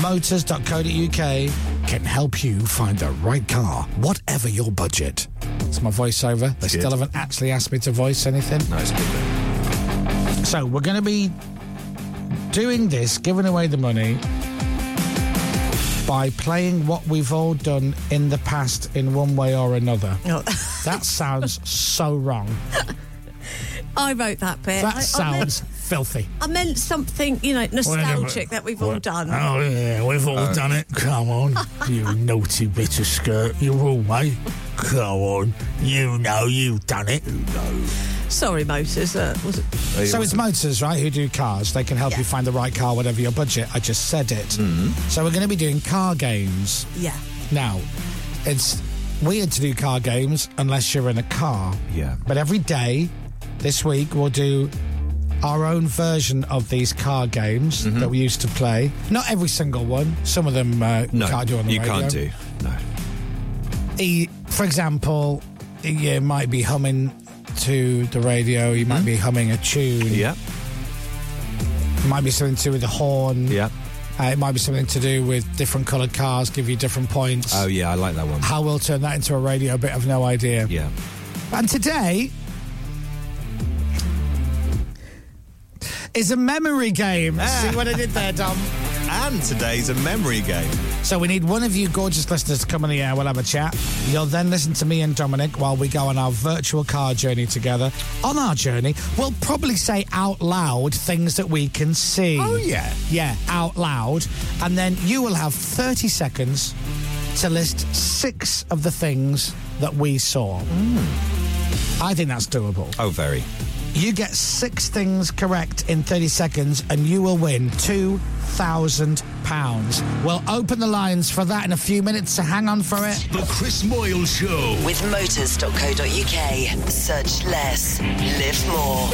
Speaker 5: Motors.co.uk can help you find the right car, whatever your budget. It's my voiceover. They
Speaker 8: That's
Speaker 5: still
Speaker 8: good.
Speaker 5: haven't actually asked me to voice anything.
Speaker 8: nice. Good then.
Speaker 5: So we're going to be doing this, giving away the money by playing what we've all done in the past in one way or another.
Speaker 3: No.
Speaker 5: That sounds so wrong.
Speaker 3: I wrote that bit. I- I
Speaker 5: That
Speaker 3: meant-
Speaker 5: sounds filthy.
Speaker 3: I meant something, you know, nostalgic that we've all done.
Speaker 9: Oh, yeah, we've all done it. Come on, you naughty bit of skirt. You're all mate. Come on. You know you've done it.
Speaker 3: Sorry, motors. Uh, was it?
Speaker 5: So it's motors, right? Who do cars? They can help you find the right car, whatever your budget. I just said it. So we're going to be doing car games
Speaker 3: Yeah.
Speaker 5: now. It's weird to do car games unless you're in a car.
Speaker 8: Yeah.
Speaker 5: But every day this week, we'll do our own version of these car games
Speaker 8: Mm-hmm.
Speaker 5: that we used to play. Not every single one. Some of them uh,
Speaker 8: No,
Speaker 5: can't do on the
Speaker 8: you
Speaker 5: radio.
Speaker 8: can't do. No.
Speaker 5: E- for example, you might be humming to the radio, you might be humming a tune.
Speaker 8: Mm-hmm. Yeah.
Speaker 5: It might be something to do with the horn.
Speaker 8: Yeah.
Speaker 5: Uh, it might be something to do with different coloured cars, give you different points.
Speaker 8: Oh, yeah, I like that one.
Speaker 5: How we'll turn that into a radio bit, I've no idea.
Speaker 8: Yeah.
Speaker 5: And today is a memory game. See what I did there, Dom?
Speaker 8: And today's a memory game.
Speaker 5: So we need one of you gorgeous listeners to come on the air. We'll have a chat. You'll then listen to me and Dominic while we go on our virtual car journey together. On our journey, we'll probably say out loud things that we can see. Oh
Speaker 8: yeah,
Speaker 5: yeah, out loud. And then you will have thirty seconds to list six of the things that we saw. I think that's doable.
Speaker 8: Oh, very.
Speaker 5: You get six things correct in 30 seconds and you will win £2,000. We'll open the lines for that in a few minutes, so hang on for it.
Speaker 1: The Chris Moyle Show.
Speaker 2: With motors.co.uk, search less, live more.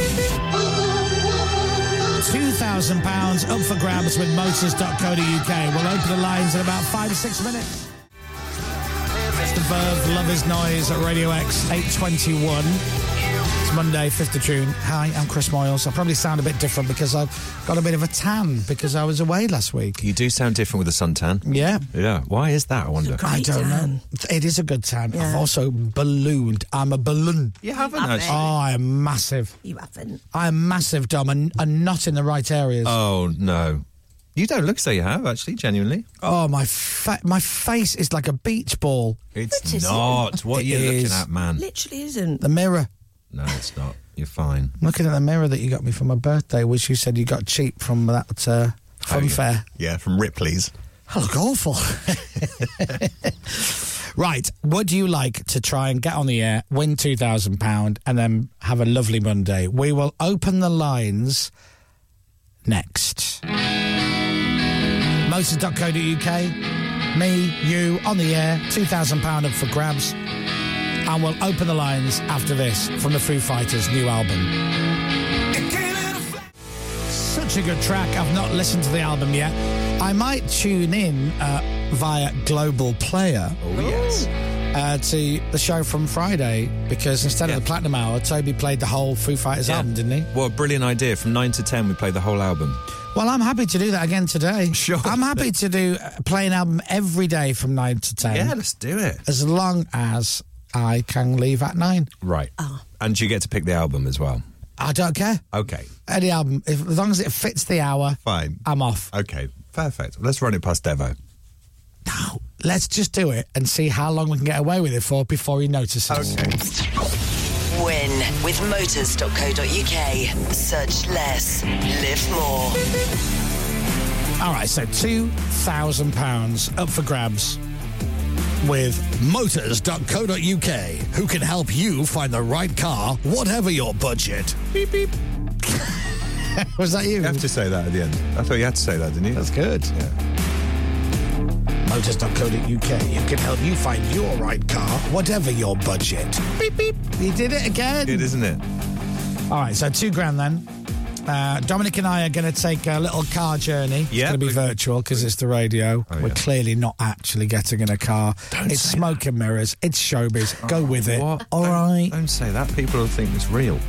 Speaker 5: £2,000 up for grabs with motors.co.uk. We'll open the lines in about five or six minutes. It's the Verve Lovers Noise at Radio X 821. It's Monday, 5th of June. Hi, I'm Chris Moyles. I probably sound a bit different because I've got a bit of a tan because I was away last week.
Speaker 8: You do sound different with a suntan.
Speaker 5: Yeah.
Speaker 8: Yeah. Why is that, I wonder?
Speaker 5: I don't know. It is a good tan. I've also ballooned. I'm a balloon.
Speaker 8: You haven't, Haven't. actually.
Speaker 5: Oh, I'm massive.
Speaker 3: You haven't.
Speaker 5: I'm massive, Dom, and, and not in the right areas.
Speaker 8: Oh, no. You don't look so you have, actually, genuinely.
Speaker 5: Oh, my fa- my face is like a beach ball.
Speaker 8: It's
Speaker 5: It isn't.
Speaker 8: not. What are
Speaker 5: It
Speaker 8: you
Speaker 5: is.
Speaker 8: looking at, man?
Speaker 3: Literally isn't.
Speaker 5: The mirror.
Speaker 8: No, it's not. You're fine.
Speaker 5: Looking at the mirror that you got me for my birthday, which you said you got cheap from that uh, fun fair.
Speaker 8: Yeah, from Ripley's.
Speaker 5: I look awful. right. Would you like to try and get on the air, win £2,000, and then have a lovely Monday? We will open the lines next. Motors.co.uk, me, you, on the air, £2,000 up for grabs. And we'll open the lines after this from the Foo Fighters' new album. Such a good track. I've not listened to the album yet. I might tune in uh, via Global Player. Oh,
Speaker 8: yes.
Speaker 5: Uh, to the show from Friday because instead of the Platinum Hour, Toby played the whole Foo Fighters album, didn't he?
Speaker 8: What a brilliant idea. From 9 to 10, we play the whole album.
Speaker 5: Well, I'm happy to do that again today. Sure. I'm happy to do uh, play an album every day from 9 to 10.
Speaker 8: Yeah, let's do it.
Speaker 5: As long as I can leave at 9.
Speaker 8: Right.
Speaker 5: Ah.
Speaker 8: And you get to pick the album as well.
Speaker 5: I don't care.
Speaker 8: Okay,
Speaker 5: Any album, if, as long as it fits the hour,
Speaker 8: fine.
Speaker 5: I'm off.
Speaker 8: Okay, perfect. Let's run it past Devo.
Speaker 5: Let's just do it and see how long we can get away with it for before he notices.
Speaker 2: Win with motors.co.uk, search less, live more.
Speaker 5: All right, so £2,000 up for grabs with
Speaker 20: Motors.co.uk, who can help you find the right car, whatever your budget. Beep, beep.
Speaker 5: Was that you? You
Speaker 8: have to say that at the end. I thought you had to say that, didn't you? That's
Speaker 5: good. Motors.co.uk. You can help you find your right car, whatever your budget. Beep, beep. He did it again.
Speaker 8: Good, isn't it?
Speaker 5: All right, so two grand then. Uh, Dominic and I are going to take a little car journey.
Speaker 8: Yeah, Oh,
Speaker 5: it's going to be virtual because it's the radio. We're clearly not actually getting in a car. it's smoke and mirrors. It's showbiz.
Speaker 8: Oh,
Speaker 5: Go with it. All right.
Speaker 8: Don't say that. People will think it's real.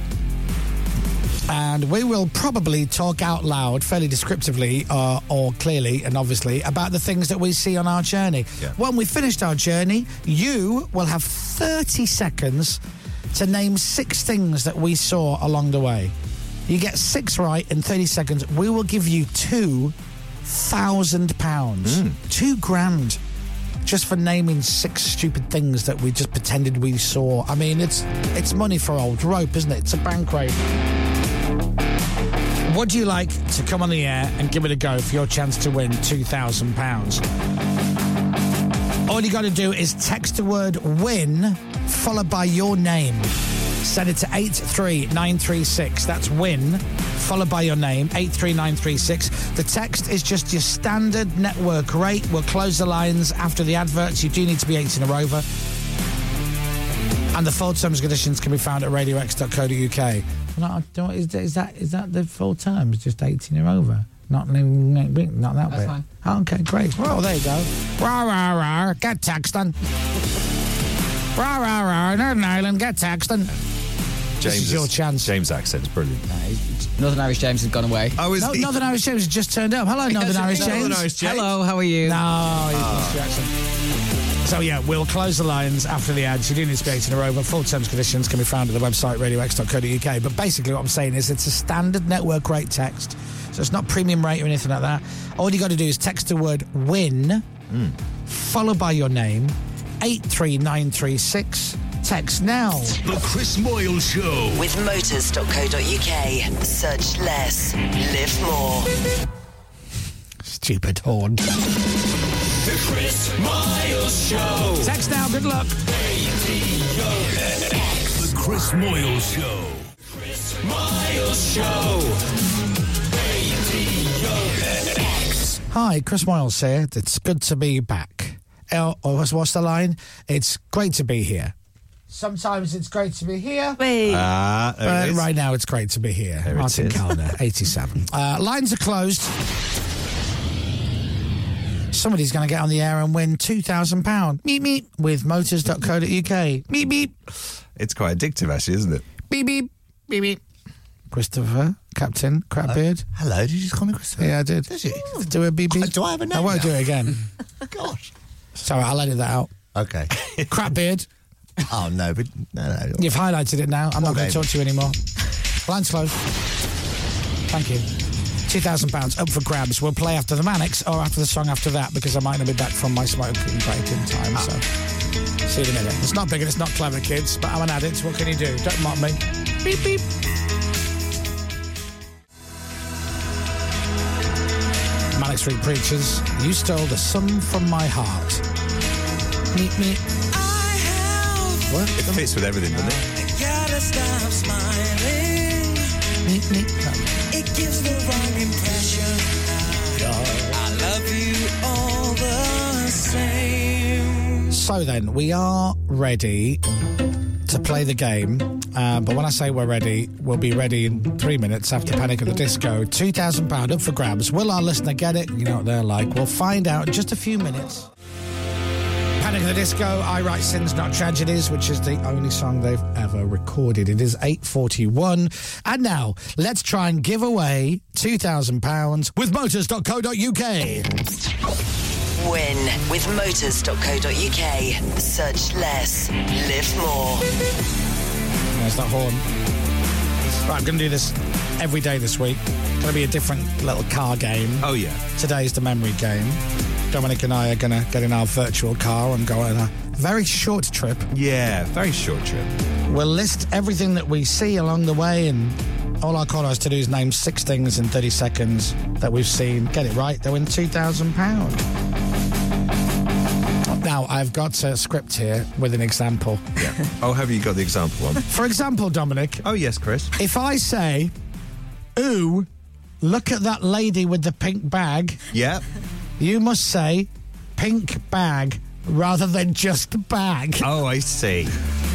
Speaker 5: And we will probably talk out loud, fairly descriptively uh, or clearly and obviously, about the things that we see on our journey. When we've finished our journey, you will have 30 seconds to name six things that we saw along the way. You get six right in 30 seconds. We will give you two thousand pounds,
Speaker 8: Hmm.
Speaker 5: two grand, just for naming six stupid things that we just pretended we saw. I mean, it's it's money for old rope, isn't it? It's a bank rope. Would you like to come on the air and give it a go for your chance to win two thousand pounds? All you got to do is text the word win followed by your name. Send it to 83936. That's win followed by your name, 83936. The text is just your standard network rate. We'll close the lines after the adverts. You do need to be 18 or over. And the full terms and conditions can be found at radiox.co.uk. No, don't, is, is that is that the full terms? Just 18 or over? Not, not that
Speaker 6: That's
Speaker 5: bit?
Speaker 6: fine.
Speaker 5: uh, Oh, okay, great. Well, there you go. Rah, rah, rah. Get text then. Rah, rah, rah, Northern Ireland, get taxed. And
Speaker 8: James
Speaker 5: is your
Speaker 8: chance. James' accent's brilliant.
Speaker 4: Northern Irish James has gone away.
Speaker 5: Oh, no, Northern Irish James has just turned up. Hello,
Speaker 4: Yes,
Speaker 5: Northern
Speaker 4: it's
Speaker 5: Irish James.
Speaker 4: Northern Irish James. Hello, how are you?
Speaker 5: No, he's
Speaker 4: Ah.
Speaker 5: lost your accent. So, yeah, we'll close the lines after the ads. You do need to be 18 or over. Full terms and conditions can be found at the website radiox.co.uk. But basically, what I'm saying is it's a standard network rate text. So, it's not premium rate or anything like that. All you got to do is text the word win,
Speaker 4: Hmm.
Speaker 5: followed by your name, 83936. Text now.
Speaker 1: The Chris Moyle Show.
Speaker 2: With motors.co.uk. Search less, live more.
Speaker 5: Stupid horn.
Speaker 16: The Chris Miles Show.
Speaker 5: Text now. Good luck.
Speaker 1: The Chris Moyle Show.
Speaker 16: Miles Show.
Speaker 5: Hi, Chris Miles here. It's good to be back. Oh, oh, what's, what's the line? It's great to be here. Sometimes it's great to be here.
Speaker 8: Ah, there it
Speaker 5: But
Speaker 8: is.
Speaker 5: Uh, right now, it's great to be here.
Speaker 8: There it
Speaker 5: Martin
Speaker 8: is.
Speaker 5: Kalner, 87. Uh, lines are closed. Somebody's going to get on the air and win £2,000. Meep, meep. With motors.co.uk. Meep, meep.
Speaker 8: It's quite addictive, actually, isn't it?
Speaker 5: Beep, beep. Beep, beep. Christopher, Captain Crabbeard.
Speaker 19: Uh, Hello, did you just call me Christopher?
Speaker 5: Yeah, I did.
Speaker 19: Did you?
Speaker 5: Do a BB.
Speaker 19: Do I have a name
Speaker 5: I won't
Speaker 19: now?
Speaker 5: do it again.
Speaker 19: Gosh.
Speaker 5: Sorry, I'll edit that out.
Speaker 19: Okay.
Speaker 5: Crapbeard.
Speaker 19: Oh, no, but no, no.
Speaker 5: You've highlighted it now. I'm not going
Speaker 19: David.
Speaker 5: to talk to you anymore. Lines closed. Thank you. £2,000 up for grabs. We'll play after the Manics or after the song after that because I might not be back from my smoking break in time. So, see you in a minute. It's not big and it's not clever, kids, but I'm an addict. What can you do? Don't mock me. Beep, beep. Manic Street Preachers, you stole the sun from my heart. Meet me. What?
Speaker 8: It fits with everything, doesn't it?
Speaker 21: Gotta stop smiling.
Speaker 5: Meet me.
Speaker 21: It gives the wrong impression. I love you all the same.
Speaker 5: So then, we are ready to play the game. Um, but when I say we're ready, we'll be ready in three minutes after Panic at the Disco. £2,000 up for grabs. Will our listener get it? You know what they're like. We'll find out in just a few minutes. Panic at the Disco, I Write Sins Not Tragedies, which is the only song they've ever recorded. It is 8.41. And now, let's try and give away £2,000 with motors.co.uk.
Speaker 2: Win with motors.co.uk. Search less, live more.
Speaker 5: There's that horn. Right, I'm going to do this every day this week. Going to be a different little car game.
Speaker 8: Oh yeah.
Speaker 5: Today's the memory game. Dominic and I are going to get in our virtual car and go on a very short trip.
Speaker 8: Yeah, very short trip.
Speaker 5: We'll list everything that we see along the way, and all our caller has to do is name six things in 30 seconds that we've seen. Get it right, they win £2,000. Now, I've got a script here with an example.
Speaker 8: Yeah. oh, have you got the example one?
Speaker 5: For example, Dominic,
Speaker 8: Oh yes, Chris.
Speaker 5: if I say, ooh, look at that lady with the pink bag,
Speaker 8: Yeah.
Speaker 5: you must say pink bag rather than just bag.
Speaker 8: Oh, I see.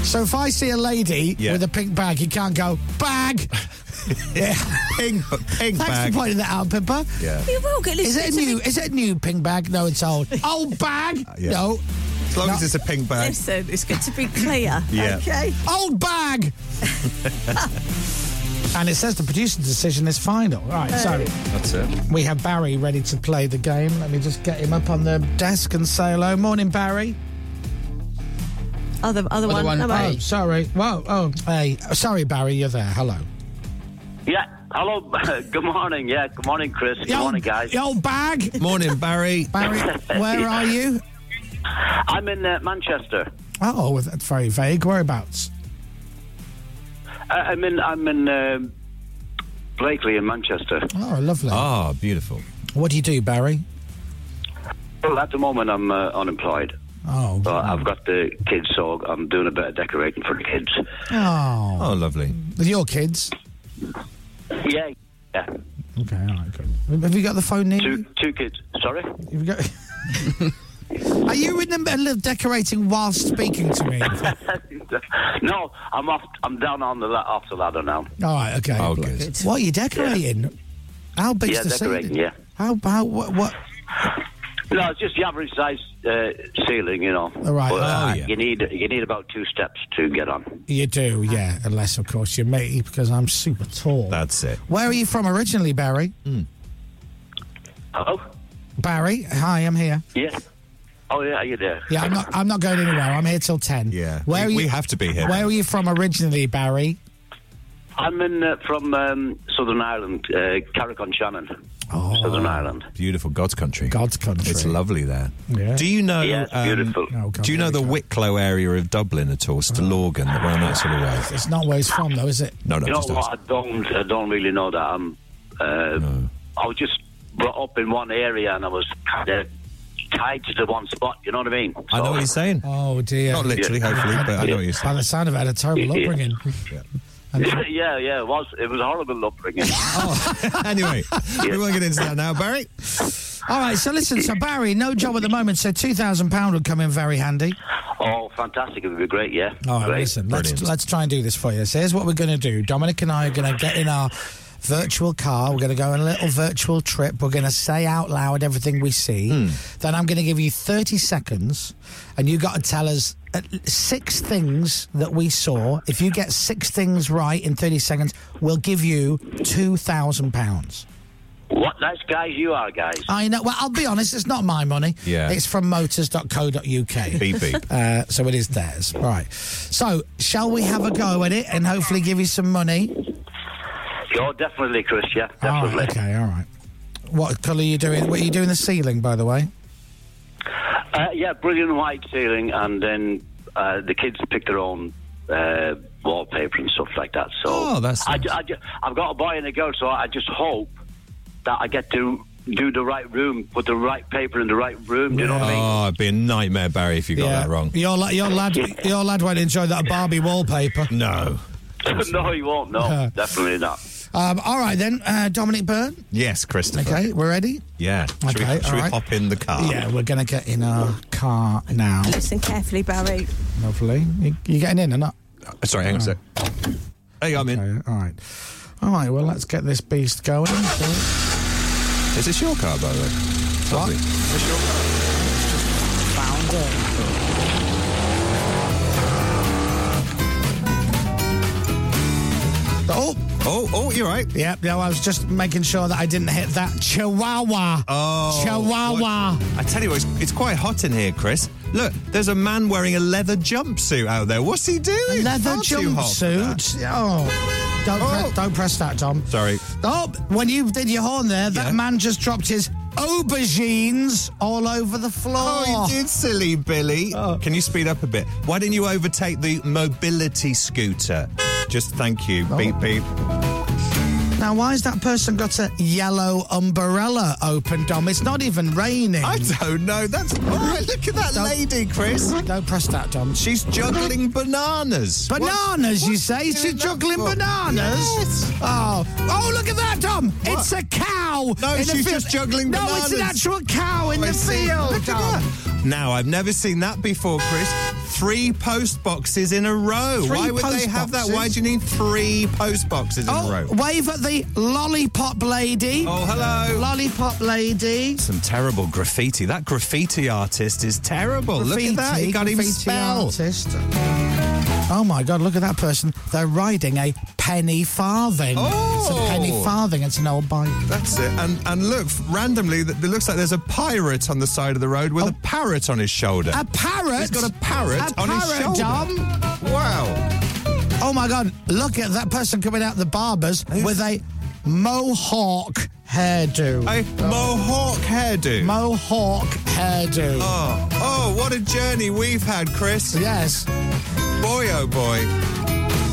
Speaker 5: So if I see a lady
Speaker 8: Yeah.
Speaker 5: with a pink bag, you can't go, bag! Yeah.
Speaker 8: Pink,
Speaker 5: Thanks
Speaker 8: pink bag.
Speaker 5: for pointing that out, Pippa.
Speaker 8: Yeah.
Speaker 3: You will get
Speaker 5: Is
Speaker 3: listened
Speaker 5: it a
Speaker 3: to
Speaker 5: new?
Speaker 3: me-
Speaker 5: Is it a new pink bag? No, it's old. Old bag.
Speaker 8: Uh, yeah.
Speaker 5: No.
Speaker 8: As long
Speaker 5: No.
Speaker 8: as it's a pink bag.
Speaker 3: Listen, it's good to be clear.
Speaker 8: Yeah.
Speaker 3: Okay.
Speaker 5: Old bag. And it says the producer's decision is final. Right, so
Speaker 8: That's it.
Speaker 5: we have Barry ready to play the game. Let me just get him up on the desk and say hello. Morning, Barry.
Speaker 3: Other, other, one. Hello.
Speaker 5: Oh, sorry. Whoa. Oh, hey. Sorry, Barry. You're there. Hello.
Speaker 22: Yeah. Hello. good morning. Yeah. Good morning, Chris. Good morning, guys.
Speaker 5: The old bag.
Speaker 8: Morning, Barry.
Speaker 5: Barry, where are you?
Speaker 22: I'm in uh, Manchester.
Speaker 5: Oh, well, that's very vague. Whereabouts?
Speaker 22: Uh, I'm in. I'm in um Blakely in Manchester.
Speaker 5: Oh, lovely.
Speaker 8: Ah, beautiful.
Speaker 5: What do you do, Barry?
Speaker 22: Well, at the moment, I'm uh, unemployed.
Speaker 5: Oh.
Speaker 22: But I've got the kids, so I'm doing a bit of decorating for the kids.
Speaker 5: Oh.
Speaker 8: Oh, lovely.
Speaker 5: With your kids?
Speaker 22: Yeah. Yeah.
Speaker 5: Okay, all right, good. Have you got the phone near?
Speaker 22: Two two kids. Sorry.
Speaker 5: Have you got... Are you in the middle of decorating whilst speaking to me?
Speaker 22: no, I'm off. I'm down on the la- off the ladder now.
Speaker 5: All right, okay.
Speaker 22: Oh, good.
Speaker 5: What are you decorating? How big's
Speaker 22: yeah,
Speaker 5: the
Speaker 22: decorating.
Speaker 5: ceiling?
Speaker 22: Yeah.
Speaker 5: How, how, what, what?
Speaker 22: No, it's just the average size uh, ceiling, you know.
Speaker 5: All right.
Speaker 22: But, uh,
Speaker 5: Oh, yeah.
Speaker 22: You need you need about two steps to get on.
Speaker 5: You do, yeah. Unless, of course, you're me, because I'm super tall.
Speaker 8: That's it.
Speaker 5: Where are you from originally, Barry?
Speaker 22: Hello.
Speaker 5: Barry, hi, I'm here.
Speaker 22: Yes. Oh yeah, are you there?
Speaker 5: Yeah, I'm not. I'm not going anywhere. I'm here till ten. Yeah. Where
Speaker 22: we-
Speaker 5: are you,
Speaker 22: we have to be here.
Speaker 5: Where are you from originally, Barry?
Speaker 22: I'm in uh, from um, Southern Ireland, uh, Carrick on Shannon, Southern Ireland.
Speaker 8: Beautiful God's country.
Speaker 5: God's country. Oh,
Speaker 8: It's lovely there.
Speaker 22: Yeah.
Speaker 8: Do you know? um,
Speaker 22: Yeah, it's beautiful.
Speaker 8: do you know the Wicklow area of Dublin at all? Stillorgan, around that sort of way.
Speaker 5: It's not where he's from, though, is it?
Speaker 8: No, no,
Speaker 22: you know
Speaker 8: just
Speaker 22: what? I don't. I don't really know that. I'm. Uh, I was just brought up in one area, and I was kind of tied to the one spot. You know what I mean?
Speaker 8: I know what you're saying.
Speaker 5: Oh dear.
Speaker 8: Not literally, hopefully, but I know what you're
Speaker 5: By
Speaker 8: saying.
Speaker 5: the sound of it, I had a terrible
Speaker 8: Yeah.
Speaker 5: upbringing.
Speaker 22: yeah, yeah. It was. It was a horrible upbringing.
Speaker 5: Oh.
Speaker 8: anyway, we won't get into that now, Barry.
Speaker 5: All right, so listen, so Barry, no job at the moment, so two thousand pound would come in very handy.
Speaker 22: Oh, fantastic! It would be great. Yeah.
Speaker 5: All right,
Speaker 22: great.
Speaker 5: listen, let's, let's try and do this for you. So here's what we're going to do. Dominic and I are going to get in our virtual car. We're going to go on a little virtual trip. We're going to say out loud everything we see. Then I'm going to give you 30 seconds, and you got to tell us at l- six things that we saw. If you get six things right in 30 seconds, we'll give you £2,000.
Speaker 22: What nice guys you are, guys.
Speaker 5: I know. Well, I'll be honest, it's not my money.
Speaker 22: Yeah.
Speaker 5: It's from motors.co.uk.
Speaker 22: Beep, beep.
Speaker 5: Uh, so it is theirs. Right. So, shall we have a go at it and hopefully give you some money?
Speaker 22: You're definitely Chris. Yeah,
Speaker 5: All
Speaker 22: definitely.
Speaker 5: right, okay, all right. What colour are you doing? What are you doing the ceiling, by the way?
Speaker 22: Uh, yeah, brilliant white ceiling, and then uh, the kids pick their own uh, wallpaper and stuff like that. So
Speaker 8: Oh, that's
Speaker 22: I, ju- I, ju- I've got a boy and a girl, so I just hope that I get to do the right room, put the right paper in the right room. Do you know what I mean?
Speaker 8: Oh, it'd be a nightmare, Barry, if you got that wrong.
Speaker 5: Your, la- your lad your lad won't enjoy that Barbie wallpaper.
Speaker 8: No.
Speaker 22: no, you won't. No, definitely not.
Speaker 5: Um, all right, then, uh, Dominic Byrne.
Speaker 8: Yes, Christopher.
Speaker 5: Okay, we're ready?
Speaker 8: Yeah. Should,
Speaker 5: Okay,
Speaker 8: we, should
Speaker 5: all
Speaker 8: we
Speaker 5: right.
Speaker 8: hop in the car?
Speaker 5: Yeah, we're going to get in our car now.
Speaker 23: Listen carefully, Barry.
Speaker 5: Lovely. You, you getting in or not?
Speaker 8: Uh, Sorry, hang on a sec. Hey, I'm
Speaker 5: in. All right. All right, well, let's get this beast going. So-
Speaker 8: Is this your car, by the way? It's
Speaker 5: What?
Speaker 8: lovely. Is this your car?
Speaker 5: Oh,
Speaker 8: oh, oh, you're right.
Speaker 5: Yeah, no, I was just making sure that I didn't hit that chihuahua.
Speaker 8: Oh,
Speaker 5: Chihuahua.
Speaker 8: I tell you, what, it's, it's quite hot in here, Chris. Look, there's a man wearing a leather jumpsuit out there. What's he doing?
Speaker 5: Leather
Speaker 8: Far too hot for that.
Speaker 5: jumpsuit. Oh, don't, Pre- don't press that, Tom.
Speaker 8: Sorry.
Speaker 5: Oh, when you did your horn there, that man just dropped his aubergines all over the floor.
Speaker 8: Oh, you did, silly Billy.
Speaker 5: Oh.
Speaker 8: Can you speed up a bit? Why didn't you overtake the mobility scooter? Just thank you.
Speaker 5: Oh.
Speaker 8: Beep, beep.
Speaker 5: Now, why has that person got a yellow umbrella open, Dom? It's not even raining. I
Speaker 8: don't know. That's all right. Look at that lady, Chris.
Speaker 5: Don't press that, Dom.
Speaker 8: She's juggling bananas.
Speaker 5: Bananas, you say? She's juggling bananas? Oh, oh, look at that, Tom. It's a cow.
Speaker 8: No,
Speaker 5: in the
Speaker 8: she's
Speaker 5: field.
Speaker 8: just juggling
Speaker 5: No,
Speaker 8: bananas. Oh,
Speaker 5: it's an actual cow in
Speaker 8: I
Speaker 5: the
Speaker 8: see.
Speaker 5: field,
Speaker 8: Look
Speaker 5: Tom.
Speaker 8: at that. Now, I've never seen that before, Chris. Three post boxes in a row.
Speaker 5: Three
Speaker 8: Why would they
Speaker 5: post
Speaker 8: have that?
Speaker 5: boxes? Oh.
Speaker 8: Why do you need three post boxes in a row?
Speaker 5: Wave at the lollipop lady.
Speaker 8: Oh, hello.
Speaker 5: Lollipop lady.
Speaker 8: Some terrible graffiti. That graffiti artist is terrible. Look at that. He can't even
Speaker 5: graffiti
Speaker 8: spell.
Speaker 5: artist. Oh my God! Look at that person. They're riding a penny farthing. It's a penny
Speaker 8: Oh.
Speaker 5: farthing. It's an old bike.
Speaker 8: That's it. And and look, randomly, th- it looks like there's a pirate on the side of the road with a parrot on his shoulder.
Speaker 5: Oh. A parrot.
Speaker 8: He's got a parrot
Speaker 5: A
Speaker 8: on his
Speaker 5: parrot,
Speaker 8: shoulder.
Speaker 5: Dom.
Speaker 8: Wow.
Speaker 5: Oh my God! Look at that person coming out the barbers with a mohawk hairdo.
Speaker 8: A mohawk hairdo.
Speaker 5: Mohawk hairdo.
Speaker 8: Oh, oh, what a journey we've had, Chris.
Speaker 5: Yes.
Speaker 8: Boy, oh boy.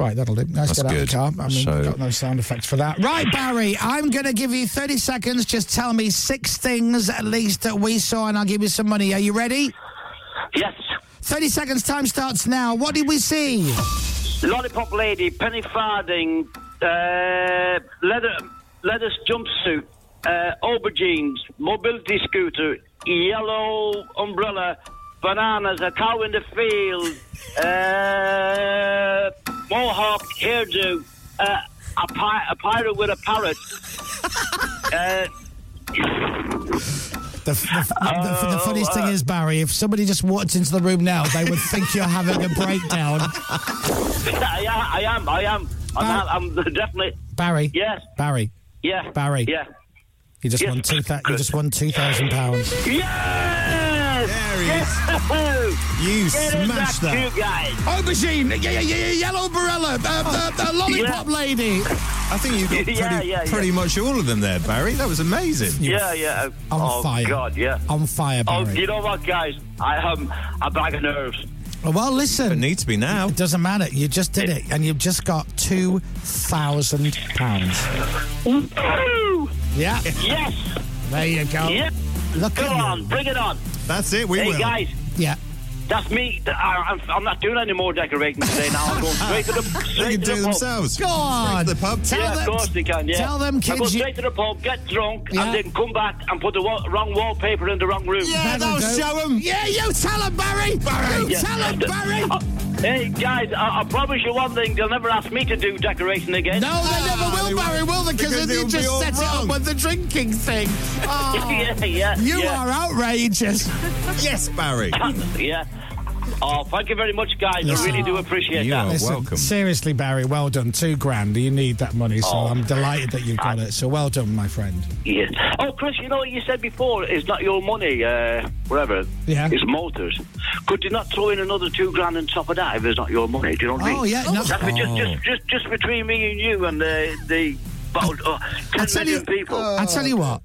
Speaker 5: Right, that'll do. Let's
Speaker 8: That's
Speaker 5: get out
Speaker 8: good.
Speaker 5: of the car. I mean,
Speaker 8: So-
Speaker 5: we've got no sound effects for that. Right, Barry, I'm going to give you 30 seconds. Just tell me six things at least that we saw, and I'll give you some money. Are you ready?
Speaker 22: Yes.
Speaker 5: 30 seconds time starts now. What did we see?
Speaker 22: Lollipop lady, penny farthing, uh, leather leather jumpsuit, uh, aubergines, mobility scooter, yellow umbrella, bananas, a cow in the field, uh, mohawk hairdo, uh, a, pi- a pirate with a parrot. uh,
Speaker 5: The, the, the, the funniest thing is, Barry, if somebody just walked into the room now, they would think you're having a breakdown.
Speaker 21: I, I am, I am. I'm, I'm, I'm definitely.
Speaker 5: Barry.
Speaker 21: Yes.
Speaker 5: Barry.
Speaker 21: Yeah.
Speaker 5: Barry.
Speaker 21: Yeah.
Speaker 5: You just won two. Th- you just won two thousand pounds.
Speaker 21: Yes!
Speaker 5: There
Speaker 24: he
Speaker 21: Yes!
Speaker 5: You
Speaker 21: Get in
Speaker 5: smashed that.
Speaker 21: You guys.
Speaker 9: Aubergine, yeah, yeah, yeah, yeah, yellow barella, uh, uh, uh, lollipop lady.
Speaker 8: I think you got pretty,
Speaker 21: Yeah, yeah, yeah.
Speaker 8: pretty much all of them there, Barry. That was amazing.
Speaker 21: Yeah, yeah.
Speaker 8: On
Speaker 21: oh,
Speaker 8: fire.
Speaker 21: God, yeah.
Speaker 5: On fire,
Speaker 21: Oh,
Speaker 5: Barry.
Speaker 21: you know what, guys? I um, a bag of nerves.
Speaker 5: Well, listen. It
Speaker 8: needs to be now.
Speaker 5: It doesn't matter. You just did it, and you've just got two thousand pounds. Yeah.
Speaker 21: Yes.
Speaker 5: There you go.
Speaker 21: Yeah.
Speaker 5: Look
Speaker 21: Go
Speaker 5: at you.
Speaker 21: on, bring it on.
Speaker 8: That's it.
Speaker 21: hey, guys.
Speaker 5: Yeah.
Speaker 21: That's me. I, I'm, I'm not doing any more decorating today. Now I'm going straight to the. Straight
Speaker 8: can
Speaker 21: to
Speaker 8: do
Speaker 21: the
Speaker 8: themselves.
Speaker 21: Pub.
Speaker 5: Go on.
Speaker 8: Straight to the pub. Tell
Speaker 21: yeah,
Speaker 8: them-
Speaker 21: of course they can. Yeah.
Speaker 8: tell them
Speaker 21: I
Speaker 8: kids
Speaker 21: go
Speaker 8: you-
Speaker 21: straight to the pub, get drunk,
Speaker 5: Yeah.
Speaker 21: and then come back and put the wa- wrong wallpaper in the wrong room.
Speaker 24: Yeah, That'll that'll do. show 'em.
Speaker 5: Yeah, you tell them, Barry.
Speaker 24: Barry. You tell 'em,
Speaker 5: Barry.
Speaker 21: Uh, Hey guys, I, I promise you one thing: they'll never ask me to do decoration again.
Speaker 5: No, they never will, Barry, will they? Because you just set it up with the drinking thing. Oh,
Speaker 21: Yeah, yeah,
Speaker 5: you
Speaker 21: yeah.
Speaker 5: are outrageous.
Speaker 8: yes, Barry.
Speaker 21: yeah. Oh, thank you very much, guys. I really do appreciate that.
Speaker 5: Listen, Seriously, Barry, well done. Two grand. You need that money, so
Speaker 21: Oh.
Speaker 5: I'm delighted that you've got it. So well done, my friend.
Speaker 21: Yes. Oh, Chris, you know what you said before? It's not your money, uh, whatever.
Speaker 5: Yeah.
Speaker 21: It's motors. Could you not throw in another two grand on top of that if it's not your money? Do you know what I mean?
Speaker 5: Oh, yeah, no-
Speaker 21: That's be- Just, just, just, just between me and you and the, the about uh, 10
Speaker 5: tell
Speaker 21: million people.
Speaker 5: I tell you what.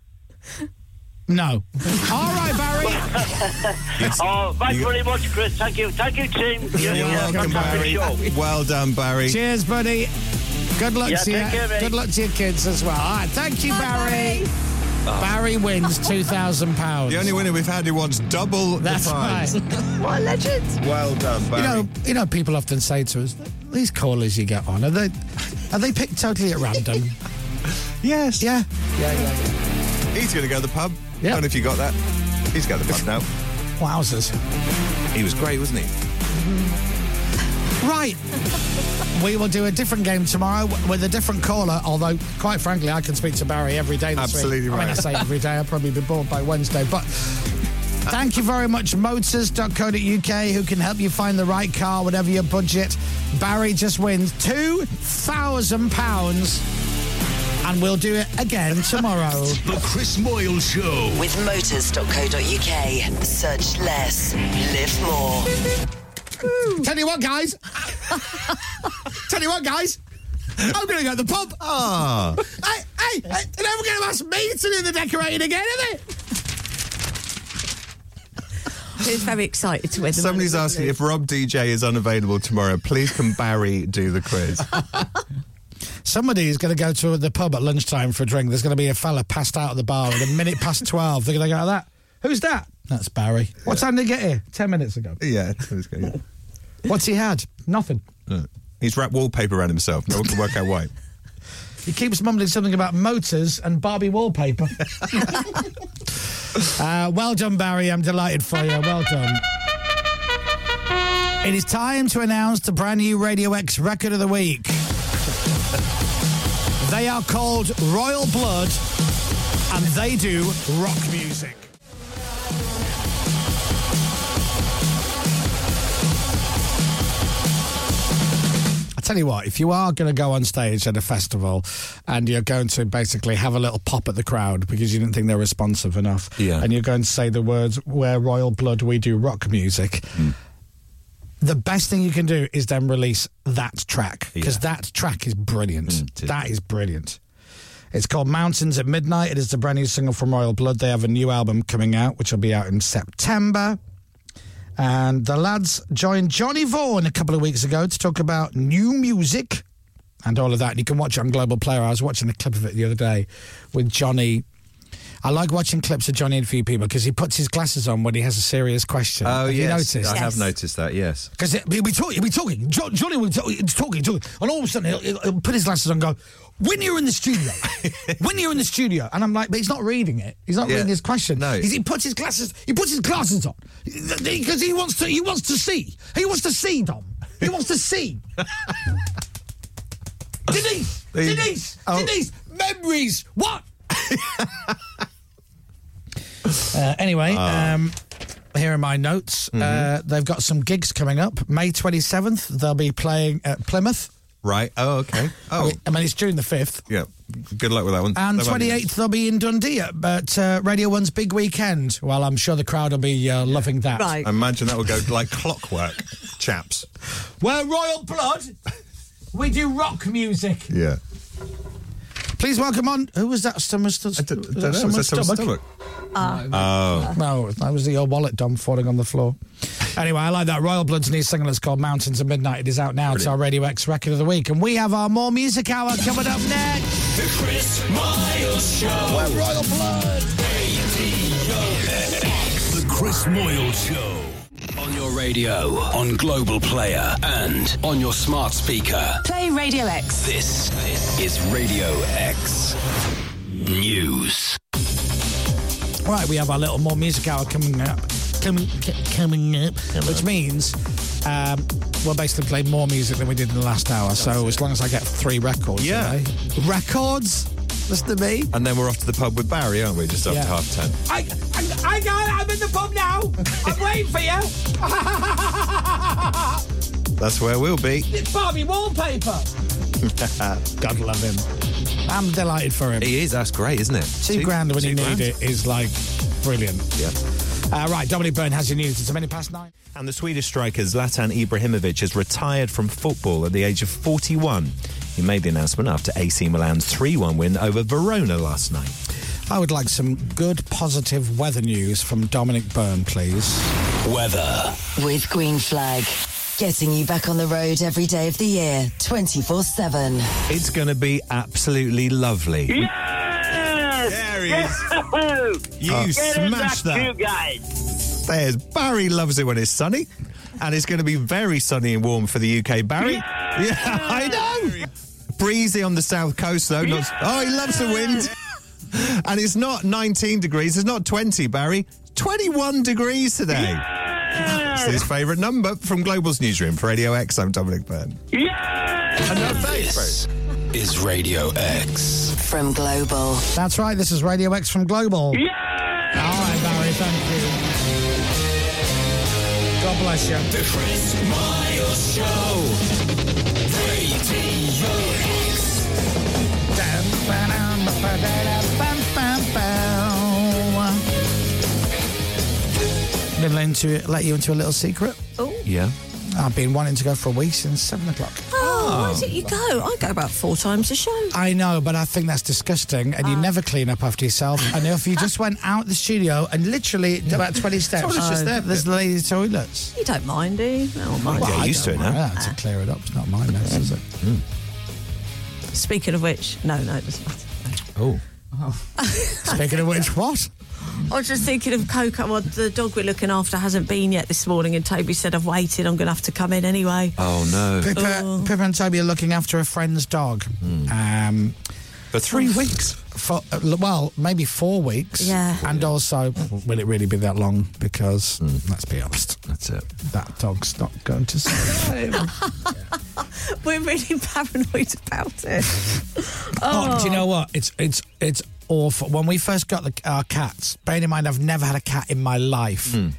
Speaker 5: No. All right, Barry.
Speaker 21: oh, thanks very much, Chris. Thank you. Thank you, team. Yeah,
Speaker 8: You're
Speaker 21: yeah,
Speaker 8: welcome,
Speaker 21: fantastic
Speaker 8: Barry.
Speaker 21: show.
Speaker 8: Well done, Barry.
Speaker 5: Cheers, buddy. Good luck
Speaker 8: Yeah,
Speaker 5: to you.
Speaker 8: take care, mate.
Speaker 5: Good luck to your kids as well. All right, thank you, Barry. Barry wins two thousand pounds.
Speaker 8: The only winner we've had who wants double
Speaker 5: That's
Speaker 8: the prize.
Speaker 5: right. what a legend.
Speaker 8: Well done, Barry.
Speaker 5: You know, you know, people often say to us, "These callers you get on are they are they picked totally at random?"
Speaker 8: yes.
Speaker 5: Yeah.
Speaker 8: He's going to go to the pub.
Speaker 5: Yeah.
Speaker 8: I don't know if you got that. He's going to the pub now.
Speaker 5: Wowzers.
Speaker 8: He was great, wasn't he?
Speaker 5: Right. we will do a different game tomorrow w- with a different caller, although, quite frankly, I can speak to Barry every day this
Speaker 8: Absolutely
Speaker 5: week. I mean, I
Speaker 8: right.
Speaker 5: say every day, I'll probably be bored by Wednesday. But thank you very much, motors.co.uk, who can help you find the right car, whatever your budget. Barry just wins £2,000, and we'll do it again tomorrow.
Speaker 25: The Chris Moyle Show.
Speaker 2: With motors.co.uk. Search less, live more.
Speaker 5: Tell you what, guys. Tell you what, guys. I'm going to go to the pub.
Speaker 8: Ah.
Speaker 5: Hey, hey, hey, they're never going to ask me to do the decorating again, are they?
Speaker 3: He's very excited to win the
Speaker 8: Somebody's
Speaker 3: money,
Speaker 8: asking
Speaker 3: isn't
Speaker 8: if Rob DJ is unavailable tomorrow. Please can Barry do the quiz?
Speaker 5: Somebody is going to go to the pub at lunchtime for a drink. There's going to be a fella passed out at the bar at a minute past 12. They're going to go, that. Who's that? That's Barry. What time did he get here? 10 minutes ago.
Speaker 8: yeah. that's good, yeah.
Speaker 5: What's he had? Nothing.
Speaker 8: Look, He's wrapped wallpaper around himself. No one can work out why.
Speaker 5: He keeps mumbling something about motors and Barbie wallpaper. uh, well done, Barry. I'm delighted for you. Well done. It is time to announce the brand new Radio X record of the week. They are called Royal Blood and they do rock music. I tell you what, if you are going to go on stage at a festival and you're going to basically have a little pop at the crowd because you didn't think they're responsive enough,
Speaker 8: Yeah.
Speaker 5: and you're going to say the words, We're Royal Blood, we do rock music, the best thing you can do is then release that track because that track is brilliant. that is brilliant. It's called Mountains at Midnight. It is the brand new single from Royal Blood. They have a new album coming out, which will be out in September. And the lads joined Johnny Vaughan a couple of weeks ago to talk about new music and all of that. And you can watch it on Global Player. I was watching a clip of it the other day with Johnny. I like watching clips of Johnny interview people because he puts his glasses on when he has a serious question.
Speaker 8: Oh,
Speaker 5: have you
Speaker 8: yes.
Speaker 5: noticed?
Speaker 8: I have noticed that, yes.
Speaker 5: Because he'll be talking, he'll be talking. Jo- Johnny will be talking, talking, talking, and all of a sudden he'll, he'll, he'll put his glasses on. and Go when you're in the studio, when you're in the studio, and I'm like, but he's not reading it. He's not
Speaker 8: Yeah.
Speaker 5: reading his question.
Speaker 8: No.
Speaker 5: He's- he puts his glasses. He puts his glasses on because he wants to. He wants to see. He wants to see Dom. He wants to see. Denise,
Speaker 24: They-
Speaker 8: Oh.
Speaker 5: Denise, Denise, memories. What? Uh, anyway,
Speaker 8: Ah.
Speaker 5: um, here are my notes.
Speaker 8: Mm-hmm.
Speaker 5: Uh, they've got some gigs coming up. May 27th, they'll be playing at Plymouth.
Speaker 8: Right. Oh, okay.
Speaker 5: I
Speaker 8: Oh,
Speaker 5: mean- I mean, it's June the 5th.
Speaker 8: yeah. Good luck with that one.
Speaker 5: And
Speaker 8: That won't be-
Speaker 5: 28th, they'll be in Dundee at at, uh, Radio 1's Big Weekend. Well, I'm sure the crowd will be uh, loving that.
Speaker 8: I imagine that would go like clockwork, chaps.
Speaker 6: We're royal blood. We do rock music.
Speaker 8: Yeah.
Speaker 5: Please welcome on. Who was that? Someone's, I
Speaker 8: don't,
Speaker 5: Uh.
Speaker 8: Oh.
Speaker 5: No, that was the old wallet dump falling on the floor. Anyway, I like that. Royal Blood's new single is called Mountains of Midnight. It is out now. It's our Radio X record of the week. And we have our More Music Hour coming up next.
Speaker 16: The Chris Miles Show.
Speaker 5: We're royal blood.
Speaker 16: Radio X. The Chris Moyle Show. On your radio, on Global Player, and on your smart speaker.
Speaker 10: Play Radio X.
Speaker 16: This is Radio X News.
Speaker 5: Right, we have our little more music hour coming up, coming, c- coming up, which means um, we'll basically play more music than we did in the last hour. so as long as I get three records, yeah, records. Listen to me.
Speaker 8: And then we're off to the pub with Barry, aren't we? Just after
Speaker 5: Yeah.
Speaker 8: half ten.
Speaker 6: I, I, I got I'm in the pub now. I'm waiting for you.
Speaker 8: That's where we'll be.
Speaker 6: it's Barbie wallpaper.
Speaker 5: God love him. I'm delighted for him.
Speaker 8: He is. That's great, isn't it?
Speaker 5: Two, grand when you
Speaker 8: two
Speaker 5: need
Speaker 8: grand.
Speaker 5: it is like brilliant.
Speaker 8: Yeah.
Speaker 5: Uh, right, Dominic Byrne has your news. It's a minute past nine.
Speaker 8: And the Swedish striker Zlatan Ibrahimovic has retired from football at the age of 41. He made the announcement after AC Milan's 3 1 win over Verona last night.
Speaker 5: I would like some good, positive weather news from Dominic Byrne, please.
Speaker 16: Weather.
Speaker 2: With Green Flag. Getting you back on the road every day of the year, 24 7.
Speaker 8: It's going to be absolutely lovely.
Speaker 16: Yes!
Speaker 8: There he
Speaker 16: is.
Speaker 8: You smashed that.
Speaker 16: You guys.
Speaker 8: There's Barry loves it when it's sunny, and it's going to be very sunny and warm for the UK, Barry. Yeah, I know. Breezy on the south coast though. not- oh, he loves the wind. and it's not 19 degrees. It's not 20, Barry. 21 degrees today. It's his favourite number from Global's newsroom for Radio X. I'm Dominic Byrne.
Speaker 16: This is Radio X.
Speaker 2: From Global.
Speaker 5: That's right. This is Radio X from Global. All right, Barry. Thank you. God bless you.
Speaker 16: The Chris Miles Show. Radio X.
Speaker 5: I'm going to let you into a little secret.
Speaker 8: Yeah.
Speaker 5: I've been wanting to go for a week since seven o'clock.
Speaker 3: Oh, why didn't you go? I go about four times a show. Ah.
Speaker 5: I know, but I think that's disgusting, and you never clean up after yourself. and if you just went out the studio and literally about twenty steps, Uh,
Speaker 3: Toilet's just there,
Speaker 5: there's ladies' toilets.
Speaker 3: You don't mind, do you? Oh, No,
Speaker 5: Well,
Speaker 3: mind.
Speaker 5: I don't mind that, to clear it up. It's not my mess, is it?
Speaker 3: Speaking of which, no, no, it doesn't matter.
Speaker 8: Oh.
Speaker 5: Speaking of which, what?
Speaker 3: I was just thinking of Coco. Well, the dog we're looking after hasn't been yet this morning, and Toby said, I've waited, I'm going to have to come in anyway.
Speaker 8: Oh, no.
Speaker 5: Pippa, Pippa and Toby are looking after a friend's dog. Um,
Speaker 8: Hmm. for three weeks.
Speaker 5: For, uh, l- well, maybe four weeks.
Speaker 3: Yeah.
Speaker 5: And also, will it really be that long? Because, let's be honest,
Speaker 8: Hmm. That's it.
Speaker 5: that dog's not going to survive.
Speaker 3: We're really paranoid about it.
Speaker 5: Oh, do you know what? It's it's it's awful. When we first got the, our cats, bearing in mind I've never had a cat in my life.
Speaker 8: Hmm.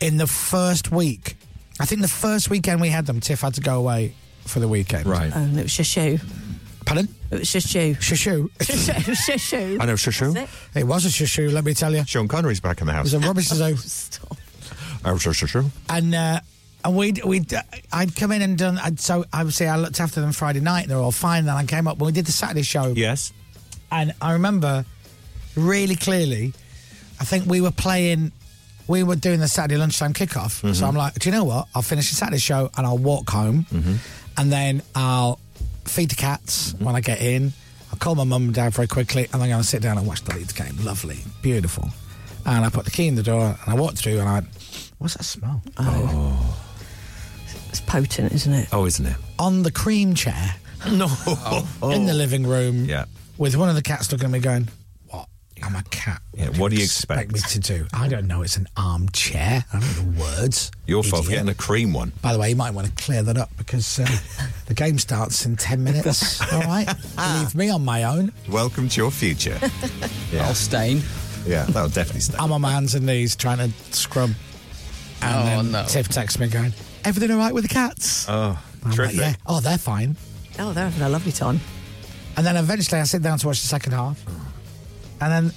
Speaker 5: In the first week, I think the first weekend we had them, Tiff had to go away for the weekend.
Speaker 8: Right.
Speaker 3: Oh, and it was Shashu.
Speaker 5: Pardon?
Speaker 3: It was Shashu.
Speaker 5: Shashu.
Speaker 3: Shashu. Shashu.
Speaker 8: I know Shashu.
Speaker 3: Is
Speaker 5: It was a shashu, let me tell you.
Speaker 8: Sean Connery's back in the
Speaker 5: It
Speaker 8: house.
Speaker 5: was a rubbish zoo.
Speaker 8: Oh, Shashu.
Speaker 5: and uh, and we'd we'd uh, I'd come in and done. I'd, so obviously I looked after them Friday night. and They're all fine. Then I came up when we did the Saturday show.
Speaker 8: Yes,
Speaker 5: and I remember really clearly. I think we were playing. We were doing the Saturday lunchtime kickoff.
Speaker 8: Mhm.
Speaker 5: So I'm like, do you know what? I'll finish the Saturday show and I'll walk home, and then I'll feed the cats
Speaker 8: Mm-hmm.
Speaker 5: when I get in. I'll call my mum and dad very quickly, and then I'm going to sit down and watch the Leeds game. Lovely, beautiful. And I put the key in the door, and I walked through, and I, went, what's that smell?
Speaker 3: Oh.
Speaker 5: Oh.
Speaker 3: It's potent, isn't it?
Speaker 8: Oh, isn't it?
Speaker 5: on the cream chair.
Speaker 8: No.
Speaker 5: In the living room.
Speaker 8: Yeah.
Speaker 5: With one of the cats looking at me going, What? I'm a cat.
Speaker 8: Yeah, what do you
Speaker 5: expect me to do? I don't know. It's an armchair. I don't know words.
Speaker 8: Your fault for
Speaker 5: Idiot.
Speaker 8: getting a cream one.
Speaker 5: By the way, you might want to clear that up because um, the game starts in 10 minutes. All right? Leave me on my own.
Speaker 8: Welcome to your future.
Speaker 4: I'll stain.
Speaker 8: Yeah, that'll definitely stay.
Speaker 5: I'm on my hands and knees trying to scrub. And
Speaker 8: Oh,
Speaker 5: then
Speaker 8: no.
Speaker 5: Tiff texts me going, everything all right with the cats?
Speaker 8: Oh,
Speaker 5: I'm like,
Speaker 8: terrific.
Speaker 5: yeah. Oh, they're fine.
Speaker 3: Oh, they're having a lovely time.
Speaker 5: And then eventually I sit down to watch the second half. And then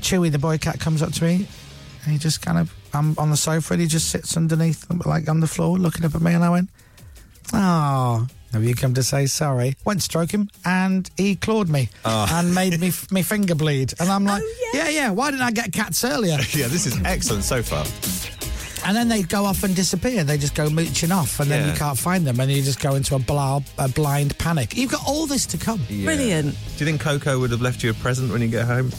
Speaker 5: Chewy, the boy cat, comes up to me. And he just kind of, I'm on the sofa and he just sits underneath, like on the floor, looking up at me. And I went, Oh, have you come to say sorry? Went to stroke him and he clawed me
Speaker 8: Oh.
Speaker 5: and made me me finger bleed. And I'm like,
Speaker 3: Oh,
Speaker 5: Yeah, yeah, why didn't I get cats earlier?
Speaker 8: yeah, this is excellent so far.
Speaker 5: And then they go off and disappear. They just go mooching off, and then
Speaker 8: Yeah.
Speaker 5: you can't find them, and you just go into a, bla- a blind panic. You've got all this to come.
Speaker 8: Yeah. Do you think Coco would have left you a present when you get home?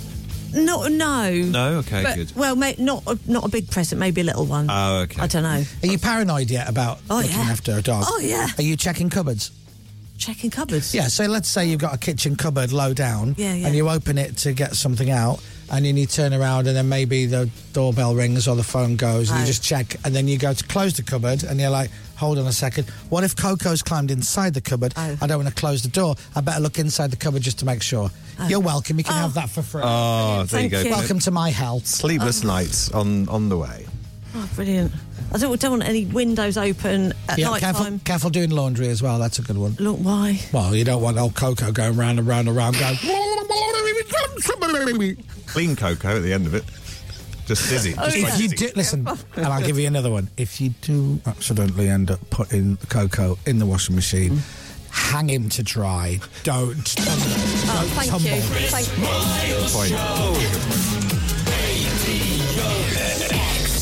Speaker 3: No, no.
Speaker 8: No? Okay,
Speaker 3: But-
Speaker 8: good.
Speaker 3: Well, mate, not a, not a big present, maybe a little one.
Speaker 8: Oh, okay.
Speaker 3: I don't know.
Speaker 5: Are you paranoid yet about
Speaker 3: Oh,
Speaker 5: looking
Speaker 3: yeah.
Speaker 5: after a dog?
Speaker 3: Oh, yeah.
Speaker 5: Are you checking cupboards?
Speaker 3: Checking cupboards.
Speaker 5: Yeah. So let's say you've got a kitchen cupboard low down,
Speaker 3: Yeah, yeah.
Speaker 5: and you open it to get something out, and then you turn around, and then maybe the doorbell rings or the phone goes, and
Speaker 3: Oh.
Speaker 5: you just check, and then you go to close the cupboard, and you're like, hold on a second, what if Coco's climbed inside the cupboard?
Speaker 3: Oh.
Speaker 5: I don't want to close the door. I better look inside the cupboard just to make sure.
Speaker 3: Oh.
Speaker 5: You're welcome. You can have that for free.
Speaker 8: Oh, there you go.
Speaker 5: Welcome to my house.
Speaker 8: Sleepless nights on, on the way.
Speaker 3: Oh, brilliant. I don't, don't want any windows open at
Speaker 5: yeah,
Speaker 3: night
Speaker 5: careful,
Speaker 3: time.
Speaker 5: careful doing laundry as well. That's a good one.
Speaker 3: Look, why?
Speaker 5: Well, you don't want old Coco going round and round and round going.
Speaker 3: Oh,
Speaker 8: Clean Coco at the end of it. Just dizzy.
Speaker 3: Oh,
Speaker 8: just like
Speaker 5: if you
Speaker 8: dizzy.
Speaker 5: do, listen, and I'll give you another one. If you do accidentally end up putting the cocoa in the washing machine,
Speaker 3: Hmm.
Speaker 5: hang him to dry. Don't.
Speaker 3: Oh, thank you. Thank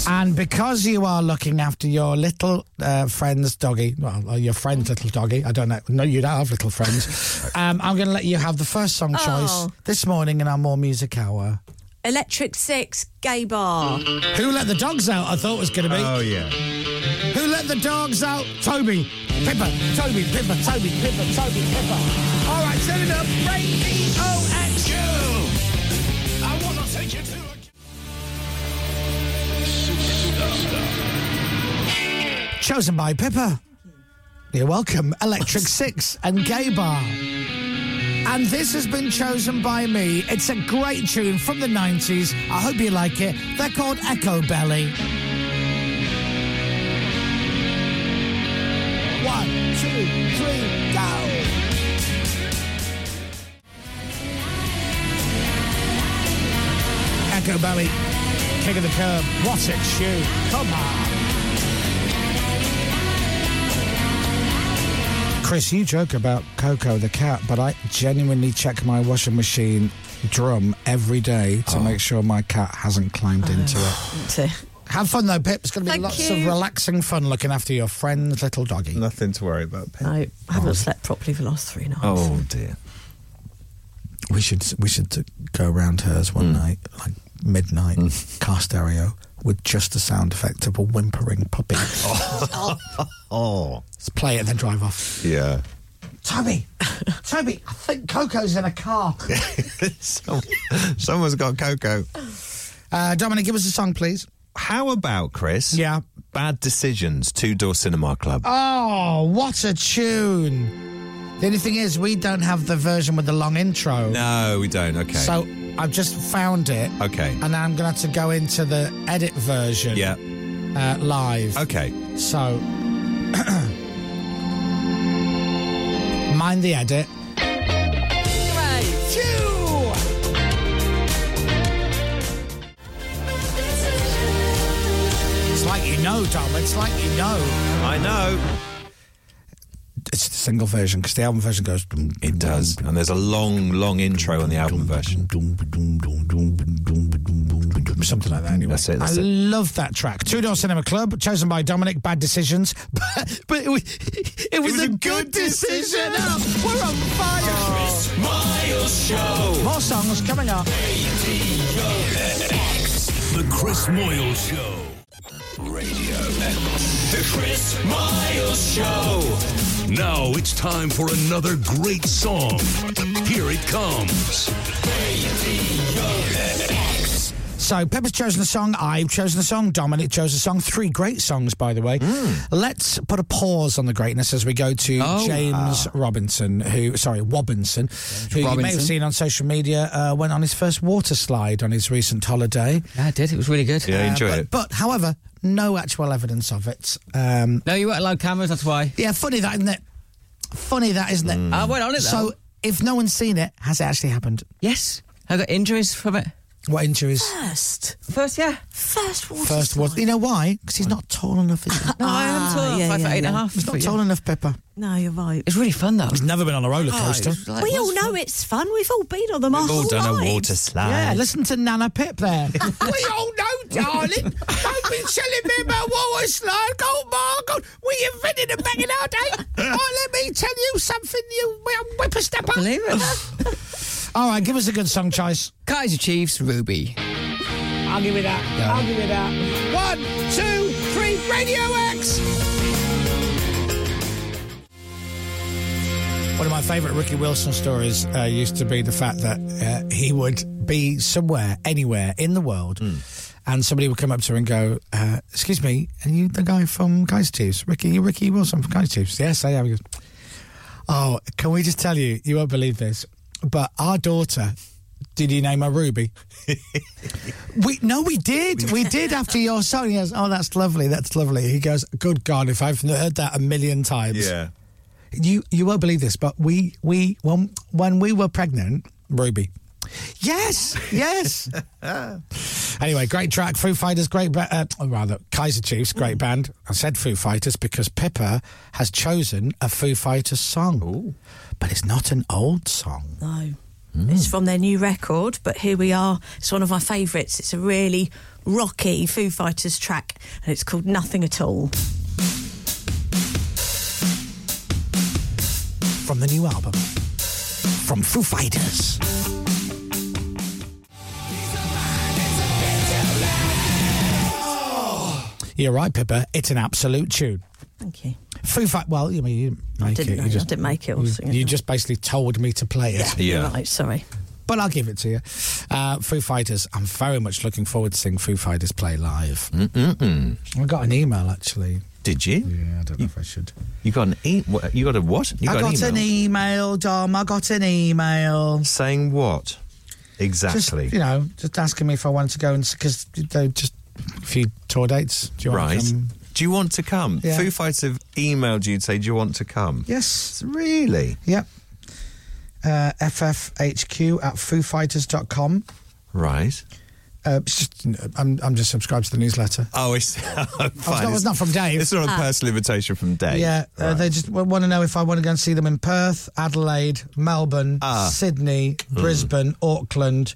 Speaker 5: And because you are looking after your little uh, friend's doggy, well, or your friend's little doggy, I don't know. No, you don't have little friends. um, I'm going to let you have the first song
Speaker 3: Oh.
Speaker 5: choice this morning in our More Music Hour.
Speaker 3: Electric Six Gay Bar.
Speaker 5: Who let the dogs out? I thought it was going to be.
Speaker 8: Oh, yeah.
Speaker 5: Who let the dogs out? Toby. Pippa. Toby. Pippa. Toby. Pippa. Toby. Pippa. All right, turn it up. Radio X.
Speaker 9: I wanna take you to
Speaker 5: Chosen by Pippa. You're welcome. Electric Six and Gay Bar. And this has been chosen by me. It's a great tune from the 90s. I hope you like it. They're called Echo Belly. One, two, three, go! Echo Belly, King of the Curb. What a tune. Come on. Chris, you joke about Coco the cat, but I genuinely check my washing machine drum every day
Speaker 8: Oh.
Speaker 5: to make sure my cat hasn't climbed into it. Have fun though, Pip. It's going to be
Speaker 3: Thank
Speaker 5: lots
Speaker 3: you.
Speaker 5: of relaxing fun looking after your friend's little doggy. Oh.
Speaker 8: Nothing to worry about. Pip.
Speaker 3: No, I haven't slept properly for the last three nights.
Speaker 8: Oh, dear.
Speaker 5: We should we should t- go around hers one
Speaker 8: Hmm.
Speaker 5: night, like midnight, car stereo, with just the sound effect of a whimpering puppy.
Speaker 8: Oh,
Speaker 5: Let's play it, then drive off.
Speaker 8: yeah.
Speaker 5: Toby, Toby, I think Coco's in a car.
Speaker 8: Some- someone's got Coco.
Speaker 5: Uh, Dominic, give us a song, please.
Speaker 8: How about, Chris?
Speaker 5: Yeah.
Speaker 8: Bad Decisions, Two Door Cinema Club.
Speaker 5: Oh, what a tune! The only thing is, we don't have the version with the long intro.
Speaker 8: No, we don't. Okay.
Speaker 5: So I've just found it,
Speaker 8: okay.
Speaker 5: and I'm going to have to go into the edit version
Speaker 8: Yeah.
Speaker 5: uh, live.
Speaker 8: Okay.
Speaker 5: So, mind the edit. It's like you know, Dom. It's like you know.
Speaker 8: I know.
Speaker 5: It's the single version because the album version goes.
Speaker 8: It does. And there's a long, long intro on the album version.
Speaker 5: Something like that, anyway.
Speaker 8: That's it.
Speaker 5: I
Speaker 8: That's it.
Speaker 5: love that track. Two Door Cinema Club, chosen by Dominic. Bad decisions, but, but it, was, it was a, good, decision. Oh, we're on fire.
Speaker 1: Miles Show.
Speaker 5: More songs coming up.
Speaker 1: The Chris Moyle Show. Radio X. The Chris Miles Show. Now it's time for another great song. Here it comes. Radio X.
Speaker 5: So Pepper's chosen a song. I've chosen a song. Dominic chose a song. Three great songs, by the way.
Speaker 4: Hmm.
Speaker 5: Let's put a pause on the greatness as we go to
Speaker 4: ah.
Speaker 9: Oh.
Speaker 5: James Robinson, who sorry Wobinson, who you may have
Speaker 4: Robinson.
Speaker 5: seen on social media, uh, went on his first water slide on his recent holiday.
Speaker 4: Yeah, I did. It was really good.
Speaker 5: Uh, but, But however, no actual evidence of it. Um,
Speaker 4: no, you weren't allowed cameras. That's why.
Speaker 5: Yeah, funny that, isn't it? Funny that, isn't it?
Speaker 4: Hmm. I went on it,
Speaker 5: So
Speaker 4: though.
Speaker 5: if no one's seen it, has it actually happened?
Speaker 4: Yes. I got injuries from it.
Speaker 5: What injuries?
Speaker 3: First.
Speaker 4: First, yeah.
Speaker 3: First water
Speaker 5: First was. You know why? Because he's not tall enough. Is he?
Speaker 4: No, I am tall.
Speaker 3: Ah, yeah,
Speaker 4: five
Speaker 3: yeah,
Speaker 4: foot eight and a
Speaker 3: yeah.
Speaker 4: half.
Speaker 5: He's not
Speaker 4: But, yeah.
Speaker 5: tall enough, Pepper.
Speaker 3: No, you're right.
Speaker 4: It's really fun though.
Speaker 5: He's never been on a roller
Speaker 4: Oh,
Speaker 5: coaster.
Speaker 4: it's like-
Speaker 3: we all know it's fun. We've all been on them our whole lives.
Speaker 8: slide.
Speaker 5: Yeah, listen to Nana Pip there.
Speaker 21: we all know, darling. I've been telling me about water slide.
Speaker 5: Oh,
Speaker 21: Go, Margot. We invented it back in our day. Oh, let me tell you something, you whippersnapper.
Speaker 4: Believe it.
Speaker 5: All right, give us a good song choice.
Speaker 4: Kaiser Chiefs, Ruby.
Speaker 5: I'll give it that.
Speaker 4: Yeah.
Speaker 5: I'll give it that.
Speaker 21: One, two, three, Radio X.
Speaker 5: One of my favourite Ricky Wilson stories uh, used to be the fact that uh, he would be somewhere, anywhere in the world, and somebody would come up to him and go, uh, "Excuse me, are you the guy from Guys Chiefs? Ricky, you Ricky Wilson from Guys Chiefs?" Yes, I am. He goes, "Oh, can we just tell you? You won't believe this, but our daughter." Did you name her Ruby? we no, we did, we did. After your song, he goes, "Oh, that's lovely, that's lovely." He goes, "Good God, if I've heard that a million times."
Speaker 8: Yeah.
Speaker 5: You you won't believe this, but we we when when we were pregnant, Ruby. Yes, yes. anyway, great track, Foo Fighters, great ba- uh, or rather Kaiser Chiefs, great band. I said Foo Fighters because Pippa has chosen a Foo Fighters song, but it's not an old song.
Speaker 3: No. It's from their new record, but here we are. It's one of my favourites. It's a really rocky Foo Fighters track, and it's called Nothing at All.
Speaker 5: from the new album from Foo Fighters. You're right, Pippa. It's an absolute tune.
Speaker 3: Thank you.
Speaker 5: Foo Fight. Well, I mean, you didn't make
Speaker 3: didn't
Speaker 5: it.
Speaker 3: know,
Speaker 5: you
Speaker 3: I didn't make it, I was
Speaker 5: You,
Speaker 3: singing
Speaker 5: you
Speaker 3: it.
Speaker 5: just basically told me to play it.
Speaker 3: you're Right, sorry.
Speaker 5: But I'll give it to you. Uh, Foo Fighters. I'm very much looking forward to seeing Foo Fighters play live.
Speaker 8: Mm-mm-mm.
Speaker 5: I got an email actually.
Speaker 8: Did you?
Speaker 5: Yeah, I don't know if I should.
Speaker 8: You got an e- what- You got a what? You
Speaker 5: I got an email, Dom. I got an email.
Speaker 8: Saying what? Exactly.
Speaker 5: Just, you know, just asking me if I wanted to go and because they just a few tour dates. Do you want
Speaker 8: right.
Speaker 5: to come?
Speaker 8: Do you want to come?
Speaker 5: Yeah.
Speaker 8: Foo Fighters have emailed you to say, "Do you want to come?"
Speaker 5: Yes.
Speaker 8: Really?
Speaker 5: Yep. Uh, FFHQ at foofighters.com.
Speaker 8: Right.
Speaker 5: Uh, it's just, I'm, I'm just subscribed to the newsletter.
Speaker 8: Oh, it's fine.
Speaker 5: not- it's not from Dave.
Speaker 8: It's not a
Speaker 5: Ah.
Speaker 8: personal invitation from Dave.
Speaker 5: Yeah, uh, they just want to know if I want to go and see them in Perth, Adelaide, Melbourne,
Speaker 8: Ah.
Speaker 5: Sydney, Brisbane, Auckland,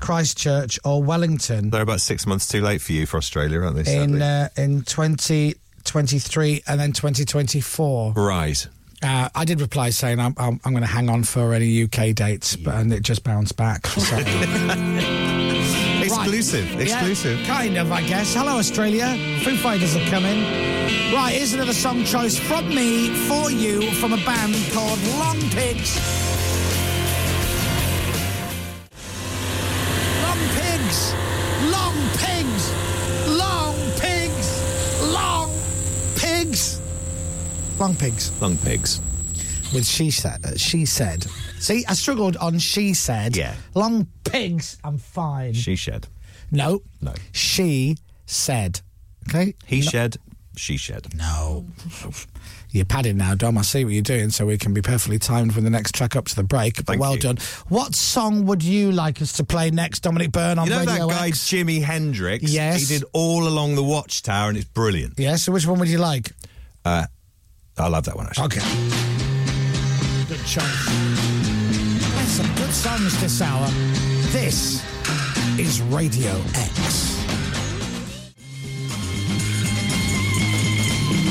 Speaker 5: Christchurch, or Wellington
Speaker 8: They're about six months too late for you for Australia, aren't they?
Speaker 5: in
Speaker 8: sadly?
Speaker 5: uh, in 2023 and then 2024.
Speaker 8: right.
Speaker 5: Uh, I did reply saying I'm, I'm, I'm going to hang on for any UK dates, but, and it just bounced back. So.
Speaker 8: exclusive.
Speaker 5: Yeah,
Speaker 8: Exclusive.
Speaker 5: kind of, I guess. Hello, Australia. Foo Fighters are coming. Right, here's another song choice from me for you from a band called Long Pigs. Long Pigs! Long Pigs! Long Pigs! Long Pigs! Long Pigs.
Speaker 8: Long pigs.
Speaker 5: With she said, uh, she said. See, I struggled on she said. Yeah. Long pigs. I'm fine.
Speaker 8: She shed.
Speaker 5: No.
Speaker 8: No.
Speaker 5: She said. Okay.
Speaker 8: He shed. She shed.
Speaker 5: No. You're padding now, Dom. I see what you're doing, so we can be perfectly timed with the next track up to the break. But well done. What song would you like us to play next, Dominic Byrne on
Speaker 8: You know
Speaker 5: Radio
Speaker 8: that guy
Speaker 5: X?
Speaker 8: Jimi Hendrix?
Speaker 5: Yes.
Speaker 8: He did all along the Watchtower, and it's brilliant.
Speaker 5: Yeah. So which one would you like?
Speaker 8: Uh, I love that one actually.
Speaker 5: Okay. Good choice. That's some good songs this hour. This is Radio X.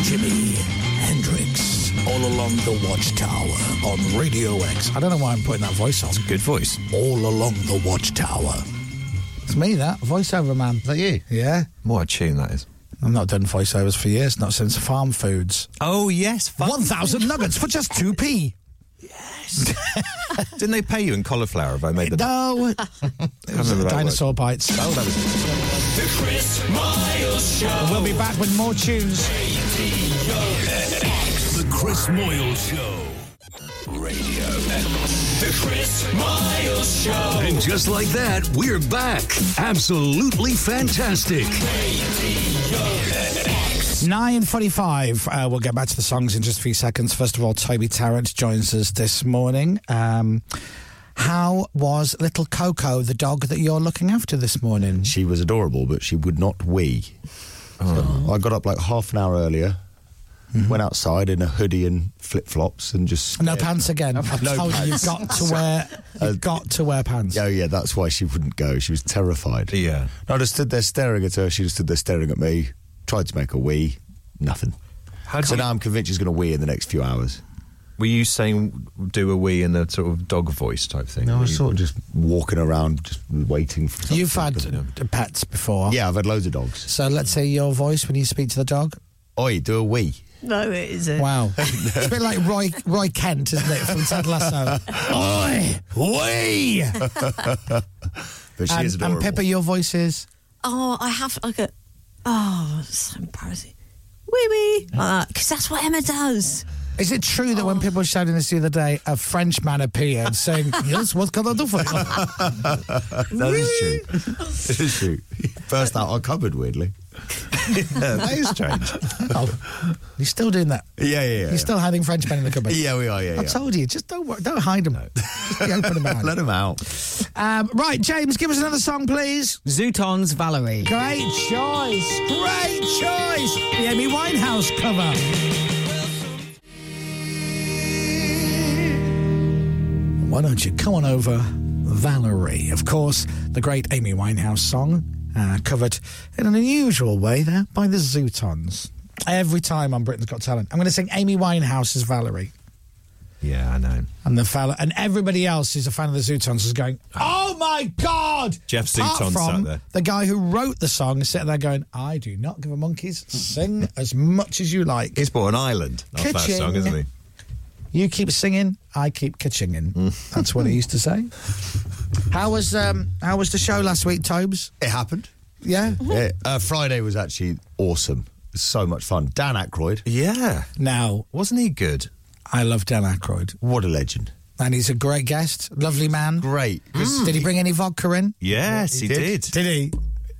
Speaker 5: Jimi Hendrix, all along the Watchtower on Radio X. I don't know why I'm putting that voice on. It's a
Speaker 8: good voice.
Speaker 5: All along the Watchtower. It's me, that voiceover man. Is that you? Yeah.
Speaker 8: What a tune that is.
Speaker 5: I've not done voiceovers for years, not since Farm Foods.
Speaker 8: Oh yes,
Speaker 5: one thousand nuggets for just two p.
Speaker 8: Didn't they pay you in cauliflower if I made the
Speaker 5: No.
Speaker 8: I remember that
Speaker 5: dinosaur bites.
Speaker 8: Oh, that was.
Speaker 9: The Chris Miles Show.
Speaker 5: We'll be back with more tunes.
Speaker 9: The Chris Miles Show. Radio. The Chris Miles Show.
Speaker 1: And just like that, we're back. Absolutely fantastic.
Speaker 5: 9.45. Uh, we'll get back to the songs in just a few seconds. First of all, Toby Tarrant joins us this morning. Um, how was little Coco, the dog that you're looking after this morning?
Speaker 26: She was adorable, but she would not wee.
Speaker 8: Oh.
Speaker 26: So I got up like half an hour earlier,
Speaker 8: Mm-hmm.
Speaker 26: went outside in a hoodie and flip flops, and just
Speaker 5: No
Speaker 26: stared.
Speaker 5: pants again. I've
Speaker 26: No
Speaker 5: told you, you've
Speaker 26: pants.
Speaker 5: got to wear... You've got to wear pants.
Speaker 26: Oh yeah, that's why she wouldn't go. She was terrified.
Speaker 8: Yeah.
Speaker 26: No, I just stood there staring at her. She just stood there staring at me. Tried to make a wee, nothing. so now I'm convinced she's going to wee in the next few hours.
Speaker 8: Were you saying do a wee in a sort of dog voice type thing?
Speaker 26: No, I
Speaker 8: Were
Speaker 26: was
Speaker 8: you-
Speaker 26: sort of just walking around, just waiting for.
Speaker 5: You've had uh, pets before.
Speaker 26: Yeah, I've had loads of dogs.
Speaker 5: So let's say your voice when you speak to the dog.
Speaker 26: Oi, do a wee.
Speaker 3: No, it isn't.
Speaker 5: Wow. it's a bit like Roy Roy Kent, isn't it, from Ted Lasso? Oi! Wee!
Speaker 26: but she
Speaker 5: and,
Speaker 26: is
Speaker 5: and
Speaker 26: adorable.
Speaker 5: Pippa, your voice is.
Speaker 3: Oh, I have like a. Oh, it's so embarrassing. Wee wee. Because that's what Emma does. Oh.
Speaker 5: Is it true that when people were shouting this the other day, a French man appeared saying, Yes, what can I do for you?
Speaker 26: that is true. That is true. First out our cupboard, weirdly. that is strange.
Speaker 5: Oh, you're still doing that.
Speaker 26: Yeah, yeah, yeah.
Speaker 5: You're still hiding French men in the cupboard.
Speaker 26: Yeah, we are, yeah,
Speaker 5: I
Speaker 26: yeah.
Speaker 5: told you, just don't wor- don't hide them. Just be open about it.
Speaker 26: Let him out.
Speaker 5: Um, right, James, give us another song, please.
Speaker 27: Zootons Valerie.
Speaker 5: Great choice. Great choice. The Amy Winehouse cover. Why don't you come on over, Valerie? Of course, the great Amy Winehouse song, uh, covered in an unusual way there by the Zootons. Every time on Britain's Got Talent, I'm going to sing Amy Winehouse's Valerie.
Speaker 8: Yeah, I know.
Speaker 5: And the fella, and everybody else who's a fan of the Zootons is going, "Oh my god!"
Speaker 8: Jeff
Speaker 5: Apart
Speaker 8: Zooton
Speaker 5: from
Speaker 8: sat there.
Speaker 5: The guy who wrote the song is sitting there going, "I do not give a monkey's. Sing as much as you like.
Speaker 8: He's bought an island. That's that
Speaker 5: Ka-ching.
Speaker 8: song, isn't he?
Speaker 5: You keep singing, I keep kitchinging."
Speaker 26: Mm.
Speaker 5: That's what he used to say. How was um, how was the show last week, Tobes?
Speaker 26: It happened.
Speaker 5: Yeah.
Speaker 26: Yeah, uh, Friday was actually awesome. It was so much fun. Dan Aykroyd.
Speaker 8: Yeah.
Speaker 5: Now,
Speaker 8: wasn't he good?
Speaker 5: I love Dan Aykroyd.
Speaker 26: What a legend.
Speaker 5: And he's a great guest, lovely man.
Speaker 26: Great.
Speaker 5: Did he bring any vodka in?
Speaker 8: Yes, he, did.
Speaker 5: Did he?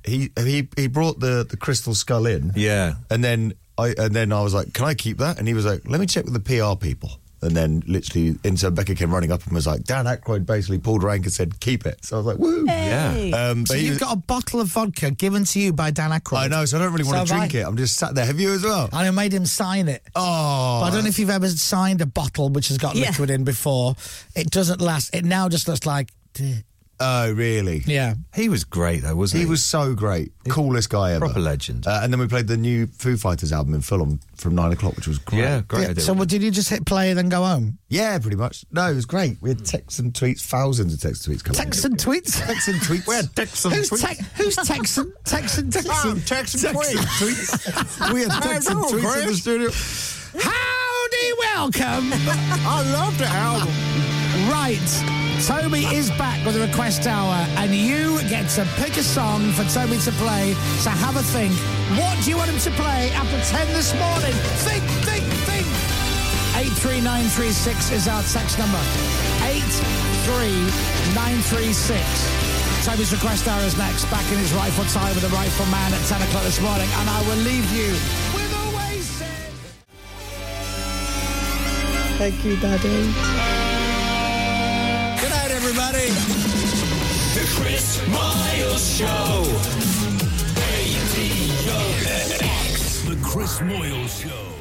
Speaker 26: He he he brought the the crystal skull in.
Speaker 8: Yeah.
Speaker 26: And then I and then I was like, "Can I keep that?" And he was like, "Let me check with the PR people." And then literally, intern Becca came running up and was like, "Dan Aykroyd basically pulled rank and said, keep it." So I was like, "Woo!"
Speaker 5: Yeah.
Speaker 26: Um, but
Speaker 5: so
Speaker 26: he
Speaker 5: you've
Speaker 26: was-
Speaker 5: got a bottle of vodka given to you by Dan Aykroyd.
Speaker 26: I know, so I don't really want to
Speaker 5: have
Speaker 26: drink
Speaker 5: I.
Speaker 26: it. I'm just sat there. Have you as well?
Speaker 5: And I made him sign it.
Speaker 26: Oh.
Speaker 5: But I don't know if you've ever signed a bottle which has got
Speaker 26: Yeah.
Speaker 5: liquid in before. It doesn't last. It now just looks like. "Duh."
Speaker 26: Oh, really?
Speaker 5: Yeah.
Speaker 8: He was great, though, wasn't
Speaker 26: he?
Speaker 8: he?
Speaker 26: was so great. Coolest guy ever.
Speaker 8: Proper legend.
Speaker 26: Uh, and then we played the new Foo Fighters album in Fulham from nine o'clock, which was great.
Speaker 8: Yeah,
Speaker 5: Yeah, so what, did you just hit play and then go home?
Speaker 26: Yeah, pretty much. No, it was great. We had texts and tweets, thousands of texts and tweets coming.
Speaker 5: Texts and tweets.
Speaker 26: Texts and tweets. We had texts and
Speaker 5: Who's,
Speaker 26: tweets.
Speaker 5: te- who's texting? Texting,
Speaker 26: Texting,
Speaker 5: texting,
Speaker 26: texting, tweets. We had
Speaker 5: No,
Speaker 26: texts and
Speaker 5: no,
Speaker 26: tweets in the
Speaker 5: Chris.
Speaker 26: studio.
Speaker 5: Howdy, welcome.
Speaker 26: I love the album.
Speaker 5: Right, Toby is back with the request hour, and you get to pick a song for Toby to play. So have a think. What do you want him to play after ten this morning? Think, think, think. Eight three nine three six is our text number. Eight three nine three six. Toby's request hour is next. Back in his rightful time with the rightful man at ten o'clock this morning, and I will leave you with Oasis.
Speaker 28: Thank you, Daddy.
Speaker 9: Good night, everybody. The Chris Miles Show. Radio X. The Chris Moyle Show.